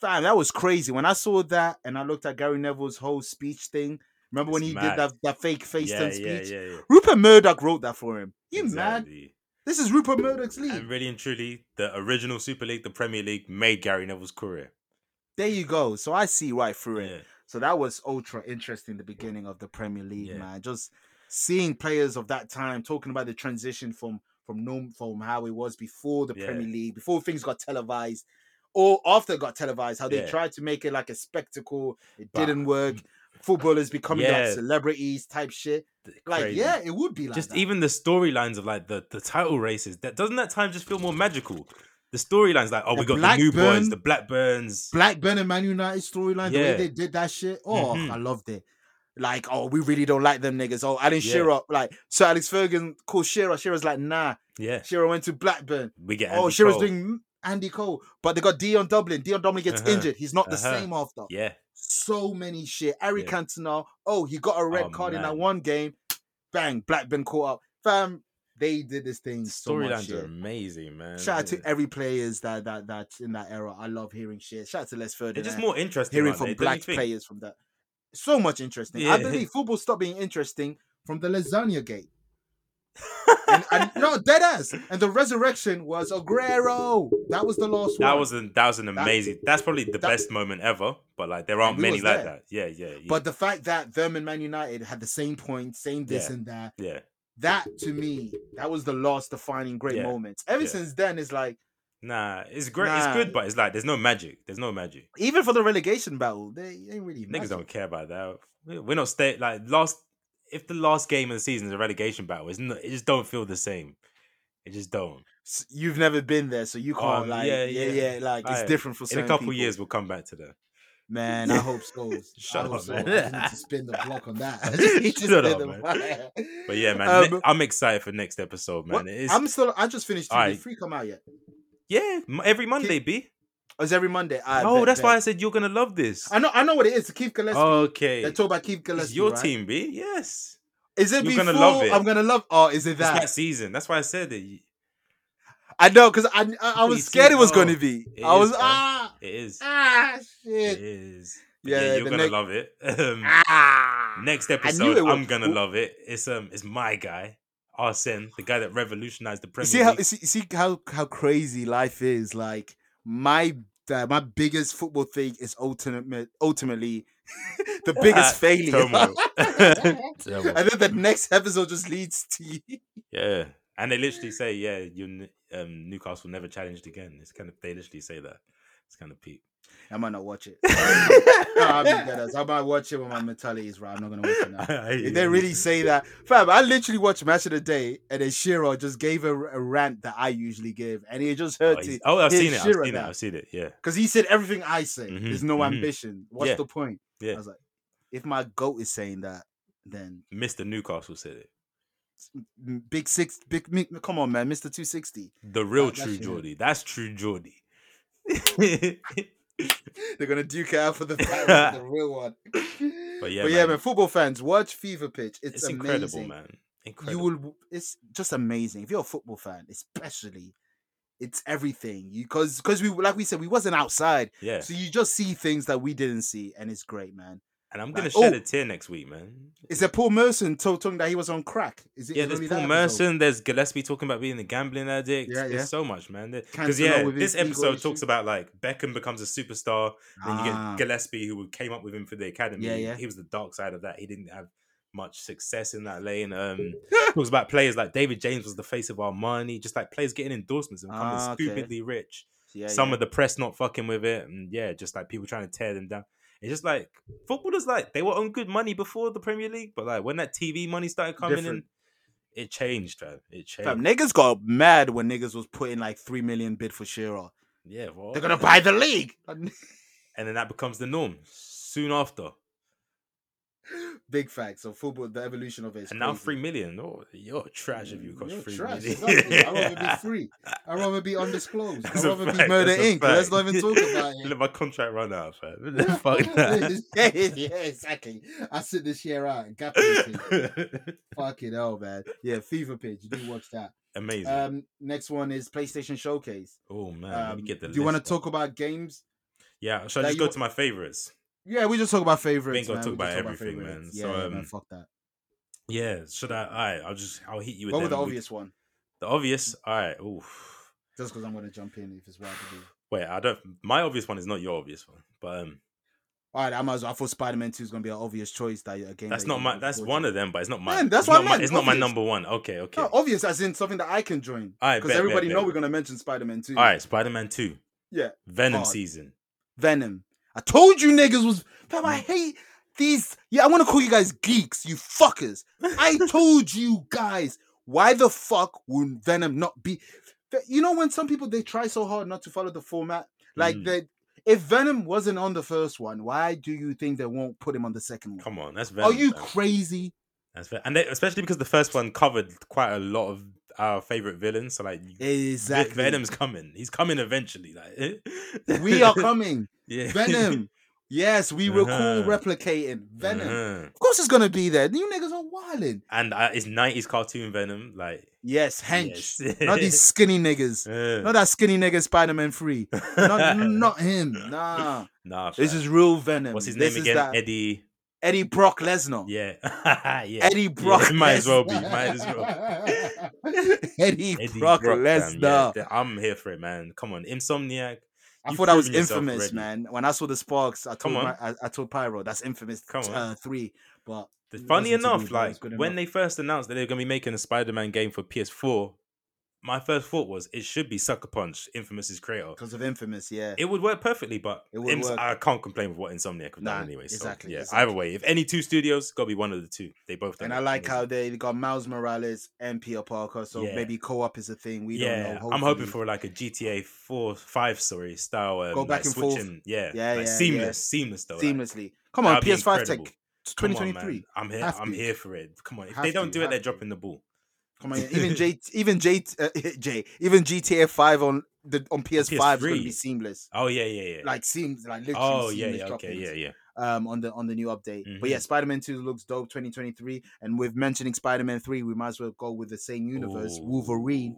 Speaker 2: Fam, that was crazy. When I saw that and I looked at Gary Neville's whole speech thing. Remember when
Speaker 3: It's
Speaker 2: he
Speaker 3: mad.
Speaker 2: did that, that fake face
Speaker 3: yeah,
Speaker 2: turn
Speaker 3: yeah,
Speaker 2: speech?
Speaker 3: yeah, yeah.
Speaker 2: Rupert Murdoch wrote that for him. You mad?
Speaker 3: Exactly.
Speaker 2: This is Rupert Murdoch's league.
Speaker 3: And really and truly, the original Super League, the Premier League, made Gary Neville's career.
Speaker 2: There you go. So I see right through it.
Speaker 3: Yeah.
Speaker 2: So that was ultra interesting. The beginning of the Premier League,
Speaker 3: Yeah.
Speaker 2: man. Just seeing players of that time talking about the transition from from norm from how it was before the Premier
Speaker 3: Yeah.
Speaker 2: League, before things got televised, or after it got televised. How they
Speaker 3: Yeah.
Speaker 2: tried to make it like a spectacle. It
Speaker 3: But-
Speaker 2: didn't work. Footballers becoming like
Speaker 3: Yeah.
Speaker 2: celebrities type shit.
Speaker 3: Th-
Speaker 2: Like
Speaker 3: crazy.
Speaker 2: yeah, it would be like
Speaker 3: just
Speaker 2: that.
Speaker 3: even the storylines of like the, the title races that doesn't that time just feel more magical the storylines like oh
Speaker 2: The
Speaker 3: we got
Speaker 2: Blackburn-
Speaker 3: the new boys the blackburns
Speaker 2: Blackburn and Man United storyline, the way
Speaker 3: Yeah.
Speaker 2: they did that shit. Oh,
Speaker 3: Mhm.
Speaker 2: I loved it. Like, oh, we really don't like them niggas. Oh, Alan
Speaker 3: Yeah.
Speaker 2: Shearer, like Sir Alex Ferguson called Shearer. Shearer's like, nah.
Speaker 3: yeah
Speaker 2: Shearer went to Blackburn.
Speaker 3: we get
Speaker 2: oh,
Speaker 3: Andy
Speaker 2: Shearer's
Speaker 3: Cole.
Speaker 2: doing Andy Cole, but they got Dion Dublin. Dion Dublin gets
Speaker 3: Uh-huh.
Speaker 2: injured. He's not the
Speaker 3: Uh-huh.
Speaker 2: same after.
Speaker 3: yeah
Speaker 2: So many shit. Eric
Speaker 3: Yeah.
Speaker 2: Cantona. Oh, he got a red
Speaker 3: Oh,
Speaker 2: card in that
Speaker 3: man.
Speaker 2: one game. Bang, Blackburn caught up. Fam, they did this thing.
Speaker 3: the
Speaker 2: so much
Speaker 3: storylines
Speaker 2: shit.
Speaker 3: are amazing man
Speaker 2: Shout out to
Speaker 3: Yeah.
Speaker 2: every players that that that's in that era. I love hearing shit. Shout out to Les Ferdinand.
Speaker 3: they're just more interesting
Speaker 2: hearing
Speaker 3: aren't
Speaker 2: from
Speaker 3: they? Don't you
Speaker 2: black
Speaker 3: think?
Speaker 2: players from that. So much interesting.
Speaker 3: Yeah.
Speaker 2: I believe football stopped being interesting from the lasagna gate. and,
Speaker 3: [laughs]
Speaker 2: and no dead ass. And the resurrection was Aguero. That was the last
Speaker 3: that
Speaker 2: one.
Speaker 3: was an that was an amazing
Speaker 2: [laughs]
Speaker 3: that's probably the
Speaker 2: that-
Speaker 3: best moment ever but like there aren't
Speaker 2: we
Speaker 3: many
Speaker 2: was
Speaker 3: like
Speaker 2: there.
Speaker 3: that yeah yeah yeah,
Speaker 2: But the fact that them and Man United had the same points, same this
Speaker 3: Yeah.
Speaker 2: and that,
Speaker 3: yeah
Speaker 2: that to me, that was the last defining great
Speaker 3: Yeah.
Speaker 2: moments. Ever
Speaker 3: Yeah.
Speaker 2: since then, it's like
Speaker 3: nah it's great
Speaker 2: Nah.
Speaker 3: it's good but it's like there's no magic there's no magic
Speaker 2: even for the relegation battle, they ain't really
Speaker 3: Niggas
Speaker 2: magic.
Speaker 3: don't care about that. We- We're not stay like last. If the last game of the season is a relegation battle, it's not, it just don't feel the same. It just don't.
Speaker 2: S- You've never been there, so you can't
Speaker 3: Um,
Speaker 2: like yeah,
Speaker 3: yeah,
Speaker 2: yeah,
Speaker 3: yeah.
Speaker 2: like it's
Speaker 3: Aye.
Speaker 2: different for
Speaker 3: In a
Speaker 2: certain
Speaker 3: couple
Speaker 2: people.
Speaker 3: years, we'll come back to that.
Speaker 2: Man, I hope so.
Speaker 3: [laughs] Shut
Speaker 2: I hope
Speaker 3: up,
Speaker 2: so.
Speaker 3: man.
Speaker 2: I just need to spin the block on that. [laughs] I just need to
Speaker 3: Shut
Speaker 2: spin
Speaker 3: up,
Speaker 2: the
Speaker 3: man.
Speaker 2: block.
Speaker 3: But yeah, man, ne-
Speaker 2: Um,
Speaker 3: I'm excited for next episode,
Speaker 2: what-
Speaker 3: man. It is,
Speaker 2: I'm still. I just finished. Two,
Speaker 3: Alright.
Speaker 2: Free come out yet?
Speaker 3: yeah, m- every Monday, B.
Speaker 2: Oh, it's every Monday. I
Speaker 3: oh,
Speaker 2: bet,
Speaker 3: that's
Speaker 2: bet.
Speaker 3: why I said you're gonna love this.
Speaker 2: I know. I know what it is. Keith Gillespie.
Speaker 3: Okay,
Speaker 2: they talk about Keith Gillespie.
Speaker 3: it's your
Speaker 2: right?
Speaker 3: team, B. Yes,
Speaker 2: Is it
Speaker 3: You're
Speaker 2: before?
Speaker 3: gonna love it.
Speaker 2: I'm gonna love. Oh, is it
Speaker 3: it's that
Speaker 2: that?
Speaker 3: season. That's why I said that. y-
Speaker 2: I know because I, I I was
Speaker 3: Please,
Speaker 2: scared it was
Speaker 3: oh,
Speaker 2: gonna be.
Speaker 3: it
Speaker 2: I
Speaker 3: is,
Speaker 2: was
Speaker 3: man.
Speaker 2: ah
Speaker 3: It is.
Speaker 2: ah
Speaker 3: It
Speaker 2: shit
Speaker 3: is. But
Speaker 2: Yeah,
Speaker 3: Yeah,
Speaker 2: the
Speaker 3: you're gonna
Speaker 2: next-
Speaker 3: love it. [laughs] Um,
Speaker 2: ah.
Speaker 3: Next
Speaker 2: knew
Speaker 3: episode,
Speaker 2: it was-
Speaker 3: I'm gonna
Speaker 2: Who-
Speaker 3: love it. It's um, it's my guy, Arsene, the guy that revolutionized the
Speaker 2: You
Speaker 3: Premier
Speaker 2: see how
Speaker 3: League.
Speaker 2: you see, you see how how crazy life is. Like my uh, my biggest football thing is ultimate ultimately [laughs] the
Speaker 3: [laughs]
Speaker 2: biggest failure.
Speaker 3: Tomo. [laughs] Tomo.
Speaker 2: [laughs] and then the next episode just leads to you.
Speaker 3: yeah, and they literally say, yeah, you um, Newcastle never challenged again. It's kind of they literally say that. It's kind of peak.
Speaker 2: [laughs]
Speaker 3: [laughs]
Speaker 2: I might not watch it. No, I'll be dead ass. I might watch it when my mentality is right. I'm not gonna watch it
Speaker 3: [laughs]
Speaker 2: now. If they really say that, fam, I literally watched Match of the Day, and then Shiro just gave a, a rant that I usually give, and it just
Speaker 3: Oh,
Speaker 2: hurt
Speaker 3: he's-
Speaker 2: it
Speaker 3: oh, I've
Speaker 2: he's
Speaker 3: seen it. I've
Speaker 2: Shearer
Speaker 3: seen it.
Speaker 2: now.
Speaker 3: I've seen it. Yeah,
Speaker 2: because he said everything I say.
Speaker 3: Mhm,
Speaker 2: There's no
Speaker 3: mhm.
Speaker 2: ambition. What's
Speaker 3: Yeah.
Speaker 2: the point?
Speaker 3: Yeah.
Speaker 2: I was like, if my goat is saying that, then
Speaker 3: Mr. Newcastle said it.
Speaker 2: m- big six, big me, come on, man, Mister Two Sixty. [laughs]
Speaker 3: The real
Speaker 2: That- that
Speaker 3: true
Speaker 2: shit-
Speaker 3: Geordie. That's true [laughs] Geordie. but
Speaker 2: They're gonna duke it out
Speaker 3: [laughs]
Speaker 2: for the, battle, the real one. But
Speaker 3: yeah,
Speaker 2: but yeah,
Speaker 3: man.
Speaker 2: man, football fans, watch Fever Pitch. It's,
Speaker 3: it's
Speaker 2: amazing.
Speaker 3: incredible, man. Incredible.
Speaker 2: You will. It's just amazing. If you're a football fan, especially, it's everything. You because because we like we said we wasn't outside,
Speaker 3: yeah.
Speaker 2: so you just see things that we didn't see, and it's great, man.
Speaker 3: And I'm gonna
Speaker 2: Like,
Speaker 3: shed
Speaker 2: oh.
Speaker 3: a tear next week, man.
Speaker 2: Is there Paul Merson to- talking that he was on crack? Is it
Speaker 3: Yeah,
Speaker 2: is
Speaker 3: there's
Speaker 2: only
Speaker 3: Paul
Speaker 2: that episode?
Speaker 3: Merson. There's Gillespie talking about being a gambling addict.
Speaker 2: Yeah, yeah.
Speaker 3: There's so much, man. Because
Speaker 2: Cancelo
Speaker 3: yeah,
Speaker 2: with his
Speaker 3: this
Speaker 2: ego
Speaker 3: episode
Speaker 2: issue.
Speaker 3: talks about like Beckham becomes a superstar. Then you
Speaker 2: Ah.
Speaker 3: get Gillespie, who came up with him for the academy.
Speaker 2: Yeah, yeah.
Speaker 3: He was the dark side of that. He didn't have much success in that lane.
Speaker 2: [laughs]
Speaker 3: Um, talks about players like David James was the face of Armani. Just like players getting endorsements and becoming
Speaker 4: Ah, okay.
Speaker 3: stupidly rich.
Speaker 4: Yeah,
Speaker 3: Some
Speaker 4: yeah.
Speaker 3: of the press not fucking with it, and yeah, just like people trying to tear them down. It's just like footballers, like they were on good money before the Premier League, but like when that TV money started coming
Speaker 2: Different.
Speaker 3: in, it changed, man. It changed.
Speaker 4: Fam, niggas got mad when niggas was putting like three million bid for Shearer.
Speaker 3: yeah, well,
Speaker 2: They're gonna buy the league. [laughs]
Speaker 3: and then that becomes the norm soon after.
Speaker 2: Big facts. So football, the evolution of it. Is
Speaker 3: and now
Speaker 2: crazy. Mm,
Speaker 3: three million. Oh, you're trash if you cost
Speaker 2: You're
Speaker 3: three
Speaker 2: trash,
Speaker 3: million.
Speaker 2: exactly. I'd rather
Speaker 3: [laughs]
Speaker 2: be free. I'd rather be undisclosed. I'd
Speaker 3: That's a
Speaker 2: rather be
Speaker 3: fact,
Speaker 2: Murder
Speaker 3: that's a
Speaker 2: Inc. Let's not even
Speaker 3: fact.
Speaker 2: talk
Speaker 3: [laughs]
Speaker 2: about it.
Speaker 3: Let my contract run out, fam.
Speaker 2: [laughs]
Speaker 3: Fuck that.
Speaker 2: yeah, yeah, exactly. I sit this year out. Gap this year. Fucking hell, man. Yeah, Fever Pitch. You do watch that.
Speaker 3: [laughs] Amazing.
Speaker 2: Um, next one is PlayStation Showcase.
Speaker 3: oh man, let me
Speaker 2: Um,
Speaker 3: get the.
Speaker 2: do you want to
Speaker 3: list up.
Speaker 2: talk about games?
Speaker 3: Yeah, should
Speaker 2: that
Speaker 3: I just
Speaker 2: you
Speaker 3: go
Speaker 2: wa-
Speaker 3: to my favorites?
Speaker 2: Yeah, we just talk about
Speaker 3: We ain't
Speaker 2: favorites.
Speaker 3: gonna
Speaker 2: man.
Speaker 3: talk
Speaker 2: We
Speaker 3: about
Speaker 2: just
Speaker 3: everything, man.
Speaker 2: favorites. Yeah,
Speaker 3: So,
Speaker 2: yeah, man,
Speaker 3: um,
Speaker 2: fuck that.
Speaker 3: Yeah, should I? All right, I'll just I'll hit you with
Speaker 2: Go with the
Speaker 3: them. We-
Speaker 2: obvious one,
Speaker 3: The obvious. All right. Oof.
Speaker 2: just because I'm gonna jump in if it's what I do.
Speaker 3: Wait, I don't. My obvious one is not your obvious one, but um,
Speaker 2: All right, I might as well. I thought Spider Man Two is gonna be an obvious choice. That a game
Speaker 3: that's
Speaker 2: that
Speaker 3: not
Speaker 2: you
Speaker 3: my.
Speaker 2: look
Speaker 3: That's
Speaker 2: forward
Speaker 3: one
Speaker 2: to.
Speaker 3: of them, but it's not mine.
Speaker 2: Man, that's
Speaker 3: it's
Speaker 2: what
Speaker 3: not
Speaker 2: I
Speaker 3: my-
Speaker 2: meant,
Speaker 3: It's not my
Speaker 2: obvious.
Speaker 3: number one. Okay, okay.
Speaker 2: No, obvious as in something that I can join.
Speaker 3: All right,
Speaker 2: Because
Speaker 3: bet, bet,
Speaker 2: everybody
Speaker 3: bet.
Speaker 2: know we're gonna mention Spider Man Two.
Speaker 3: All right, Spider Man Two.
Speaker 2: Yeah,
Speaker 3: Venom
Speaker 2: hard.
Speaker 3: season.
Speaker 2: Venom. I told you niggas was. Fam,
Speaker 3: Mm.
Speaker 2: I hate these. Yeah, I want to call you guys geeks, you fuckers.
Speaker 3: [laughs]
Speaker 2: I told you guys. Why the fuck would Venom not be? Th- You know when some people they try so hard not to follow the format, like
Speaker 3: Mm.
Speaker 2: they. If Venom wasn't on the first one, why do you think they won't put him on the second one?
Speaker 3: Come on, that's Venom.
Speaker 2: Are you
Speaker 3: fam.
Speaker 2: crazy?
Speaker 3: That's fair. And they, especially because the first one covered quite a lot of our favorite villains. So like you- Ve-
Speaker 2: Exactly.
Speaker 3: Venom's coming. He's coming eventually. Like [laughs]
Speaker 2: We are coming.
Speaker 3: yeah. [laughs]
Speaker 2: Venom. Yes, we were cool
Speaker 3: Uh-huh.
Speaker 2: replicating Venom.
Speaker 3: Uh-huh.
Speaker 2: Of course, it's gonna be there. You niggas are wilding.
Speaker 3: And uh, it's nineties cartoon Venom. Like
Speaker 2: Yes, hench.
Speaker 3: yes.
Speaker 2: [laughs] Not these skinny niggas.
Speaker 3: Uh.
Speaker 2: Not that skinny nigga Spider Man 3.
Speaker 3: [laughs]
Speaker 2: Not, not him. Nah.
Speaker 3: nah.
Speaker 2: This
Speaker 3: fam.
Speaker 2: is real Venom.
Speaker 3: what's his
Speaker 2: This
Speaker 3: name
Speaker 2: is
Speaker 3: again?
Speaker 2: that-
Speaker 3: Eddie.
Speaker 2: Eddie Brock Lesnar.
Speaker 3: Yeah. yeah. [laughs]
Speaker 2: Eddie Brock.
Speaker 3: it might as well be,
Speaker 2: Lesnar.
Speaker 3: might as
Speaker 2: well. [laughs] Eddie,
Speaker 3: Eddie
Speaker 2: Brock,
Speaker 3: Brock, fam. Yeah,
Speaker 2: Lesnar.
Speaker 3: th- I'm here for it, man. Come on, Insomniac.
Speaker 2: I
Speaker 3: You've
Speaker 2: thought that was
Speaker 3: proven yourself
Speaker 2: infamous,
Speaker 3: already.
Speaker 2: man. When I saw the sparks, I told
Speaker 3: Come on.
Speaker 2: my, I, I told Pyro that's infamous
Speaker 3: Come on.
Speaker 2: Uh, three. But
Speaker 3: The-
Speaker 2: It
Speaker 3: Funny
Speaker 2: wasn't too
Speaker 3: enough,
Speaker 2: good, but it was
Speaker 3: like
Speaker 2: good
Speaker 3: when
Speaker 2: enough.
Speaker 3: they first announced that they were going to be making a Spider-Man game for PS4, my first thought was it should be Sucker Punch, Infamous's creator.
Speaker 2: because of infamous, yeah.
Speaker 3: It would work perfectly, but
Speaker 2: It would
Speaker 3: Ins-
Speaker 2: work.
Speaker 3: I can't complain with what Insomniac have
Speaker 2: Nah,
Speaker 3: done anyway. So,
Speaker 2: exactly,
Speaker 3: yeah,
Speaker 2: exactly.
Speaker 3: either way, if any two studios, got to be one of the two. They both. done
Speaker 2: And
Speaker 3: it
Speaker 2: I like
Speaker 3: amazing.
Speaker 2: how they got Miles Morales and Peter Parker, so
Speaker 3: Yeah.
Speaker 2: maybe co-op is a thing. We don't
Speaker 3: yeah,
Speaker 2: know.
Speaker 3: I'm hoping
Speaker 2: hopefully.
Speaker 3: for like a GTA four, five, sorry, style. Um,
Speaker 2: Go back
Speaker 3: like,
Speaker 2: and forth.
Speaker 3: switching. Yeah,
Speaker 2: Yeah,
Speaker 3: like,
Speaker 2: yeah, yeah.
Speaker 3: seamless, seamless though. like,
Speaker 2: seamlessly. Come on,
Speaker 3: that'd be
Speaker 2: PS5 tech.
Speaker 3: incredible.
Speaker 2: It's
Speaker 3: Come on,
Speaker 2: 2023.
Speaker 3: man. I'm here.
Speaker 2: Have
Speaker 3: I'm
Speaker 2: to.
Speaker 3: here for it. Come on. If
Speaker 2: Have
Speaker 3: they
Speaker 2: to,
Speaker 3: don't do it, they're
Speaker 2: have to.
Speaker 3: dropping the ball.
Speaker 2: Come on, even
Speaker 3: [laughs]
Speaker 2: J, even J, uh, [laughs] J, even GTA 5 on the on PS5 is going to be
Speaker 3: PS3.
Speaker 2: seamless.
Speaker 3: Oh yeah, yeah, yeah.
Speaker 2: Like seems like literally.
Speaker 3: oh yeah,
Speaker 2: seamless
Speaker 3: yeah. Okay,
Speaker 2: droppings,
Speaker 3: yeah, yeah. Mm-hmm.
Speaker 2: Um, on the on the new update, but yeah, Spider Man Two looks dope. 2023, and with mentioning Spider Man Three, we might as well go with the same universe,
Speaker 3: Ooh.
Speaker 2: Wolverine.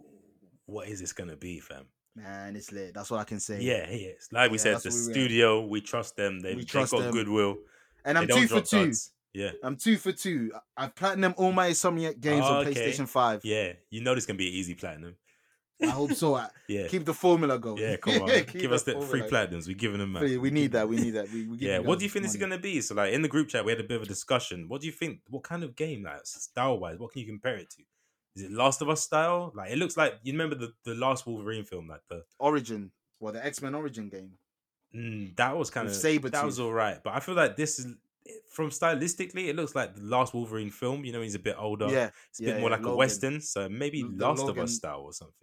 Speaker 3: What is this gonna be, fam?
Speaker 2: Man, it's lit. That's all I can say.
Speaker 3: Yeah, yeah. it's Like we
Speaker 2: Yeah,
Speaker 3: said,
Speaker 2: that's
Speaker 3: the
Speaker 2: where we at.
Speaker 3: studio. We trust them. They
Speaker 2: We
Speaker 3: have
Speaker 2: trust
Speaker 3: got
Speaker 2: them.
Speaker 3: goodwill.
Speaker 2: and I'm
Speaker 3: they don't
Speaker 2: two for
Speaker 3: drop
Speaker 2: two.
Speaker 3: duds. Yeah,
Speaker 2: I'm two for two. I- I've platinum all my Insomniac games on
Speaker 3: Oh, okay.
Speaker 2: PlayStation 5.
Speaker 3: yeah. You know this gonna be an easy platinum.
Speaker 2: I hope so. I-
Speaker 3: [laughs] Yeah,
Speaker 2: keep the formula going.
Speaker 3: yeah.
Speaker 2: [laughs]
Speaker 3: Come on,
Speaker 2: Keep
Speaker 3: give us
Speaker 2: the
Speaker 3: the free
Speaker 2: formula.
Speaker 3: platinums. We're giving them. out.
Speaker 2: Please, We
Speaker 3: We're
Speaker 2: need
Speaker 3: giving-
Speaker 2: that. We need that.
Speaker 3: [laughs]
Speaker 2: We, we give
Speaker 3: Yeah,
Speaker 2: you
Speaker 3: what
Speaker 2: guys
Speaker 3: do you think this is
Speaker 2: money.
Speaker 3: gonna be? So, like in the group chat, we had a bit of a discussion. What do you think? What kind of game, like style wise, what can you compare it to? Is it Last of Us style? Like it looks like you remember the, the last Wolverine film, like the
Speaker 2: Origin. Well, the X Men Origin game.
Speaker 3: Mm, that was kind of
Speaker 2: With
Speaker 3: that was
Speaker 2: Sabretooth.
Speaker 3: all right, but I feel like this is from stylistically, it looks like the last Wolverine film. You know, he's a bit older.
Speaker 2: Yeah.
Speaker 3: it's a
Speaker 2: yeah,
Speaker 3: bit more
Speaker 2: yeah,
Speaker 3: like a
Speaker 2: Logan.
Speaker 3: western, so maybe
Speaker 2: L- the
Speaker 3: Last of
Speaker 2: Logan-
Speaker 3: Us style or something.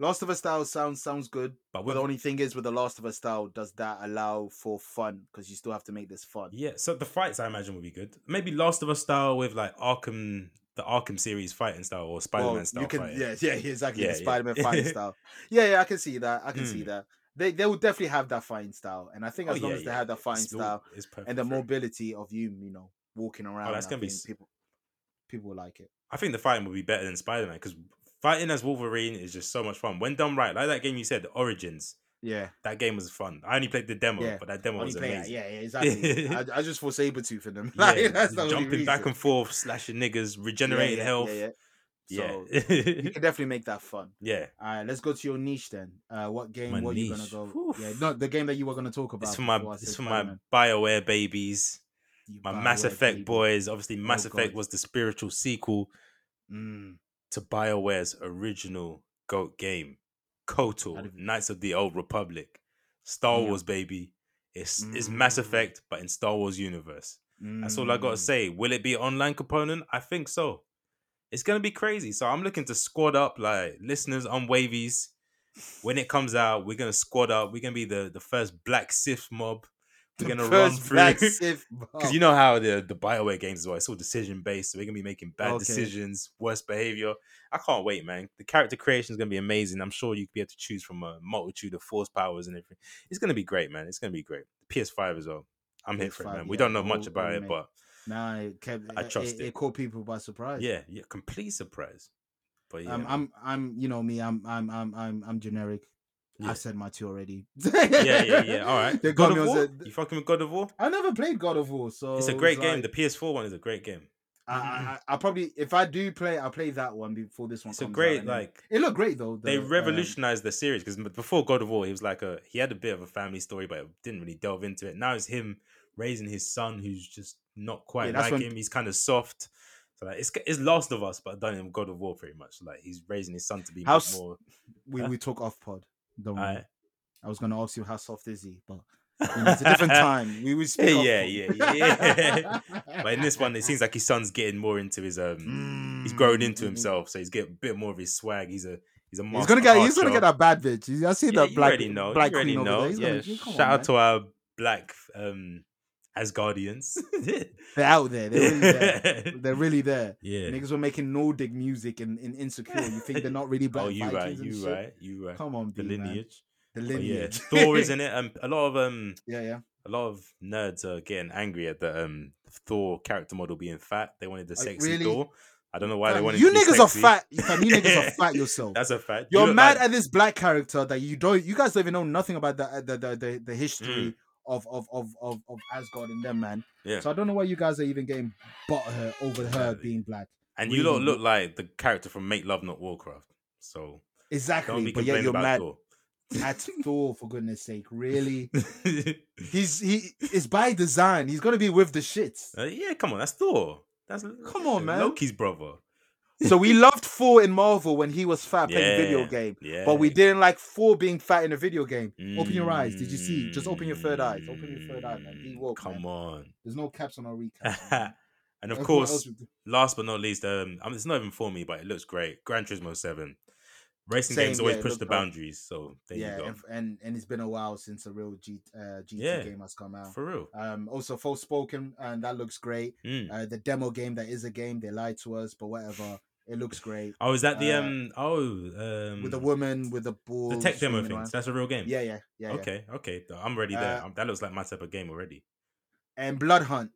Speaker 2: Last of Us style sounds sounds good,
Speaker 3: But
Speaker 2: but
Speaker 3: with
Speaker 2: the only thing is with the Last of Us style, does that allow for fun? Because you still have to make this fun.
Speaker 3: yeah, so the fights I imagine would be good. Maybe Last of Us style with like Arkham, the Arkham series fighting style or Spider Man
Speaker 2: Well,
Speaker 3: style.
Speaker 2: You can,
Speaker 3: fighting.
Speaker 2: yeah, [laughs] yeah, yeah, exactly.
Speaker 3: Yeah,
Speaker 2: the
Speaker 3: yeah.
Speaker 2: Spider-Man
Speaker 3: [laughs]
Speaker 2: fighting style. Yeah, yeah, I can see that. I can see
Speaker 3: Mm.
Speaker 2: that. They they will definitely have that fighting style, and I think
Speaker 3: Oh,
Speaker 2: as long
Speaker 3: yeah,
Speaker 2: as they
Speaker 3: yeah,
Speaker 2: have that
Speaker 3: it's
Speaker 2: fighting
Speaker 3: all-
Speaker 2: style
Speaker 3: it's perfect
Speaker 2: and the
Speaker 3: for it.
Speaker 2: mobility of you, you know, walking around,
Speaker 3: that's
Speaker 2: I
Speaker 3: gonna be
Speaker 2: think
Speaker 3: s-
Speaker 2: people people will like it.
Speaker 3: I think the fighting would be better than Spider Man because fighting as Wolverine is just so much fun when done right. Like that game you said, Origins.
Speaker 2: Yeah.
Speaker 3: That game was fun. I only played the demo,
Speaker 2: Yeah.
Speaker 3: but that demo
Speaker 2: Only
Speaker 3: was
Speaker 2: player.
Speaker 3: amazing.
Speaker 2: Yeah, [laughs] yeah,
Speaker 3: [laughs]
Speaker 2: exactly. I, I just for saber tooth in them. [laughs] Like, that's the only
Speaker 3: jumping back
Speaker 2: reason.
Speaker 3: and forth, slashing niggas, regenerating health.
Speaker 2: Yeah,
Speaker 3: Yeah, [laughs]
Speaker 2: yeah. So you can definitely make that fun.
Speaker 3: Yeah.
Speaker 2: All right, let's go to your niche then. Uh, what game
Speaker 3: My
Speaker 2: were you gonna
Speaker 3: niche.
Speaker 2: go?
Speaker 3: Oof.
Speaker 2: Yeah, no, the game that you were gonna talk about.
Speaker 3: It's for my
Speaker 2: before I said
Speaker 3: it's for my
Speaker 2: Spider-Man.
Speaker 3: Bioware babies,
Speaker 2: You
Speaker 3: my
Speaker 2: buy
Speaker 3: Mass
Speaker 2: what,
Speaker 3: Effect
Speaker 2: baby?
Speaker 3: boys. Obviously, Mass
Speaker 2: Oh,
Speaker 3: Effect
Speaker 2: God.
Speaker 3: was the spiritual sequel
Speaker 2: Mm,
Speaker 3: to Bioware's original GOAT game, KOTOR,
Speaker 2: How did-
Speaker 3: Knights of the Old Republic. Star
Speaker 2: Damn.
Speaker 3: Wars, baby. It's it's Mass
Speaker 2: Mm.
Speaker 3: Effect, but in Star Wars universe. That's all I
Speaker 2: [laughs]
Speaker 3: gotta
Speaker 2: mm.
Speaker 3: say. Will it be an online component? I think so. It's gonna be crazy. So I'm looking to squad up like listeners on wavies. When it comes out, we're gonna squad up. We're gonna be the, the first black Sith mob. We're gonna run
Speaker 2: First
Speaker 3: through
Speaker 2: Black Sith
Speaker 3: [laughs] because you know how the the Bioware games are. It's all decision based, so we're gonna be making bad
Speaker 2: Okay.
Speaker 3: decisions, worse behavior. I can't wait, man. The character creation is gonna be amazing. I'm sure you'll be able to choose from a multitude of force powers and everything. It's gonna be great, man. It's gonna be great. PS5 as well. I'm here for it,
Speaker 2: PS5,
Speaker 3: man. We
Speaker 2: yeah,
Speaker 3: don't know
Speaker 2: all-
Speaker 3: much about
Speaker 2: all
Speaker 3: it,
Speaker 2: made.
Speaker 3: but
Speaker 2: Nah, it kept,
Speaker 3: I
Speaker 2: it-
Speaker 3: trust
Speaker 2: it,
Speaker 3: it.
Speaker 2: it caught people by surprise.
Speaker 3: yeah, yeah, complete surprise. But yeah,
Speaker 2: um,
Speaker 3: man.
Speaker 2: I'm, I'm, you know me, I'm, I'm, I'm, I'm, I'm generic.
Speaker 3: Yeah.
Speaker 2: I've said my two already.
Speaker 3: yeah, yeah,
Speaker 2: [laughs]
Speaker 3: yeah. All right,
Speaker 2: They got
Speaker 3: God
Speaker 2: me
Speaker 3: of
Speaker 2: on
Speaker 3: War.
Speaker 2: the-
Speaker 3: You fucking with God of War?
Speaker 2: I never played God of War, so
Speaker 3: It's a great
Speaker 2: it's
Speaker 3: game.
Speaker 2: like,
Speaker 3: The PS4 one is a great game.
Speaker 2: I, I, I I probably, if I do play, I'll play that one before this one.
Speaker 3: It's a
Speaker 2: comes out,
Speaker 3: great
Speaker 2: and then-
Speaker 3: like
Speaker 2: It looked great though.
Speaker 3: they
Speaker 2: the, um,
Speaker 3: revolutionized the series because before God of War, he was like a he had a bit of a family story, but didn't really delve into it. Now it's him raising his son, who's just not quite
Speaker 2: Yeah, that's
Speaker 3: like
Speaker 2: when-
Speaker 3: him. He's kind of soft. So like, it's it's Last of Us, but done in God of War pretty much. Like he's raising his son to be a bit
Speaker 2: How's- [laughs]
Speaker 3: more.
Speaker 2: um, we we talk off pod. Don't worry.
Speaker 3: Alright.
Speaker 2: I was gonna ask you how soft is he,
Speaker 3: [laughs]
Speaker 2: but you know, Mm, it's a different time. We would speak. off
Speaker 3: Yeah,
Speaker 2: pod.
Speaker 3: yeah, [laughs] But in this one, it seems like his son's getting more into his um. He's grown into
Speaker 2: Mm.
Speaker 3: himself, so he's getting a bit more of his swag. He's a he's
Speaker 2: [laughs]
Speaker 3: a
Speaker 2: He's
Speaker 3: master
Speaker 2: gonna get. He's
Speaker 3: archer.
Speaker 2: gonna get that bad bitch. I see
Speaker 3: yeah,
Speaker 2: that
Speaker 3: you
Speaker 2: black.
Speaker 3: already know.
Speaker 2: Black
Speaker 3: you already
Speaker 2: queen
Speaker 3: know.
Speaker 2: over there. He's
Speaker 3: yeah.
Speaker 2: gonna, you- come
Speaker 3: Shout
Speaker 2: on,
Speaker 3: out
Speaker 2: man.
Speaker 3: to our black um Asgardians.
Speaker 2: [laughs]
Speaker 3: [laughs]
Speaker 2: They're out there. They're really there. They're really there.
Speaker 3: yeah.
Speaker 2: Niggas were making Nordic music in, in Insecure. You think they're not really black?
Speaker 3: [laughs] Oh, you
Speaker 2: Vikings
Speaker 3: right.
Speaker 2: and
Speaker 3: You
Speaker 2: shit?
Speaker 3: right. You right.
Speaker 2: Come on,
Speaker 3: The
Speaker 2: B, man.
Speaker 3: lineage.
Speaker 2: The
Speaker 3: But
Speaker 2: [laughs]
Speaker 3: yeah,
Speaker 2: lineage.
Speaker 3: Thor is in it. Um, a lot of um,
Speaker 2: yeah, yeah.
Speaker 3: a lot of nerds are getting angry at the um Thor character model being fat. They wanted the
Speaker 2: Like,
Speaker 3: sexy
Speaker 2: really?
Speaker 3: Thor. I don't know why they
Speaker 2: Fam,
Speaker 3: wanted.
Speaker 2: you
Speaker 3: to be
Speaker 2: niggas are
Speaker 3: sexy.
Speaker 2: fat. Fam, you niggas
Speaker 3: [laughs]
Speaker 2: are fat yourself.
Speaker 3: That's a fact. You
Speaker 2: You're
Speaker 3: look
Speaker 2: mad
Speaker 3: like-
Speaker 2: at this black character that you don't. You guys don't even know nothing about the the the, the, the history of, of of of of Asgard and them, man.
Speaker 3: Mm. Yeah.
Speaker 2: So I don't know why you guys are even getting butthurt over her
Speaker 3: Exactly.
Speaker 2: being black.
Speaker 3: and you lot
Speaker 2: really-
Speaker 3: look like the character from Make Love Not Warcraft. So don't
Speaker 2: Exactly,
Speaker 3: be
Speaker 2: but yeah,
Speaker 3: complaining
Speaker 2: you're
Speaker 3: about
Speaker 2: mad
Speaker 3: Thor.
Speaker 2: at
Speaker 3: [laughs]
Speaker 2: Thor for goodness sake. Really, [laughs] he's he is by design. He's gonna be with the
Speaker 3: [laughs]
Speaker 2: shits.
Speaker 3: Uh, yeah, come on, that's Thor. That's
Speaker 2: Come on, man.
Speaker 3: Loki's brother.
Speaker 2: So we loved Thor in Marvel when he was fat playing video
Speaker 3: Yeah,
Speaker 2: game,
Speaker 3: Yeah,
Speaker 2: but we didn't like Thor being fat in a video game. Open your eyes. Did you see? Just open your third eyes. Open your third eye, man. Be
Speaker 3: Mm,
Speaker 2: woke.
Speaker 3: Come
Speaker 2: man.
Speaker 3: on.
Speaker 2: There's no caps on
Speaker 3: [laughs]
Speaker 2: our recap. man.
Speaker 3: and of
Speaker 2: Everyone else
Speaker 3: course,
Speaker 2: would do-
Speaker 3: last but not least, um, I mean, it's not even for me, but it looks great. Gran Turismo Seven. Racing
Speaker 2: Same,
Speaker 3: games always
Speaker 2: yeah, it
Speaker 3: push
Speaker 2: looked
Speaker 3: the
Speaker 2: dope.
Speaker 3: boundaries, so there
Speaker 2: yeah,
Speaker 3: you go.
Speaker 2: and, and and it's been a while since a real G, uh, GT
Speaker 3: Yeah.
Speaker 2: game has come out.
Speaker 3: For real.
Speaker 2: Um, also, False Spoken, and that looks great.
Speaker 3: Mm.
Speaker 2: Uh, the demo game that is a game, they lied to us, but whatever, it looks great.
Speaker 3: Oh, is that the
Speaker 2: uh,
Speaker 3: um? Oh, um,
Speaker 2: With a woman, with a ball,
Speaker 3: the tech demo
Speaker 2: swinging
Speaker 3: thing.
Speaker 2: around.
Speaker 3: That's a real game.
Speaker 2: Yeah, yeah, yeah. yeah.
Speaker 3: Okay, okay, I'm already there.
Speaker 2: Uh,
Speaker 3: Um, that looks like my type of game already.
Speaker 2: And Blood Hunt,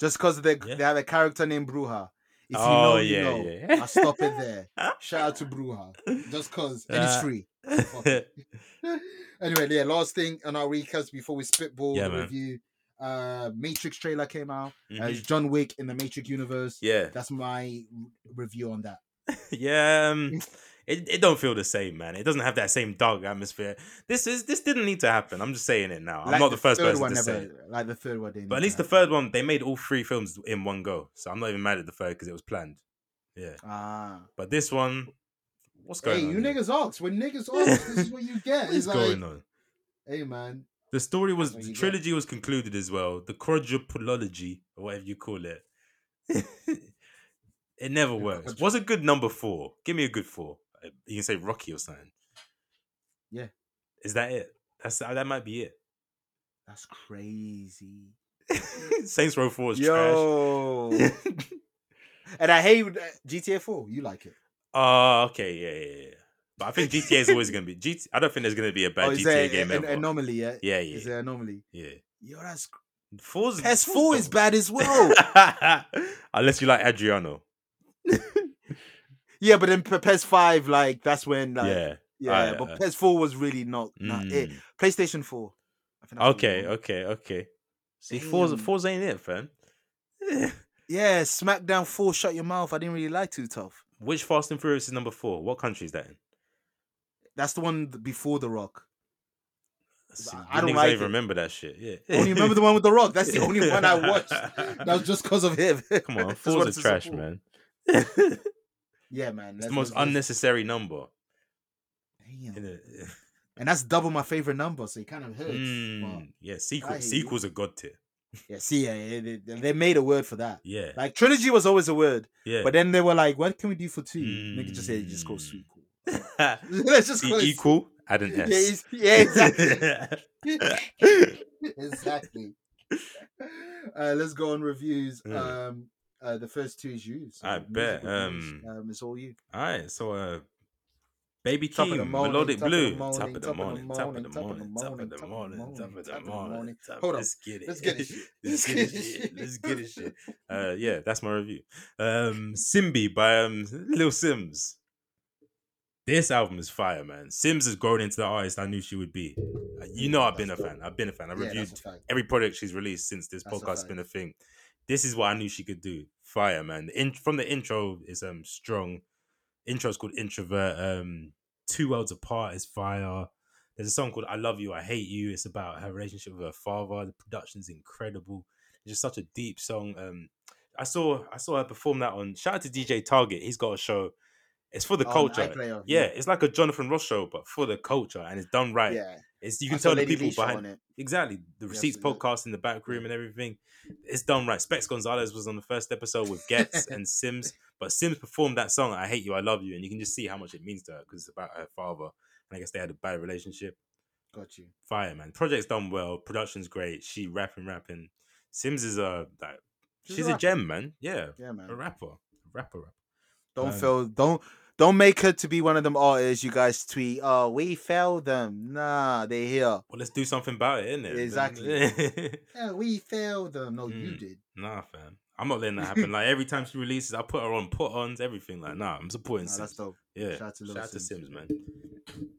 Speaker 2: just because they
Speaker 3: Yeah.
Speaker 2: they have a character named Bruja. If
Speaker 3: oh
Speaker 2: you know, you know.
Speaker 3: yeah, yeah.
Speaker 2: I'll
Speaker 3: [laughs]
Speaker 2: stop it there. Shout out to Bruja, just cause, and it's
Speaker 3: Uh,
Speaker 2: free. [laughs]
Speaker 3: there.
Speaker 2: anyway, yeah, last thing on our recaps before we spitball
Speaker 3: Yeah,
Speaker 2: the
Speaker 3: man.
Speaker 2: review. Uh Matrix trailer came out. Uh,
Speaker 3: Mm-hmm.
Speaker 2: it's John Wick in the Matrix universe.
Speaker 3: yeah.
Speaker 2: That's my r- review on that.
Speaker 3: Yeah, um,
Speaker 2: Mm.
Speaker 3: it, it don't feel the same, man. It doesn't have that same dark atmosphere. This is this didn't need to happen. I'm just saying it now. I'm
Speaker 2: Like
Speaker 3: not the, first
Speaker 2: third
Speaker 3: person
Speaker 2: one
Speaker 3: to
Speaker 2: never,
Speaker 3: say it.
Speaker 2: like the third one didn't.
Speaker 3: But at least the third one, they made all three films in one go. So I'm not even mad at the third because it was planned. Yeah.
Speaker 2: Ah.
Speaker 3: But this one, what's going
Speaker 2: Hey,
Speaker 3: on?
Speaker 2: you
Speaker 3: here?
Speaker 2: niggas ox. When
Speaker 3: [laughs]
Speaker 2: niggas ox, this is what you get.
Speaker 3: What is
Speaker 2: It's
Speaker 3: going
Speaker 2: like,
Speaker 3: on?
Speaker 2: hey man,
Speaker 3: The story was
Speaker 2: That's what
Speaker 3: the
Speaker 2: you get.
Speaker 3: trilogy was concluded as well. The quadrupology, or whatever you call it. [laughs] it never works.
Speaker 2: quadru-
Speaker 3: What's a good number four? Give me a good four. Uh, You can say Rocky or something.
Speaker 2: Yeah.
Speaker 3: Is that it? That's uh, that might be it. [laughs]
Speaker 2: that's crazy.
Speaker 3: Saints Row Four is [laughs]
Speaker 2: Yo.
Speaker 3: trash.
Speaker 2: and I hate uh, GTA 4. You like it?
Speaker 3: Oh, okay, yeah, yeah, yeah. But I think GTA is always
Speaker 2: [laughs]
Speaker 3: gonna be. GT, I don't think there's gonna be a bad
Speaker 2: Oh, is there
Speaker 3: GTA game
Speaker 2: an
Speaker 3: ever.
Speaker 2: anomaly? Yeah.
Speaker 3: yeah,
Speaker 2: Is
Speaker 3: yeah,
Speaker 2: there anomaly?
Speaker 3: yeah.
Speaker 2: Yo, that's [laughs]
Speaker 3: Four's,
Speaker 2: PS4 is
Speaker 3: four's
Speaker 2: bad as well. [laughs]
Speaker 3: dumb. [laughs] Unless you like Adriano.
Speaker 2: yeah, but in P- PS5, like that's when like yeah,
Speaker 3: yeah.
Speaker 2: Yeah,
Speaker 3: Alright,
Speaker 2: but
Speaker 3: uh,
Speaker 2: PS4 was really not, not it.
Speaker 3: Mm.
Speaker 2: PlayStation 4. I think that's what
Speaker 3: Okay,
Speaker 2: it was.
Speaker 3: okay, okay. See, fours,
Speaker 2: Damn.
Speaker 3: fours ain't it, fam. Eh.
Speaker 2: Yeah, SmackDown 4, Shut Your Mouth. I didn't really like Too Tough.
Speaker 3: Which Fast and Furious is number four? What country is that in?
Speaker 2: That's the one th- before The Rock.
Speaker 3: See,
Speaker 2: I- I don't
Speaker 3: niggas
Speaker 2: like
Speaker 3: even
Speaker 2: it.
Speaker 3: remember that shit. Yeah.
Speaker 2: I only remember the one with The Rock. That's the only one I
Speaker 3: [laughs]
Speaker 2: watched. That was just because of him. [laughs]
Speaker 3: Come on,
Speaker 2: Just
Speaker 3: fours
Speaker 2: wanted
Speaker 3: is
Speaker 2: to
Speaker 3: trash,
Speaker 2: support.
Speaker 3: man. it's
Speaker 2: Yeah, man.
Speaker 3: the
Speaker 2: let's-
Speaker 3: most
Speaker 2: let's- let's-
Speaker 3: unnecessary number.
Speaker 2: Damn.
Speaker 3: innit?
Speaker 2: [laughs] And that's double my favorite number, so it kind
Speaker 3: [laughs]
Speaker 2: of hurts. but-
Speaker 3: Mm, yeah,
Speaker 2: I
Speaker 3: sequel,
Speaker 2: hear
Speaker 3: sequels are god tier.
Speaker 2: yeah, see, yeah, yeah, they, they made a word for that.
Speaker 3: Yeah,
Speaker 2: Like trilogy was always a word,
Speaker 3: yeah. [laughs]
Speaker 2: but then they were like, "What can we do for two? Nigga just said, "Just call
Speaker 3: Mm.
Speaker 2: sequel."
Speaker 3: then
Speaker 2: [laughs] Let's [laughs] just call it
Speaker 3: the equal, add an
Speaker 2: [laughs] Yeah,
Speaker 3: S.
Speaker 2: it's- yeah,
Speaker 3: [laughs]
Speaker 2: exactly. exactly. [laughs] Uh, let's go on reviews.
Speaker 3: Mm.
Speaker 2: Um, uh, the first two is you. so
Speaker 3: I
Speaker 2: music reviews,
Speaker 3: bet, um,
Speaker 2: um, it's all you.
Speaker 3: All right, so uh, baby
Speaker 2: Top of the
Speaker 3: Keem,
Speaker 2: morning,
Speaker 3: melodic
Speaker 2: top of the
Speaker 3: blue,
Speaker 2: morning,
Speaker 3: top of
Speaker 2: top
Speaker 3: the
Speaker 2: of the
Speaker 3: morning, top of
Speaker 2: morning,
Speaker 3: the
Speaker 2: top of
Speaker 3: morning,
Speaker 2: the
Speaker 3: top of
Speaker 2: morning, top of
Speaker 3: the
Speaker 2: the
Speaker 3: morning, top of
Speaker 2: morning,
Speaker 3: the
Speaker 2: top of the
Speaker 3: morning.
Speaker 2: morning.
Speaker 3: top-
Speaker 2: Hold on,
Speaker 3: let's get it.
Speaker 2: Let's get it.
Speaker 3: [laughs] Let's get this shit. Let's get
Speaker 2: [laughs]
Speaker 3: this shit. Uh, yeah, that's my review. Um, Simbi by um Lil Sims. This album is fire, man. Sims has grown into the artist I knew she would be. Uh, You know, I've been a fan. I've been a fan. I
Speaker 2: Yeah,
Speaker 3: reviewed
Speaker 2: that's a fact.
Speaker 3: every product she's released since this
Speaker 2: That's a
Speaker 3: podcast's
Speaker 2: fact.
Speaker 3: been a thing. This is what I knew she could do. Fire, man. The in- from the intro is um strong. Intro's called Introvert. Um, Two Worlds Apart is fire. There's a song called I Love You, I Hate You. It's about her relationship with her father. The production's incredible. It's just such a deep song. Um, I saw I saw her perform that on shout out to DJ Target. He's got a show. It's for the
Speaker 2: Oh, On
Speaker 3: culture.
Speaker 2: iPlayer,
Speaker 3: Yeah, it's like a Jonathan Ross show, but for the culture, and it's done right.
Speaker 2: yeah.
Speaker 3: It's you can
Speaker 2: I saw
Speaker 3: tell the
Speaker 2: Lady
Speaker 3: people
Speaker 2: Leisha
Speaker 3: behind
Speaker 2: on it.
Speaker 3: Exactly. The Receipts
Speaker 2: absolutely.
Speaker 3: podcast in the back room and everything. It's done right. Specs Gonzalez was on the first episode with
Speaker 2: [laughs]
Speaker 3: Getz and Sims, but Sims performed that song, I Hate You, I Love You, and you can just see how much it means to her because it's about her father. And I guess they had a bad relationship.
Speaker 2: Got you.
Speaker 3: Fire, man. Project's done well. Production's great. She rapping, rapping. Sims is a, like,
Speaker 2: She's
Speaker 3: she's,
Speaker 2: a
Speaker 3: a,
Speaker 2: rapper.
Speaker 3: gem, man. Yeah.
Speaker 2: Yeah, man.
Speaker 3: A rapper. A rapper, rapper.
Speaker 2: Don't
Speaker 3: Um,
Speaker 2: fail. Don't don't make her to be one of them artists. You guys tweet. Oh, we failed them. Nah, they here.
Speaker 3: Well, let's do something about it, innit?
Speaker 2: Exactly. Yeah, we failed them. No, you
Speaker 3: Mm.
Speaker 2: did.
Speaker 3: [laughs] Nah, fam. I'm not letting that happen. Like every time she releases, I put her on put ons, everything. Like, nah, I'm supporting
Speaker 2: Nah,
Speaker 3: Sims.
Speaker 2: that's dope.
Speaker 3: Yeah.
Speaker 2: Shout out to Lil Sims.
Speaker 3: man.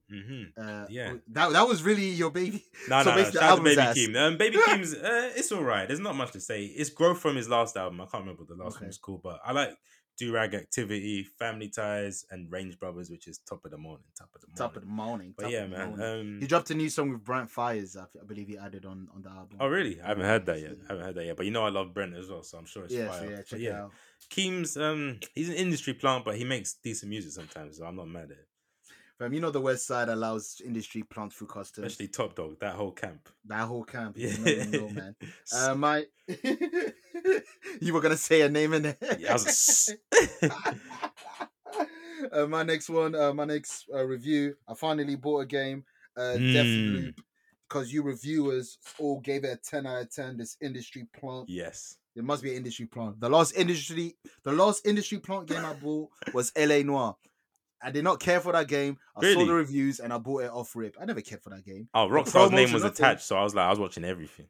Speaker 3: hmm
Speaker 2: Uh,
Speaker 3: Yeah.
Speaker 2: w- That that was really your baby. [laughs]
Speaker 3: No,
Speaker 2: So
Speaker 3: no, no.
Speaker 2: basically
Speaker 3: Shout
Speaker 2: the
Speaker 3: out to
Speaker 2: album's
Speaker 3: Baby
Speaker 2: ass.
Speaker 3: Keem.
Speaker 2: [laughs]
Speaker 3: Um, Baby Keem's, uh, it's all right. There's not much to say. It's growth from his last album. I can't remember what the last
Speaker 2: Okay.
Speaker 3: one was called, but I like Do Rag Activity, Family Ties, and Range Brothers, which is top of the morning, top of the morning.
Speaker 2: Top of the morning.
Speaker 3: but
Speaker 2: top
Speaker 3: yeah,
Speaker 2: of the
Speaker 3: man.
Speaker 2: morning.
Speaker 3: Um,
Speaker 2: he dropped a new song with Brent Fires. I, f- I believe he added on on the album.
Speaker 3: oh, really? I haven't heard that yet.
Speaker 2: Yeah.
Speaker 3: I haven't heard that yet. But you know, I love Brent as well, so I'm sure it's
Speaker 2: Yeah,
Speaker 3: fire.
Speaker 2: so yeah,
Speaker 3: But
Speaker 2: check it
Speaker 3: yeah,
Speaker 2: out.
Speaker 3: Keem's um, he's an industry plant, but he makes decent music sometimes, so I'm not mad at it.
Speaker 2: Fam, you know the West Side allows industry plant through customs.
Speaker 3: Especially Top Dog, that whole camp.
Speaker 2: that whole camp.
Speaker 3: Yeah,
Speaker 2: You know, you know,
Speaker 3: [laughs]
Speaker 2: man. Uh, my, [laughs] you were gonna say a name in there.
Speaker 3: Yeah, I was
Speaker 2: [laughs]
Speaker 3: like, "S-"
Speaker 2: uh, my next one, uh, my next uh, review. I finally bought a game, uh,
Speaker 3: Hmm.
Speaker 2: Deathloop, because you reviewers all gave it a ten out of ten. This industry plant.
Speaker 3: yes.
Speaker 2: It must be an industry plant. The last industry, the last industry plant game I bought was L.A. Noir. I did not care for that game. I saw
Speaker 3: Really?
Speaker 2: the reviews and I bought it off rip. I never cared for that game,
Speaker 3: Oh,
Speaker 2: promos
Speaker 3: Rockstar's
Speaker 2: and
Speaker 3: name was
Speaker 2: nothing.
Speaker 3: attached, so I was like, I was watching everything.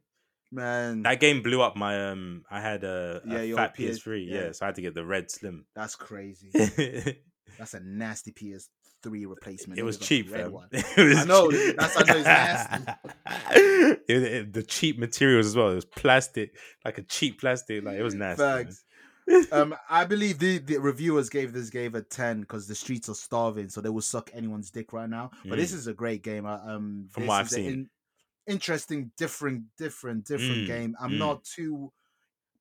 Speaker 2: man.
Speaker 3: That game blew up my um. I had a, a
Speaker 2: Yeah, your
Speaker 3: fat
Speaker 2: PS
Speaker 3: PS3, yeah.
Speaker 2: yeah.
Speaker 3: so I had to get the red
Speaker 2: [laughs]
Speaker 3: slim.
Speaker 2: That's
Speaker 3: [laughs]
Speaker 2: crazy.
Speaker 3: it
Speaker 2: That's a nasty PS3 replacement. They
Speaker 3: was
Speaker 2: gave us a
Speaker 3: cheap,
Speaker 2: red
Speaker 3: fam.
Speaker 2: one.
Speaker 3: [laughs] It was
Speaker 2: I know,
Speaker 3: cheap.
Speaker 2: [laughs] that's- I know it's nasty.
Speaker 3: [laughs] It- it- the cheap materials as well. It was plastic, like a cheap plastic. Like it was nasty. man.
Speaker 2: Facts. um, I believe the, the reviewers gave this game a ten because the streets are starving, so they will suck anyone's dick right now. But this is a great game. I, um,
Speaker 3: Mm. From
Speaker 2: this
Speaker 3: what I've
Speaker 2: is a
Speaker 3: seen.
Speaker 2: in- interesting, different, different, different
Speaker 3: Mm,
Speaker 2: game. I'm
Speaker 3: mm.
Speaker 2: not too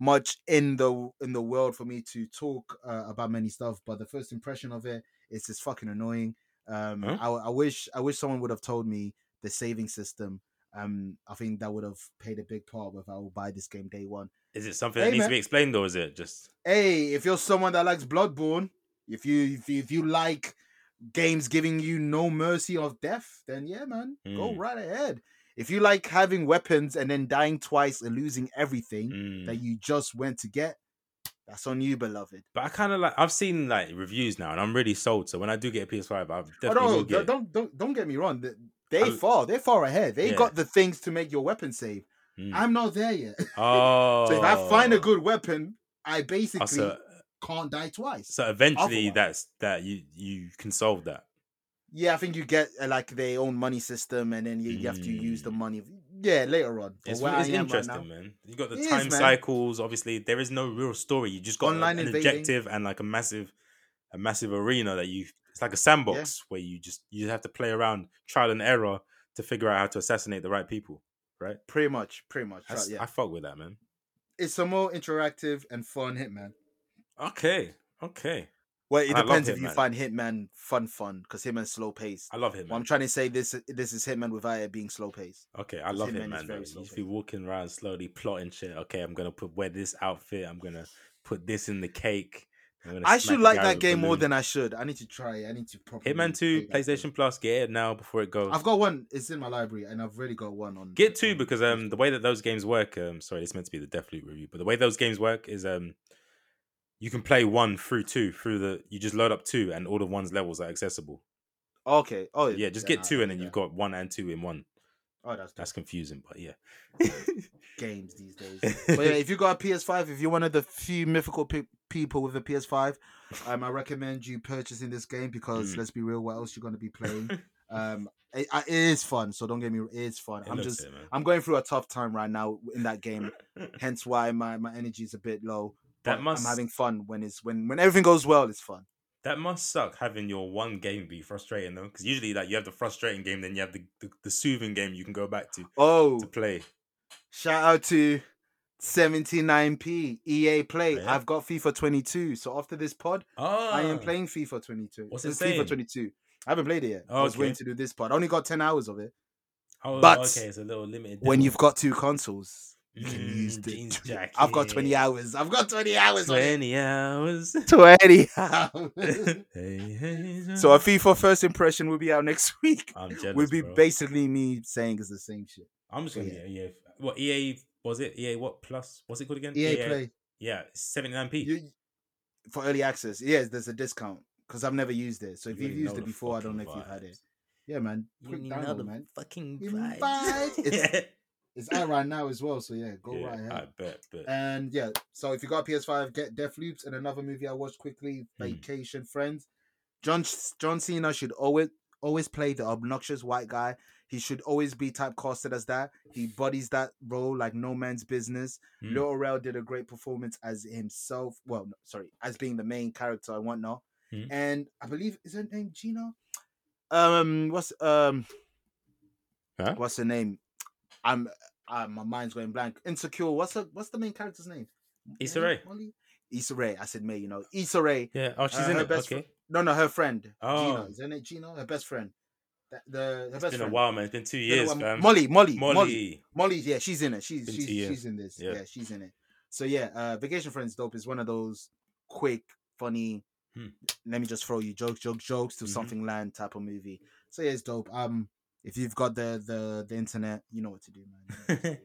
Speaker 2: much in the in the world for me to talk uh, about many stuff, but the first impression of it is it's fucking annoying. Um,
Speaker 3: Huh?
Speaker 2: I, I wish I wish someone would have told me the saving system. Um, I think that would have played a big part with I will buy this game day one
Speaker 3: Is it something that
Speaker 2: Hey,
Speaker 3: needs
Speaker 2: man.
Speaker 3: to be explained, or is it just?
Speaker 2: hey, if you're someone that likes Bloodborne, if you if you, if you like games giving you no mercy of death, then yeah, man, go
Speaker 3: Mm.
Speaker 2: right ahead. If you like having weapons and then dying twice and losing everything
Speaker 3: Mm.
Speaker 2: that you just went to get, that's on you, beloved. Oh,
Speaker 3: But I kind of like. I've seen like reviews now, and I'm really sold. So when I do get a PS5, I definitely
Speaker 2: Oh, no,
Speaker 3: will get.
Speaker 2: don't,
Speaker 3: it.
Speaker 2: don't don't don't get me wrong. th- They
Speaker 3: I'm-
Speaker 2: far, they're far ahead. They
Speaker 3: Yeah.
Speaker 2: got the things to make your weapon save.
Speaker 3: Mm.
Speaker 2: I'm not there yet. [laughs]
Speaker 3: Oh,
Speaker 2: so if I find a good weapon, I
Speaker 3: Oh,
Speaker 2: basically
Speaker 3: so-
Speaker 2: can't die twice.
Speaker 3: So eventually,
Speaker 2: Otherwise-
Speaker 3: that's that you you can solve that.
Speaker 2: Yeah, I think you get uh, like their own money system, and then you, you have to use the money. Yeah, later on. But
Speaker 3: Mm. It's,
Speaker 2: where
Speaker 3: it's
Speaker 2: I am right
Speaker 3: interesting,
Speaker 2: now-
Speaker 3: man. You got the
Speaker 2: It is,
Speaker 3: time
Speaker 2: man.
Speaker 3: cycles. Obviously, there is no real story. You just got like,
Speaker 2: Online
Speaker 3: an
Speaker 2: invading.
Speaker 3: objective and like a massive, a massive arena that you. It's like a sandbox where you just you have to play around, trial and error to figure out how to assassinate the right people. Right?
Speaker 2: Pretty much, pretty much. right,
Speaker 3: That's-
Speaker 2: yeah,
Speaker 3: I fuck with that, man.
Speaker 2: it's a more interactive and fun Hitman.
Speaker 3: Okay, okay.
Speaker 2: Well, it
Speaker 3: I love
Speaker 2: depends if you
Speaker 3: Hitman.
Speaker 2: find Hitman fun, fun because Hitman's slow paced.
Speaker 3: I love him.
Speaker 2: Well, I'm trying to say this this is Hitman without it being slow paced.
Speaker 3: Okay, I love
Speaker 2: Hitman
Speaker 3: him,
Speaker 2: is very
Speaker 3: man. though. You
Speaker 2: slow
Speaker 3: just be walking around slowly, plotting shit. Okay, I'm gonna put wear this outfit. I'm gonna put this in the cake. I'm gonna
Speaker 2: I
Speaker 3: smack
Speaker 2: should
Speaker 3: the
Speaker 2: like
Speaker 3: guy
Speaker 2: that
Speaker 3: with a
Speaker 2: game more
Speaker 3: balloon.
Speaker 2: than I should. I need to try. it. I need to properly.
Speaker 3: Hitman Two,
Speaker 2: play that game.
Speaker 3: PlayStation Plus. Get it now before it goes.
Speaker 2: I've got one. It's in my library, and I've already got one on.
Speaker 3: Get two
Speaker 2: on-
Speaker 3: because um the way that those games work um sorry it's meant to be the Deathloop review but the way those games work is um you can play one through two through the you just load up two and all of one's levels are accessible
Speaker 2: Okay. Oh
Speaker 3: yeah just get
Speaker 2: nah,
Speaker 3: two and then
Speaker 2: yeah.
Speaker 3: you've got one and two in one
Speaker 2: Oh, that's
Speaker 3: that's confusing but yeah
Speaker 2: games these days.
Speaker 3: [laughs]
Speaker 2: but yeah, if you got a PS5, if you're one of the few mythical pe- people with a PS5, um, I recommend you purchasing this game because
Speaker 3: Mm.
Speaker 2: let's be real, what else you're going to be
Speaker 3: [laughs]
Speaker 2: playing? um, it, I- it is fun, so don't get me. It is fun.
Speaker 3: It
Speaker 2: I'm
Speaker 3: looks
Speaker 2: just,
Speaker 3: it, man.
Speaker 2: I'm going through a tough time right now in that
Speaker 3: [laughs]
Speaker 2: game, hence why my my energy is a bit low.
Speaker 3: that
Speaker 2: but
Speaker 3: must
Speaker 2: I'm having fun when it's when when everything goes well. It's fun.
Speaker 3: that must suck having your one game be frustrating though because usually like you have the frustrating game then you have the, the the soothing game you can go back to
Speaker 2: Oh,
Speaker 3: to play
Speaker 2: Shout out to 79p EA E Play.
Speaker 3: Oh, Yeah.
Speaker 2: I've got FIFA 22. So after this pod,
Speaker 3: oh
Speaker 2: I am playing FIFA 22.
Speaker 3: What's it
Speaker 2: it's
Speaker 3: saying?
Speaker 2: FIFA 22. I haven't played it yet. I was waiting
Speaker 3: Okay.
Speaker 2: to do this pod. I only got 10 hours of it.
Speaker 3: oh,
Speaker 2: but
Speaker 3: okay it's a little limited
Speaker 2: When
Speaker 3: demo.
Speaker 2: you've got two consoles, you can use
Speaker 3: Mm,
Speaker 2: the.
Speaker 3: jeans
Speaker 2: I've got 20
Speaker 3: jacket.
Speaker 2: hours. I've got 20 hours. on it.
Speaker 3: 20 hours.
Speaker 2: [laughs] 20 hours. so
Speaker 3: so
Speaker 2: a FIFA first impression will be out next [laughs] week.
Speaker 3: I'm jealous.
Speaker 2: will be
Speaker 3: bro.
Speaker 2: basically me saying it's the same shit.
Speaker 3: I'm just gonna
Speaker 2: yeah.
Speaker 3: yeah. yeah. What EA was it? EA what plus? What's it called again? E
Speaker 2: EA E Play.
Speaker 3: Yeah, seventy nine p.
Speaker 2: You, for early access, yes, there's a discount because I've never used it. So if
Speaker 3: You
Speaker 2: you've
Speaker 3: already know
Speaker 2: used it
Speaker 3: the
Speaker 2: before, I don't know
Speaker 3: fucking
Speaker 2: if you've had
Speaker 3: vibes.
Speaker 2: it. Yeah, man. Quick download, man.
Speaker 3: fucking
Speaker 2: You
Speaker 3: [laughs]
Speaker 2: [laughs] vibes. It's- It's out right now as well. So yeah, go
Speaker 3: yeah,
Speaker 2: right ahead.
Speaker 3: I bet, but
Speaker 2: And yeah, so if you got a PS5, get Deathloops and another movie I watched quickly,
Speaker 3: Hmm.
Speaker 2: Vacation Friends. John John Cena should always always play the obnoxious white guy. He should always be typecasted as that. He bodies that role like no man's business.
Speaker 3: Hmm.
Speaker 2: Lil Rel did a great performance as himself. Well, no, sorry, as being the main character and whatnot.
Speaker 3: Hmm.
Speaker 2: And I believe is her name Gina. Um, what's um,
Speaker 3: Huh?
Speaker 2: what's her name? I'm uh, my mind's going blank. Insecure. What's her, what's the main character's name?
Speaker 3: Issa
Speaker 2: May?
Speaker 3: Rae.
Speaker 2: Molly? Issa Rae. I said May. You know Issa Rae.
Speaker 3: yeah. Oh, she's
Speaker 2: uh,
Speaker 3: in
Speaker 2: her
Speaker 3: it.
Speaker 2: best
Speaker 3: Okay.
Speaker 2: No, no, her friend.
Speaker 3: Oh.
Speaker 2: Gina. Is her name Gina? Her best friend. The, the her
Speaker 3: It's
Speaker 2: best
Speaker 3: been
Speaker 2: friend.
Speaker 3: a while, man. It's been two
Speaker 2: No, no,
Speaker 3: years,
Speaker 2: um,
Speaker 3: fam.
Speaker 2: Molly, Molly,
Speaker 3: Molly. [laughs]
Speaker 2: Molly, Molly, yeah, she's in it. She's
Speaker 3: Been
Speaker 2: she's,
Speaker 3: two years.
Speaker 2: she's in this.
Speaker 3: Yeah.
Speaker 2: Yeah. she's in it. So yeah, uh Vacation Friends Dope is one of those quick, funny,
Speaker 3: Hmm.
Speaker 2: let me just throw you jokes, jokes, jokes to
Speaker 3: Mhm.
Speaker 2: something land type of movie. So yeah, it's dope. Um if you've got the the the internet, you know what to do, man.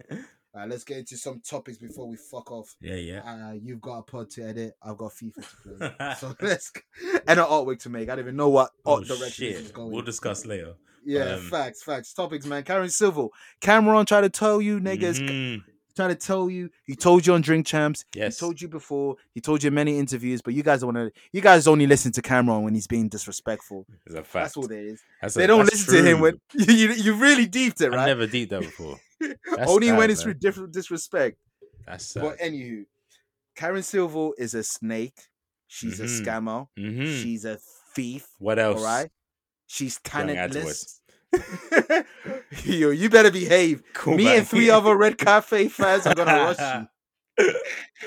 Speaker 2: All right, let's get into some topics before we fuck off. [laughs]
Speaker 3: yeah, yeah.
Speaker 2: Uh, you've got a pod to edit. I've got FIFA to
Speaker 3: [laughs]
Speaker 2: play. so let's [laughs] and an artwork to make. I don't even know what
Speaker 3: Oh,
Speaker 2: art direction this is
Speaker 3: shit.
Speaker 2: going.
Speaker 3: We'll discuss later.
Speaker 2: yeah,
Speaker 3: um,
Speaker 2: facts, facts, topics, man. Karen Civil, Cameron try to tell you niggas,
Speaker 3: Mhm.
Speaker 2: trying to tell you. He told you on Drink Champs.
Speaker 3: Yes.
Speaker 2: He told you before. He told you in many interviews. But you guys don't want to. You guys only listen to Cameron when he's being disrespectful.
Speaker 3: It's a fact.
Speaker 2: That's all there is.
Speaker 3: That's a-
Speaker 2: They don't
Speaker 3: that's
Speaker 2: listen to him
Speaker 3: true.
Speaker 2: when [laughs] you you, you really deeped it,
Speaker 3: I
Speaker 2: right?
Speaker 3: never did that before. That's
Speaker 2: only when
Speaker 3: sad,
Speaker 2: it's
Speaker 3: man.
Speaker 2: with different disrespect.
Speaker 3: That's
Speaker 2: But
Speaker 3: sad.
Speaker 2: anywho, Karen Silva is a snake. She's
Speaker 3: Mhm.
Speaker 2: a scammer.
Speaker 3: Mhm.
Speaker 2: She's a thief.
Speaker 3: What else?
Speaker 2: All right. She's
Speaker 3: Oh, Young Adwords.
Speaker 2: talentless. [laughs] Yo, you better
Speaker 3: [laughs]
Speaker 2: behave.
Speaker 3: Cool,
Speaker 2: Me
Speaker 3: man.
Speaker 2: and three other Red Cafe fans are gonna rush
Speaker 3: [laughs]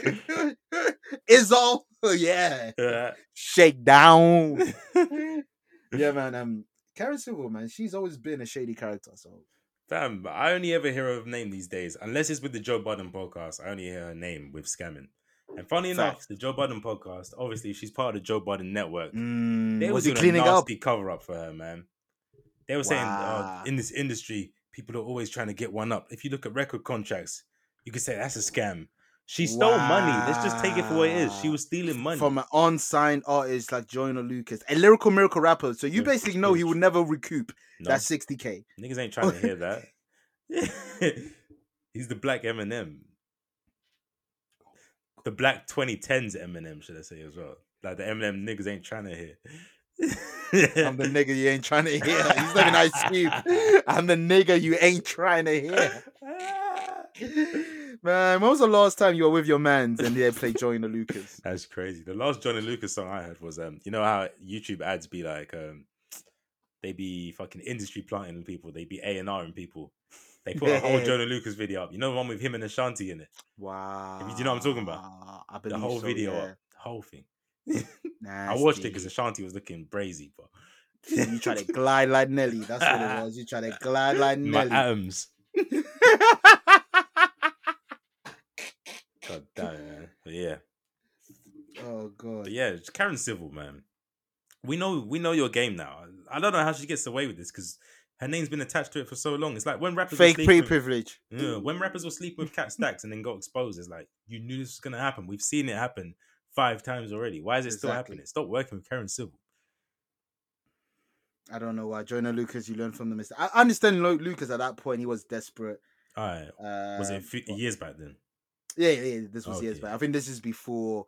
Speaker 2: you. [laughs] Izzo, [laughs] yeah,
Speaker 3: Uh,
Speaker 2: shake
Speaker 3: [laughs]
Speaker 2: down. yeah, man. Um, Karen Silver, man, she's always been a shady character. So
Speaker 3: Fam, I only ever hear her name these days, unless it's with the Joe Budden podcast. I only hear her name with scamming. And funny enough,
Speaker 2: Facts. Mm,
Speaker 3: the Joe Budden podcast, obviously, she's part of the Joe Budden network. They
Speaker 2: was
Speaker 3: was
Speaker 2: he
Speaker 3: doing
Speaker 2: cleaning
Speaker 3: a
Speaker 2: up?
Speaker 3: nasty cover up for her, man. They were saying
Speaker 2: Wow.
Speaker 3: uh, in this industry, people are always trying to get one up. If you look at record contracts, you could say that's a scam. She stole money. Let's just take it for what it is. She
Speaker 2: Wow.
Speaker 3: was stealing money.
Speaker 2: from an unsigned artist like Joyner Lucas, a lyrical miracle rapper. So you
Speaker 3: Yeah,
Speaker 2: basically know he
Speaker 3: huge.
Speaker 2: will never recoup
Speaker 3: No.
Speaker 2: that 60k.
Speaker 3: Niggas ain't trying to hear
Speaker 2: [laughs]
Speaker 3: that. [laughs] He's the black Eminem. The black 2010s Eminem, should I say as well? Like the Eminem niggas ain't trying to hear.
Speaker 2: I'm the nigga you ain't trying to hear. He's not an ice cube. I'm the nigga you ain't trying to
Speaker 3: [laughs]
Speaker 2: hear. Man, when was the last time you were with your mans and they played Joy and the Lucas?
Speaker 3: [laughs] That's crazy. The last Johnny Lucas song I heard was um, you know how YouTube ads be like um, they be fucking industry planting people, they be A and R people. They put a whole
Speaker 2: Yeah.
Speaker 3: Jonah Lucas video up. You know the one with him and Ashanti in it,
Speaker 2: Wow.
Speaker 3: you know what I'm talking about?
Speaker 2: I
Speaker 3: the
Speaker 2: believe
Speaker 3: whole
Speaker 2: so,
Speaker 3: video
Speaker 2: yeah.
Speaker 3: up, the whole thing. I watched it because Ashanti was looking brazy,
Speaker 2: [laughs]
Speaker 3: but
Speaker 2: Nasty. [laughs] you try
Speaker 3: [laughs]
Speaker 2: to glide like Nelly. That's what it was. You try to glide like
Speaker 3: my
Speaker 2: Nelly.
Speaker 3: atoms. God damn, it, man. But yeah,
Speaker 2: [laughs] oh god.
Speaker 3: but yeah, it's Karen Civil, man. We know, we know your game now. I don't know how she gets away with this because her name's been attached to it for so long. It's like when rappers were
Speaker 2: Fake
Speaker 3: sleeping-
Speaker 2: pre privilege.
Speaker 3: Yeah, when rappers were sleeping with cat stacks and then got exposed, it's like you knew this was gonna happen. We've seen it happen five times already. Why is it still
Speaker 2: Exactly.
Speaker 3: happening? Stop working with Karen Civil.
Speaker 2: I don't know why. Jonah Lucas, you learned from the mistake. I I understand Lo- Lucas at that point. He was desperate.
Speaker 3: All right,
Speaker 2: Uh,
Speaker 3: was it a few, years back then?
Speaker 2: Yeah, yeah, yeah. This was years
Speaker 3: Okay.
Speaker 2: back. I think this is before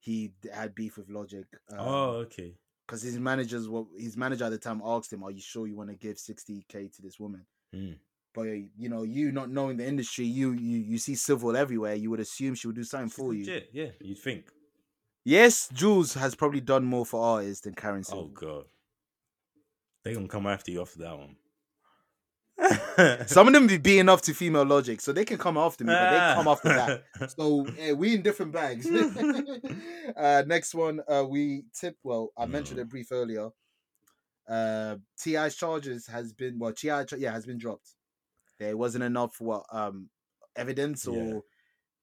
Speaker 2: he d- had beef with Logic.
Speaker 3: oh, okay.
Speaker 2: because his managers were his manager at the time asked him, "Are you sure you want to give sixty k to this woman?"
Speaker 3: Mm.
Speaker 2: But uh, you know, you not knowing the industry, you you you see civil everywhere. You would assume she would do something
Speaker 3: She's
Speaker 2: for you.
Speaker 3: legit, Yeah, you'd think.
Speaker 2: Yes, Jules has probably done more for artists than Karen Silver.
Speaker 3: Oh god, they gonna come after you after
Speaker 2: [laughs]
Speaker 3: that one.
Speaker 2: Some of them be beating off to female logic, so they can come after me, but they come after
Speaker 3: [laughs]
Speaker 2: that. So eh, we in different bags. [laughs] uh, next one, uh, we tip. Well, I mentioned
Speaker 3: Mm.
Speaker 2: it brief earlier. Uh, Ti's charges has been well, Ti cha- yeah has been dropped. There wasn't enough what um evidence
Speaker 3: Yeah.
Speaker 2: or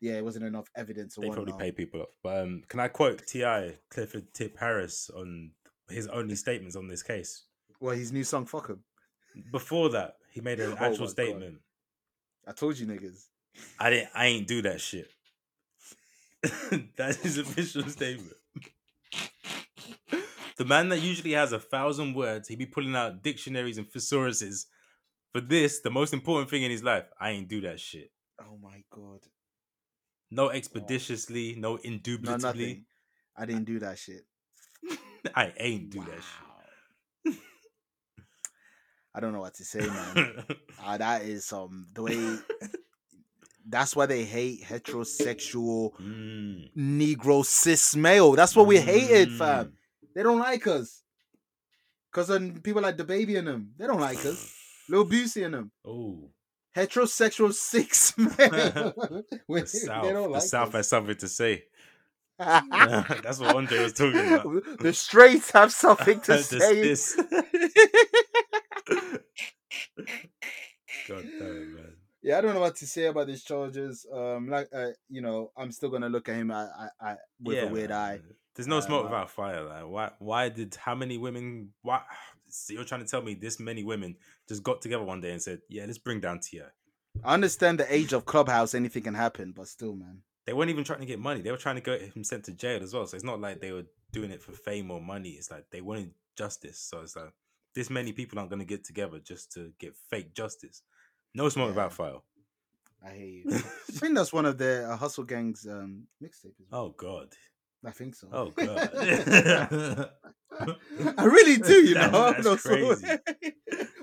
Speaker 2: yeah, it wasn't enough evidence or
Speaker 3: They probably
Speaker 2: whatnot.
Speaker 3: pay people off. But um, can I quote Ti Clifford Tip Harris on his only statements on this case?
Speaker 2: Well, his new song, fuck him.
Speaker 3: Before that, he made
Speaker 2: [laughs] Oh
Speaker 3: an
Speaker 2: my
Speaker 3: actual
Speaker 2: God.
Speaker 3: statement.
Speaker 2: I told you niggas.
Speaker 3: I didn't. I ain't do that shit. [laughs] That's his official statement. The man that usually has a thousand words, he be pulling out dictionaries and thesauruses. For this, the most important thing in his life, I ain't do that shit.
Speaker 2: Oh my god,
Speaker 3: No expeditiously, no
Speaker 2: no
Speaker 3: indubitably. [laughs]
Speaker 2: nothing. I didn't do that shit.
Speaker 3: I ain't do [laughs]
Speaker 2: Wow. I don't know what to say, man.
Speaker 3: [laughs] that shit.
Speaker 2: Ah, that is um the
Speaker 3: [laughs]
Speaker 2: way. That's why they hate heterosexual
Speaker 3: Mm.
Speaker 2: Negro cis male. That's what we hated, fam.
Speaker 3: Mm.
Speaker 2: They don't like us. Cause um, people like the baby in them, they don't like us. Lil Boosie in them,
Speaker 3: Oh,
Speaker 2: heterosexual six [laughs]
Speaker 3: [laughs]
Speaker 2: male. We- [laughs]
Speaker 3: the South. The South has something to say. [laughs]
Speaker 2: [laughs] us.
Speaker 3: That's what Andre
Speaker 2: [laughs]
Speaker 3: was talking about.
Speaker 2: the straights have
Speaker 3: [laughs]
Speaker 2: something to
Speaker 3: This-
Speaker 2: say. [laughs]
Speaker 3: this. God damn it, man.
Speaker 2: Yeah, I don't know what to say about these charges. Um, like uh, you know, I'm still gonna look at him. I, I, I with
Speaker 3: Yeah,
Speaker 2: a weird eye.
Speaker 3: man. There's no
Speaker 2: Uh,
Speaker 3: smoke
Speaker 2: like-
Speaker 3: without fire. Like, why? Why did how many women? Why? [sighs] So you're trying to tell me this many women just got together one day and said, "Yeah, let's bring down Tia."
Speaker 2: I understand the age of Clubhouse, anything can happen, but still, man.
Speaker 3: They weren't even trying to get money. They were trying to get him sent to jail as well. So it's not like they were doing it for fame or money. It's like they wanted justice. So it's like this many people aren't going to get together just to get fake justice. No smoke
Speaker 2: Yeah.
Speaker 3: without fire.
Speaker 2: I hear you. I think that's one of the uh, Hustle Gang's um, mixtape. as well.
Speaker 3: [laughs] Oh God.
Speaker 2: I think so. [laughs]
Speaker 3: Oh [laughs] God.
Speaker 2: I really do, you know. [laughs]
Speaker 3: That-
Speaker 2: I'm
Speaker 3: that's
Speaker 2: not so-
Speaker 3: crazy.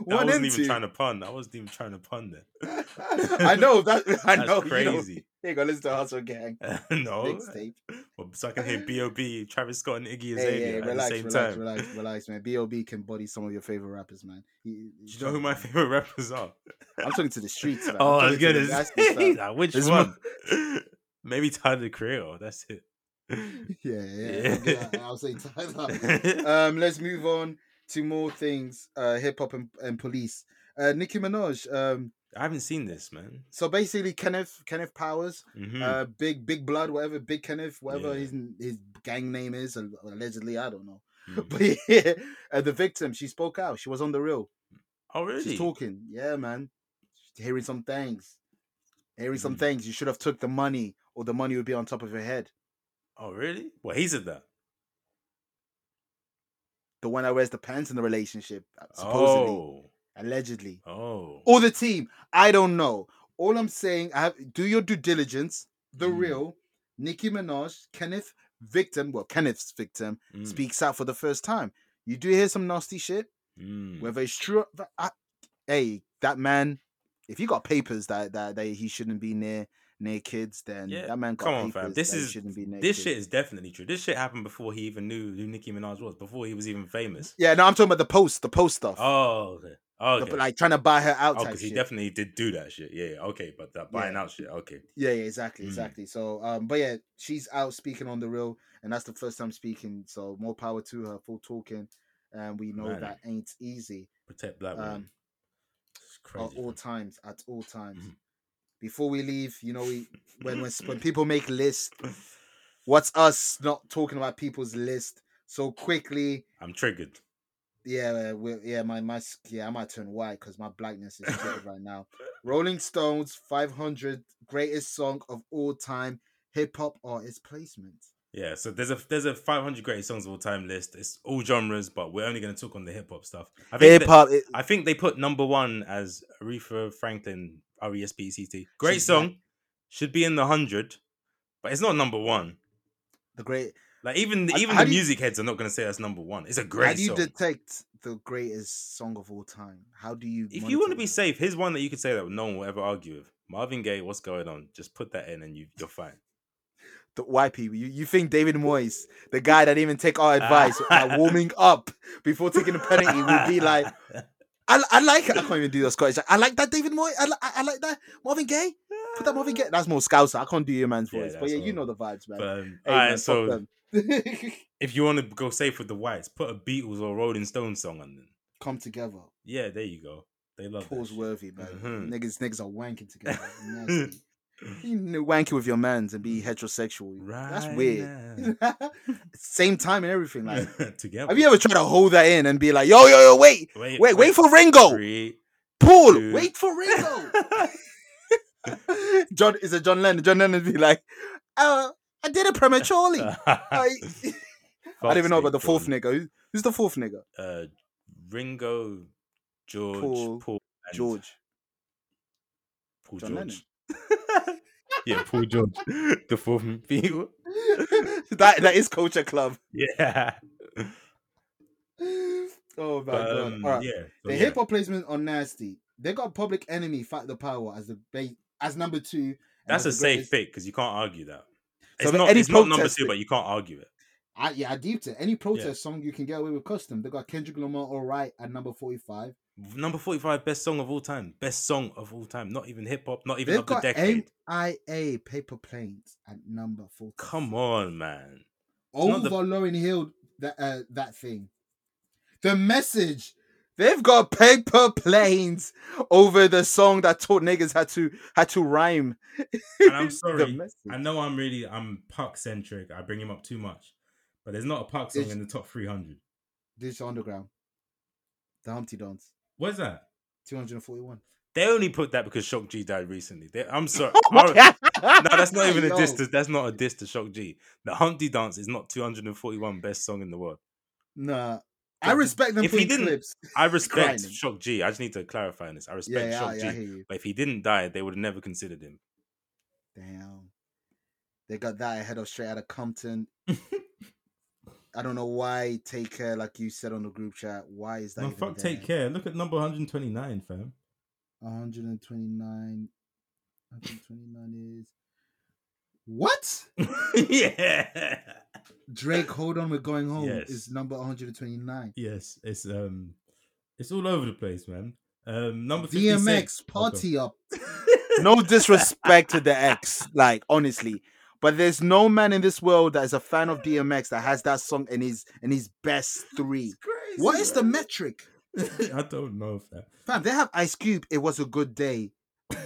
Speaker 2: One
Speaker 3: I wasn't
Speaker 2: and
Speaker 3: even
Speaker 2: two.
Speaker 3: trying to pun. I wasn't even trying to pun there.
Speaker 2: [laughs] I know that. [laughs] I
Speaker 3: That's
Speaker 2: know. You know,
Speaker 3: crazy. [laughs]
Speaker 2: there you go. Listen to Hustle Gang
Speaker 3: no.
Speaker 2: mixtape.
Speaker 3: Well, so I can hear B.O.B., Travis Scott, and Iggy Azalea
Speaker 2: Hey, hey,
Speaker 3: at
Speaker 2: relax,
Speaker 3: the same
Speaker 2: relax,
Speaker 3: time. [laughs]
Speaker 2: relax, relax, man. B.O.B. can body some of your favorite rappers, man. He-
Speaker 3: Do
Speaker 2: he's
Speaker 3: you know who
Speaker 2: trying,
Speaker 3: my [laughs]
Speaker 2: man.
Speaker 3: favorite rappers are?
Speaker 2: I'm talking to the
Speaker 3: [laughs]
Speaker 2: streets. Man.
Speaker 3: oh,
Speaker 2: I'm
Speaker 3: I was
Speaker 2: talking
Speaker 3: gonna
Speaker 2: to the [laughs] nasty
Speaker 3: say, [laughs]
Speaker 2: stuff.
Speaker 3: like, which
Speaker 2: There's
Speaker 3: one? [laughs] Maybe Tyler the Creator. That's
Speaker 2: [laughs]
Speaker 3: it.
Speaker 2: Yeah, yeah. I'll,
Speaker 3: Yeah.
Speaker 2: get- [laughs] I'll say
Speaker 3: [laughs]
Speaker 2: Tyler. um, let's move on to more things. Uh, hip hop and, and police. Uh, Nicki Minaj. Um,
Speaker 3: I haven't seen this, man.
Speaker 2: so basically, Kenneth Kenneth Powers,
Speaker 3: Mhm.
Speaker 2: uh, big big blood, whatever, big Kenneth, whatever
Speaker 3: Yeah.
Speaker 2: his his gang name is, al- allegedly, I don't know. [laughs]
Speaker 3: Mm.
Speaker 2: But yeah, uh, the victim, she spoke out. She was on the real.
Speaker 3: oh, really?
Speaker 2: She's talking. Yeah, man. She's hearing some things. Hearing some
Speaker 3: Mm.
Speaker 2: things. You should have took the money, or the money would be on top of your head.
Speaker 3: Oh, really? Well, he said that.
Speaker 2: The one that wears the pants in the relationship, uh, supposedly, allegedly.
Speaker 3: Oh, oh.
Speaker 2: or the team. I don't know. All I'm saying, I have do your due diligence. The
Speaker 3: Mm.
Speaker 2: real Nicki Minaj, Kenneth victim, well, Kenneth's victim
Speaker 3: Mm.
Speaker 2: speaks out for the first time. You do hear some nasty shit,
Speaker 3: Mm.
Speaker 2: whether it's true. But I, hey, that man, if you got papers that that, that he shouldn't be near near kids, then
Speaker 3: Yeah,
Speaker 2: that man got
Speaker 3: come on,
Speaker 2: papers
Speaker 3: fam. This
Speaker 2: that he
Speaker 3: is-
Speaker 2: shouldn't be near
Speaker 3: This
Speaker 2: kids.
Speaker 3: shit is definitely true. This shit happened before he even knew who Nicki Minaj was, before he was even famous.
Speaker 2: Yeah, no, I'm talking about the post, the post stuff.
Speaker 3: Oh, okay. Oh,
Speaker 2: The-
Speaker 3: okay.
Speaker 2: like trying to buy her out.
Speaker 3: oh,
Speaker 2: type
Speaker 3: because he
Speaker 2: shit.
Speaker 3: definitely did do that shit. Yeah, yeah. Okay, but that buying
Speaker 2: Yeah.
Speaker 3: out shit. Okay.
Speaker 2: Yeah, yeah, exactly,
Speaker 3: Mm.
Speaker 2: exactly. So, um, but yeah, she's out speaking on the real, and that's the first time speaking. So, more power to her for talking, and we know
Speaker 3: Man.
Speaker 2: that ain't easy
Speaker 3: Protect black women.
Speaker 2: Um,
Speaker 3: it's
Speaker 2: at
Speaker 3: crazy.
Speaker 2: all
Speaker 3: fam.
Speaker 2: times. At all times.
Speaker 3: Mhm.
Speaker 2: Before we leave, you know, we when when,
Speaker 3: [laughs]
Speaker 2: when people make lists, what's us not talking about people's list so quickly?
Speaker 3: I'm triggered.
Speaker 2: Yeah, we yeah, my my s- yeah, I might turn white because my blackness is triggered right now. Rolling Stones 500 greatest song of all time, hip hop artist placement.
Speaker 3: Yeah, so there's a there's a 500 greatest songs of all time list. It's all genres, but we're only going to talk on the hip hop stuff. I think
Speaker 2: Hip
Speaker 3: that-
Speaker 2: hop, it-
Speaker 3: I think they put number one as Aretha Franklin, R E S P E C T. Great
Speaker 2: She's
Speaker 3: song, should be in the hundred, but it's not number one.
Speaker 2: the great.
Speaker 3: Like even the,
Speaker 2: How-
Speaker 3: even
Speaker 2: how
Speaker 3: the
Speaker 2: do you-
Speaker 3: music heads are not going to say that's number one. It's a
Speaker 2: how
Speaker 3: great
Speaker 2: do you
Speaker 3: song.
Speaker 2: detect the greatest song of all time? How do you?
Speaker 3: if you want to
Speaker 2: monitor
Speaker 3: be
Speaker 2: that?
Speaker 3: safe, here's one that you could say that no one will ever argue with. Marvin Gaye, what's going on? Just put that in and you, you're fine.
Speaker 2: the white people, you, you think David Moyes, the guy that didn't even take
Speaker 3: [laughs]
Speaker 2: our advice, like warming up before taking the penalty, would be like, I, I like it. I can't even do the Scottish. I like that David Moyes. I, li- I, I like that Marvin Gaye. Put that Marvin Gaye. That's more Scouser. I can't do your man's
Speaker 3: Yeah,
Speaker 2: voice, but
Speaker 3: that's
Speaker 2: yeah, you know
Speaker 3: horrible.
Speaker 2: the vibes, man.
Speaker 3: [laughs] But, um,
Speaker 2: Hey,
Speaker 3: all
Speaker 2: man,
Speaker 3: right,
Speaker 2: fuck
Speaker 3: so
Speaker 2: them. [laughs]
Speaker 3: if you want to go safe with the whites, put a Beatles or Rolling Stones song on them.
Speaker 2: come together.
Speaker 3: Yeah, there you go. They love that
Speaker 2: Pause
Speaker 3: shit.
Speaker 2: worthy, man.
Speaker 3: Mhm.
Speaker 2: Niggas, niggas are wanking
Speaker 3: [laughs]
Speaker 2: together. Nasty. You know, wanking with your mans and be heterosexual. That's
Speaker 3: Right
Speaker 2: weird.
Speaker 3: now.
Speaker 2: [laughs] Same time and everything. Like,
Speaker 3: [laughs] together.
Speaker 2: have you ever tried to hold that in and be like, yo, yo, yo, wait, wait, wait, for Ringo. [laughs]
Speaker 3: Three.
Speaker 2: Paul,
Speaker 3: two.
Speaker 2: wait for
Speaker 3: [laughs]
Speaker 2: Ringo. John is a John Lennon. John Lennon be like, uh, I did it
Speaker 3: [laughs]
Speaker 2: prematurely. [laughs] I, I don't even know about the fourth
Speaker 3: name.
Speaker 2: nigga. Who- Who's the fourth nigga?
Speaker 3: Uh, Ringo, George,
Speaker 2: Paul,
Speaker 3: Paul, and
Speaker 2: George. [laughs]
Speaker 3: Paul
Speaker 2: John
Speaker 3: George. [laughs] yeah, Paul George. [laughs] the fourth [laughs] people.
Speaker 2: that that is culture club. [laughs]
Speaker 3: Yeah.
Speaker 2: Oh my
Speaker 3: But,
Speaker 2: god!
Speaker 3: um,
Speaker 2: All right.
Speaker 3: yeah. so
Speaker 2: The
Speaker 3: yeah.
Speaker 2: hip hop placement on nasty. They got Public Enemy, Fight the Power as the ba- as number two. and
Speaker 3: That's a
Speaker 2: as the
Speaker 3: safe
Speaker 2: greatest-
Speaker 3: pick because you can't argue that.
Speaker 2: So
Speaker 3: It's
Speaker 2: the-
Speaker 3: not.
Speaker 2: any
Speaker 3: It's not number
Speaker 2: protest-
Speaker 3: two, but you can't argue it.
Speaker 2: I, yeah, I deeped it. Any protest song you can get away with custom. They got Kendrick Lamar, All Right, at number forty-five.
Speaker 3: Number forty-five, best song of all time. Best song of all time. Not even hip hop. Not even
Speaker 2: They've
Speaker 3: of the
Speaker 2: got
Speaker 3: decade.
Speaker 2: MIA Paper Planes at number four.
Speaker 3: Come
Speaker 2: [laughs]
Speaker 3: on, man. not
Speaker 2: over
Speaker 3: the-
Speaker 2: Lauren Hill. That uh, that thing. The message. They've got paper planes over the song that taught niggas how to how to rhyme. [laughs]
Speaker 3: And I'm sorry.
Speaker 2: message.
Speaker 3: I know I'm really I'm Puck centric. I bring him up too much, but there's not a Puck song
Speaker 2: It's-
Speaker 3: in the top 300.
Speaker 2: Digital Underground. The Humpty Dance.
Speaker 3: Where's that?
Speaker 2: Two hundred and forty-one.
Speaker 3: They only put that because Shock G died recently. They,
Speaker 2: [laughs]
Speaker 3: I'm sorry.
Speaker 2: no,
Speaker 3: R- no, that's not even a diss.
Speaker 2: distance.
Speaker 3: To, that's not a diss to Shock G. The Humpty Dance is not 241 best song in the world.
Speaker 2: Nah, I respect them
Speaker 3: If he
Speaker 2: putting
Speaker 3: didn't-
Speaker 2: clips.
Speaker 3: I respect
Speaker 2: grinding.
Speaker 3: Shock G. I just need to clarify this. I
Speaker 2: Yeah,
Speaker 3: respect
Speaker 2: yeah,
Speaker 3: Shock
Speaker 2: I- yeah, I
Speaker 3: G.
Speaker 2: hear you.
Speaker 3: But if he didn't die, they would have never considered him.
Speaker 2: Damn. They got that ahead of straight out of
Speaker 3: [laughs]
Speaker 2: Compton. I don't know why take care, like you said on the group chat. Why is that?
Speaker 3: No,
Speaker 2: even
Speaker 3: fuck.
Speaker 2: there?
Speaker 3: Take care. Look at number 129,
Speaker 2: [laughs]
Speaker 3: fam.
Speaker 2: 129. 129 is what?
Speaker 3: yeah.
Speaker 2: Drake,
Speaker 3: [laughs]
Speaker 2: hold on, we're going home.
Speaker 3: Yes.
Speaker 2: Is number 129.
Speaker 3: Yes, it's um, it's all over the place, man. Um, number 56.
Speaker 2: DMX,
Speaker 3: Oh, God.
Speaker 2: party up. no disrespect to the X, like honestly. But there's no man in this world that is a fan of DMX that has that song in his in his best three.
Speaker 3: Crazy,
Speaker 2: What is the
Speaker 3: man.
Speaker 2: metric?
Speaker 3: [laughs] I don't know if that.
Speaker 2: Fam, they have Ice Cube, it was a good day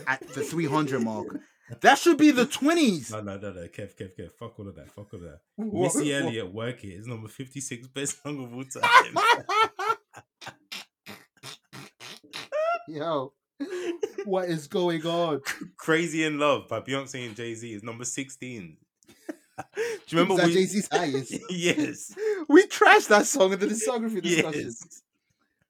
Speaker 2: at the 300 mark. That should be the 20s.
Speaker 3: No, no, no, no. Kev, Kev, Kev. Fuck all of that. Fuck
Speaker 2: [laughs]
Speaker 3: all of that. Missy Elliott, work it. It's number 56 best song of all time.
Speaker 2: [laughs] Yo, what is going on?
Speaker 3: Crazy in Love by Beyonce and Jay Z is
Speaker 2: [laughs]
Speaker 3: number 16. Do you remember?
Speaker 2: Is that
Speaker 3: we-
Speaker 2: Jay-Z's highest?
Speaker 3: [laughs] yes.
Speaker 2: we trashed that song in the discography [laughs] discussion.
Speaker 3: Yes.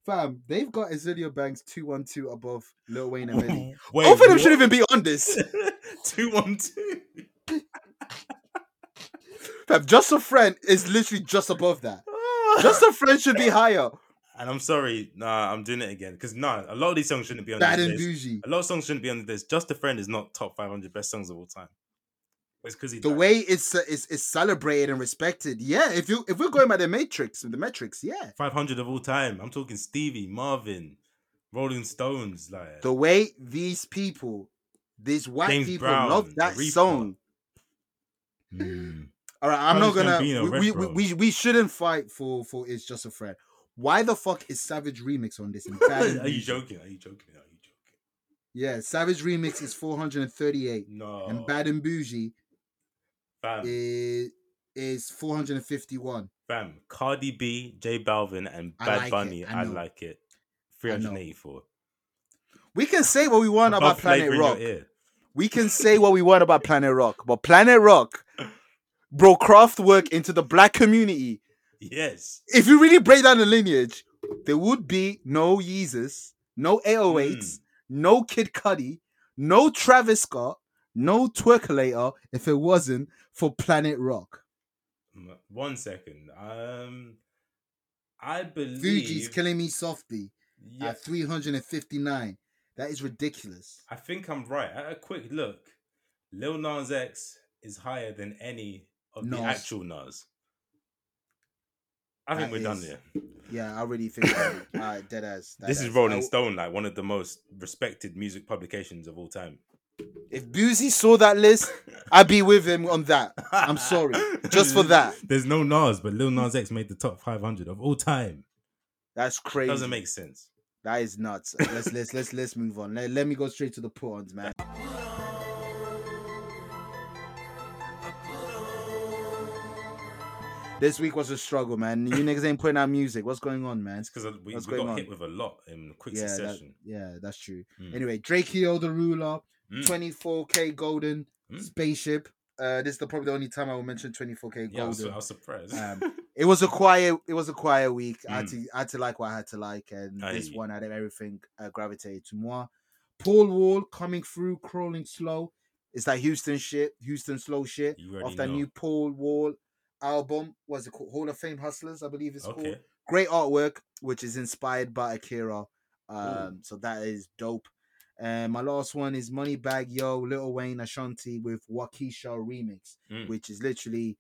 Speaker 2: Fam, they've got Azealia Banks 212 above Lil Wayne and Melly.
Speaker 3: [laughs] Wait,
Speaker 2: Both of them should
Speaker 3: what?
Speaker 2: even be on this.
Speaker 3: [laughs]
Speaker 2: [laughs]
Speaker 3: 212.
Speaker 2: Fam, Just a Friend is literally just above that.
Speaker 4: Just the French should be higher.
Speaker 3: And I'm sorry, nah, I'm doing it again because nah, a lot of these songs shouldn't be on
Speaker 2: Bad
Speaker 3: these
Speaker 2: and
Speaker 3: lists.
Speaker 2: bougie.
Speaker 3: A lot of songs shouldn't be on this. Just a friend is not top 500 best songs of all time. It's because he
Speaker 2: The
Speaker 3: died.
Speaker 2: way it's uh, it's, it's celebrated and respected. Yeah, if you if we're going by the matrix, the metrics, yeah.
Speaker 3: 500 of all time. I'm talking Stevie, Marvin, Rolling Stones, like
Speaker 2: The way these people, these white
Speaker 3: James
Speaker 2: people
Speaker 3: Brown,
Speaker 2: love that
Speaker 3: Aretha.
Speaker 2: song. [laughs]
Speaker 3: Mm.
Speaker 2: All right, I'm not
Speaker 3: Childish
Speaker 2: gonna.
Speaker 3: Gambino,
Speaker 2: we, we,
Speaker 3: Red
Speaker 2: we,
Speaker 3: Bro.
Speaker 2: we we shouldn't fight for for it's just a friend. Why the fuck is Savage Remix on this? and
Speaker 3: [laughs]
Speaker 2: Bad and
Speaker 3: Are you
Speaker 2: Bougie?
Speaker 3: joking? Are you joking? Are you joking?
Speaker 2: Yeah, Savage Remix is 438,
Speaker 3: No.
Speaker 2: and Bad and Bougie
Speaker 3: fam,
Speaker 2: is is 451.
Speaker 3: fam. Cardi B, J Balvin, and
Speaker 2: I
Speaker 3: Bad
Speaker 2: like it,
Speaker 3: Bunny.
Speaker 2: I
Speaker 3: I,
Speaker 2: know.
Speaker 3: like it.
Speaker 2: I know.
Speaker 3: 384.
Speaker 2: We can say what we want
Speaker 3: Above
Speaker 2: about Planet
Speaker 3: Flavor in Your
Speaker 2: Rock.
Speaker 3: Ear.
Speaker 4: We can say what we want about Planet Rock, but Planet Rock brought craft work into the black community.
Speaker 3: Yes.
Speaker 4: If you really break down the lineage, there would be no Yeezus, no 808s,
Speaker 3: Mm.
Speaker 4: no Kid Cudi, no Travis Scott, no Twerkulator if it wasn't for Planet Rock.
Speaker 3: M- One second. Um, I
Speaker 2: Fuji's
Speaker 3: believe.
Speaker 2: killing me softly
Speaker 3: yeah,
Speaker 2: at 359. That is ridiculous.
Speaker 3: I think I'm right. At a quick look, Lil Nas X is higher than any of
Speaker 2: Nas.
Speaker 3: the actual Nas. I
Speaker 2: That
Speaker 3: think we're done
Speaker 2: is-
Speaker 3: here.
Speaker 2: Yeah, I really think
Speaker 3: [laughs]
Speaker 2: that. uh, All right, dead ass. dead
Speaker 3: This is
Speaker 2: ass.
Speaker 3: Rolling
Speaker 2: I-
Speaker 3: Stone, like one of the most respected music publications of all time.
Speaker 4: If Boozy saw that list, I'd be with him on that. I'm
Speaker 3: [laughs]
Speaker 4: sorry. Just for that.
Speaker 3: There's no Nas, but Lil Nas X made the top 500 of all time.
Speaker 4: That's crazy.
Speaker 3: Doesn't make sense.
Speaker 2: That is nuts. Let's let's let's let's move on. Let, let me go straight to the pawns, man.
Speaker 4: This week was a struggle, man. You niggas ain't putting out music. What's going on, man?
Speaker 3: It's because we, we
Speaker 4: What's
Speaker 3: got
Speaker 4: going on?
Speaker 3: hit with a lot in quick
Speaker 2: Yeah, that,
Speaker 3: succession.
Speaker 2: yeah, that's true.
Speaker 3: Mm.
Speaker 2: Anyway, Drakeo the ruler,
Speaker 3: Mm.
Speaker 2: 24k golden
Speaker 3: Mm.
Speaker 2: spaceship. Uh, this is the, probably the only time I will mention 24k
Speaker 3: Yeah, I was,
Speaker 2: golden.
Speaker 3: I was surprised. [laughs]
Speaker 2: Um, It was a quiet. It was a quiet week. I had
Speaker 3: Mm.
Speaker 2: to. I had to like what I had to like, and
Speaker 3: I
Speaker 2: this
Speaker 3: hear you.
Speaker 2: one had everything uh, gravitated to moi. Paul Wall coming through, crawling slow. It's that Houston shit, Houston slow shit.
Speaker 3: you already
Speaker 2: Off that
Speaker 3: know.
Speaker 2: new Paul Wall album, was it called Hall of Fame Hustlers? I believe it's called
Speaker 3: okay.
Speaker 2: great artwork, which is inspired by Akira.
Speaker 3: Mm.
Speaker 2: Um, so that is dope. And my last one is Moneybag Yo, Little Wayne Ashanti with Waukesha remix,
Speaker 3: Mm.
Speaker 2: which is literally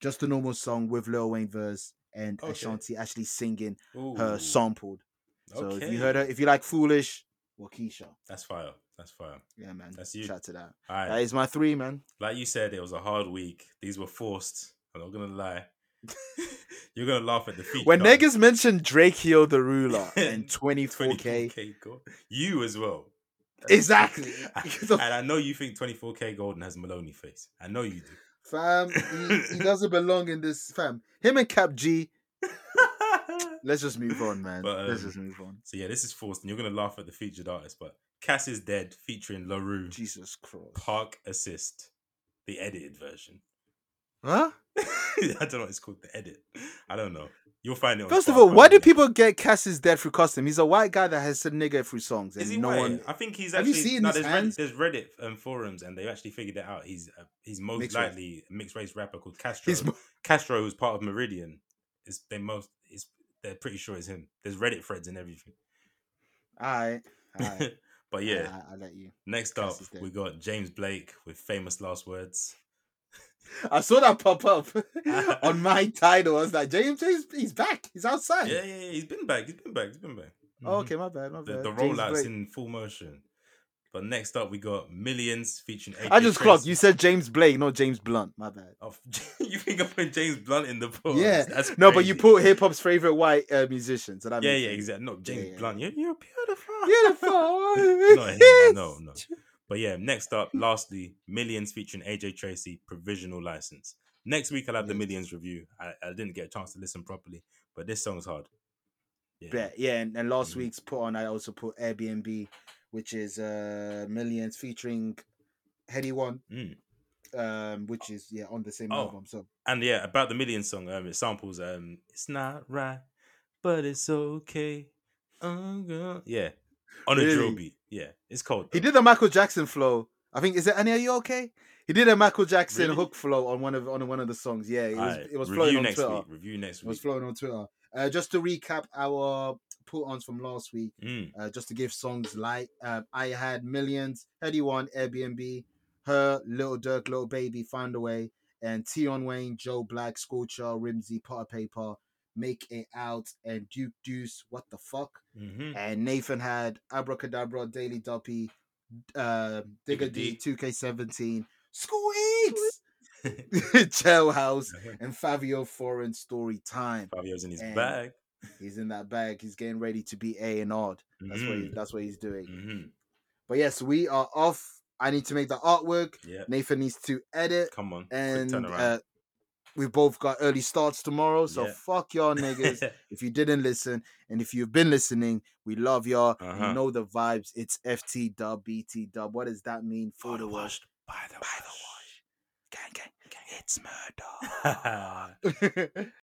Speaker 2: just a normal song with Lil Wayne verse and
Speaker 3: Okay.
Speaker 2: Ashanti actually singing
Speaker 3: Ooh,
Speaker 2: her sampled. So if you heard her,
Speaker 3: okay.
Speaker 2: if you like Foolish, Waukesha.
Speaker 3: That's fire. That's fire.
Speaker 2: Yeah, man.
Speaker 3: That's you.
Speaker 2: Shout to that.
Speaker 3: All right.
Speaker 4: That is my three, man.
Speaker 3: like you said, it was a hard week. These were forced. I'm not gonna lie. [laughs] You're gonna laugh at the feet.
Speaker 4: When
Speaker 3: dog.
Speaker 4: niggas mentioned Drake Hill the
Speaker 3: [laughs]
Speaker 4: Ruler and 24K,
Speaker 3: 24K gold. You as
Speaker 4: [laughs]
Speaker 3: well.
Speaker 4: exactly.
Speaker 2: [laughs]
Speaker 3: and [laughs] I know you think 24K Golden has Maloney face. I know you do.
Speaker 2: Fam, he, he
Speaker 3: [laughs]
Speaker 2: doesn't belong in this fam.
Speaker 4: Him and Cap G, let's just move on, man.
Speaker 3: But,
Speaker 4: let's
Speaker 3: um,
Speaker 4: just move on.
Speaker 3: so yeah, this is forced, and you're gonna laugh at the featured artist. But Cass is dead, featuring Larue.
Speaker 4: Jesus Christ.
Speaker 3: Park Assist, the edited version. [laughs]
Speaker 4: Huh?
Speaker 3: I don't know. what It's called the edit. I don't know. You'll find it. on
Speaker 4: First of all, why
Speaker 3: Spotify,
Speaker 4: do
Speaker 3: yeah.
Speaker 4: people get Cass's dead through custom? He's a white guy that has said nigga through songs, and
Speaker 3: Is he
Speaker 4: no
Speaker 3: white?
Speaker 4: one.
Speaker 3: I think he's
Speaker 2: Have you
Speaker 3: actually.
Speaker 2: seen
Speaker 3: no,
Speaker 2: his
Speaker 3: there's,
Speaker 2: hands?
Speaker 3: Reddit, there's Reddit um, forums, and they've actually figured it out. He's uh, he's most
Speaker 2: Mixed race.
Speaker 3: likely a mixed race rapper called Castro.
Speaker 4: He's,
Speaker 3: Castro, who's part of Meridian, is they most is they're pretty sure it's him. There's Reddit threads and everything.
Speaker 2: Alright. Alright.
Speaker 3: but [laughs] yeah,
Speaker 2: I, I let you.
Speaker 3: next
Speaker 2: Cass
Speaker 3: up
Speaker 2: is dead.
Speaker 3: we got James Blake with famous last words.
Speaker 4: I saw that pop up [laughs] on
Speaker 3: [laughs]
Speaker 4: my title. I was like, James, James, he's back. He's outside.
Speaker 3: Yeah, yeah, yeah, he's been back. He's been back. He's been back.
Speaker 4: Oh,
Speaker 3: Mhm.
Speaker 4: okay, my bad, my
Speaker 3: the,
Speaker 4: bad.
Speaker 3: the
Speaker 4: James
Speaker 3: rollout's
Speaker 4: Blake.
Speaker 3: in full motion. But next up we got Millions featuring.
Speaker 4: I
Speaker 3: AK
Speaker 4: just clocked.
Speaker 3: Tracy.
Speaker 4: You said James Blake, not James Blunt. My bad.
Speaker 3: Oh, [laughs] you think I put James Blunt in the pool?
Speaker 2: Yeah.
Speaker 3: that's
Speaker 4: No, but you
Speaker 3: crazy.
Speaker 4: put hip hop's favorite white uh, musician. So that
Speaker 3: Yeah,
Speaker 4: makes
Speaker 3: yeah,
Speaker 4: sense.
Speaker 3: exactly. No, James
Speaker 2: yeah.
Speaker 3: Blunt. You're, you're beautiful.
Speaker 4: Beautiful.
Speaker 3: Not him, no, no. But yeah, next up, lastly, Millions featuring AJ Tracy, provisional license. Next week, I'll have the Millions review. I, I didn't get a chance to listen properly, but this song's hard. Yeah.
Speaker 2: Bet. Yeah, and, and last
Speaker 3: Mhm.
Speaker 2: week's put on I also put Airbnb, which is uh millions featuring Heady One,
Speaker 3: Mm.
Speaker 2: um, which is yeah on the same
Speaker 3: Oh.
Speaker 2: album. So
Speaker 3: And yeah, about the Millions song, um, it samples um, It's Not Right, But It's Okay. I'm gonna... Yeah. On a drill
Speaker 4: Really?
Speaker 3: beat. Yeah. It's cold.
Speaker 4: He
Speaker 3: though.
Speaker 4: did the Michael Jackson flow. I think is it Annie? Are you okay?
Speaker 2: He did a Michael Jackson
Speaker 3: Really?
Speaker 2: hook flow on one of on one of the songs. Yeah, it was,
Speaker 3: Aight,
Speaker 2: it was flowing
Speaker 3: review
Speaker 2: on
Speaker 3: next
Speaker 2: Twitter.
Speaker 3: week. Review next
Speaker 2: It was
Speaker 3: week.
Speaker 2: flowing on Twitter. Uh, just to recap our put-ons from last week,
Speaker 3: Mm.
Speaker 2: uh, just to give songs like um, I Had Millions, Heady One, Airbnb, Her, Little Dirk, Little Baby, Find a Way, and Tion Wayne, Joe Black, Scorcher, Rimsey, Potter Paper, Make It Out, and Duke Deuce, What the Fuck.
Speaker 3: hmm
Speaker 2: And Nathan had Abracadabra, Daily Duppy, uh, Digger
Speaker 3: Digger
Speaker 2: D,
Speaker 3: D.
Speaker 2: 2K17, Squeaks, [laughs] Jailhouse, [laughs] and Fabio Foreign Story Time.
Speaker 3: Five years in his
Speaker 2: And-
Speaker 3: bag.
Speaker 2: He's in that bag. He's getting ready to be A and odd. That's what he,
Speaker 3: Mhm.
Speaker 2: that's what he's doing.
Speaker 3: Mhm.
Speaker 2: But yes, we are off. I need to make the artwork.
Speaker 3: Yeah.
Speaker 2: Nathan needs to edit,
Speaker 3: Come on. quick
Speaker 2: and
Speaker 3: turnaround. [laughs]
Speaker 2: uh, we both got early starts tomorrow. So
Speaker 3: Yeah.
Speaker 2: fuck y'all
Speaker 3: [laughs]
Speaker 2: niggas if you didn't listen, and if you've been listening, we love y'all. You
Speaker 3: Uh-huh.
Speaker 2: know the vibes. It's FT dub, BT dub. What does that mean for the wash?
Speaker 3: By the
Speaker 2: By the
Speaker 3: wash.
Speaker 2: Gang, gang. It's murder.
Speaker 3: [laughs]
Speaker 2: [laughs]
Speaker 3: By the wash.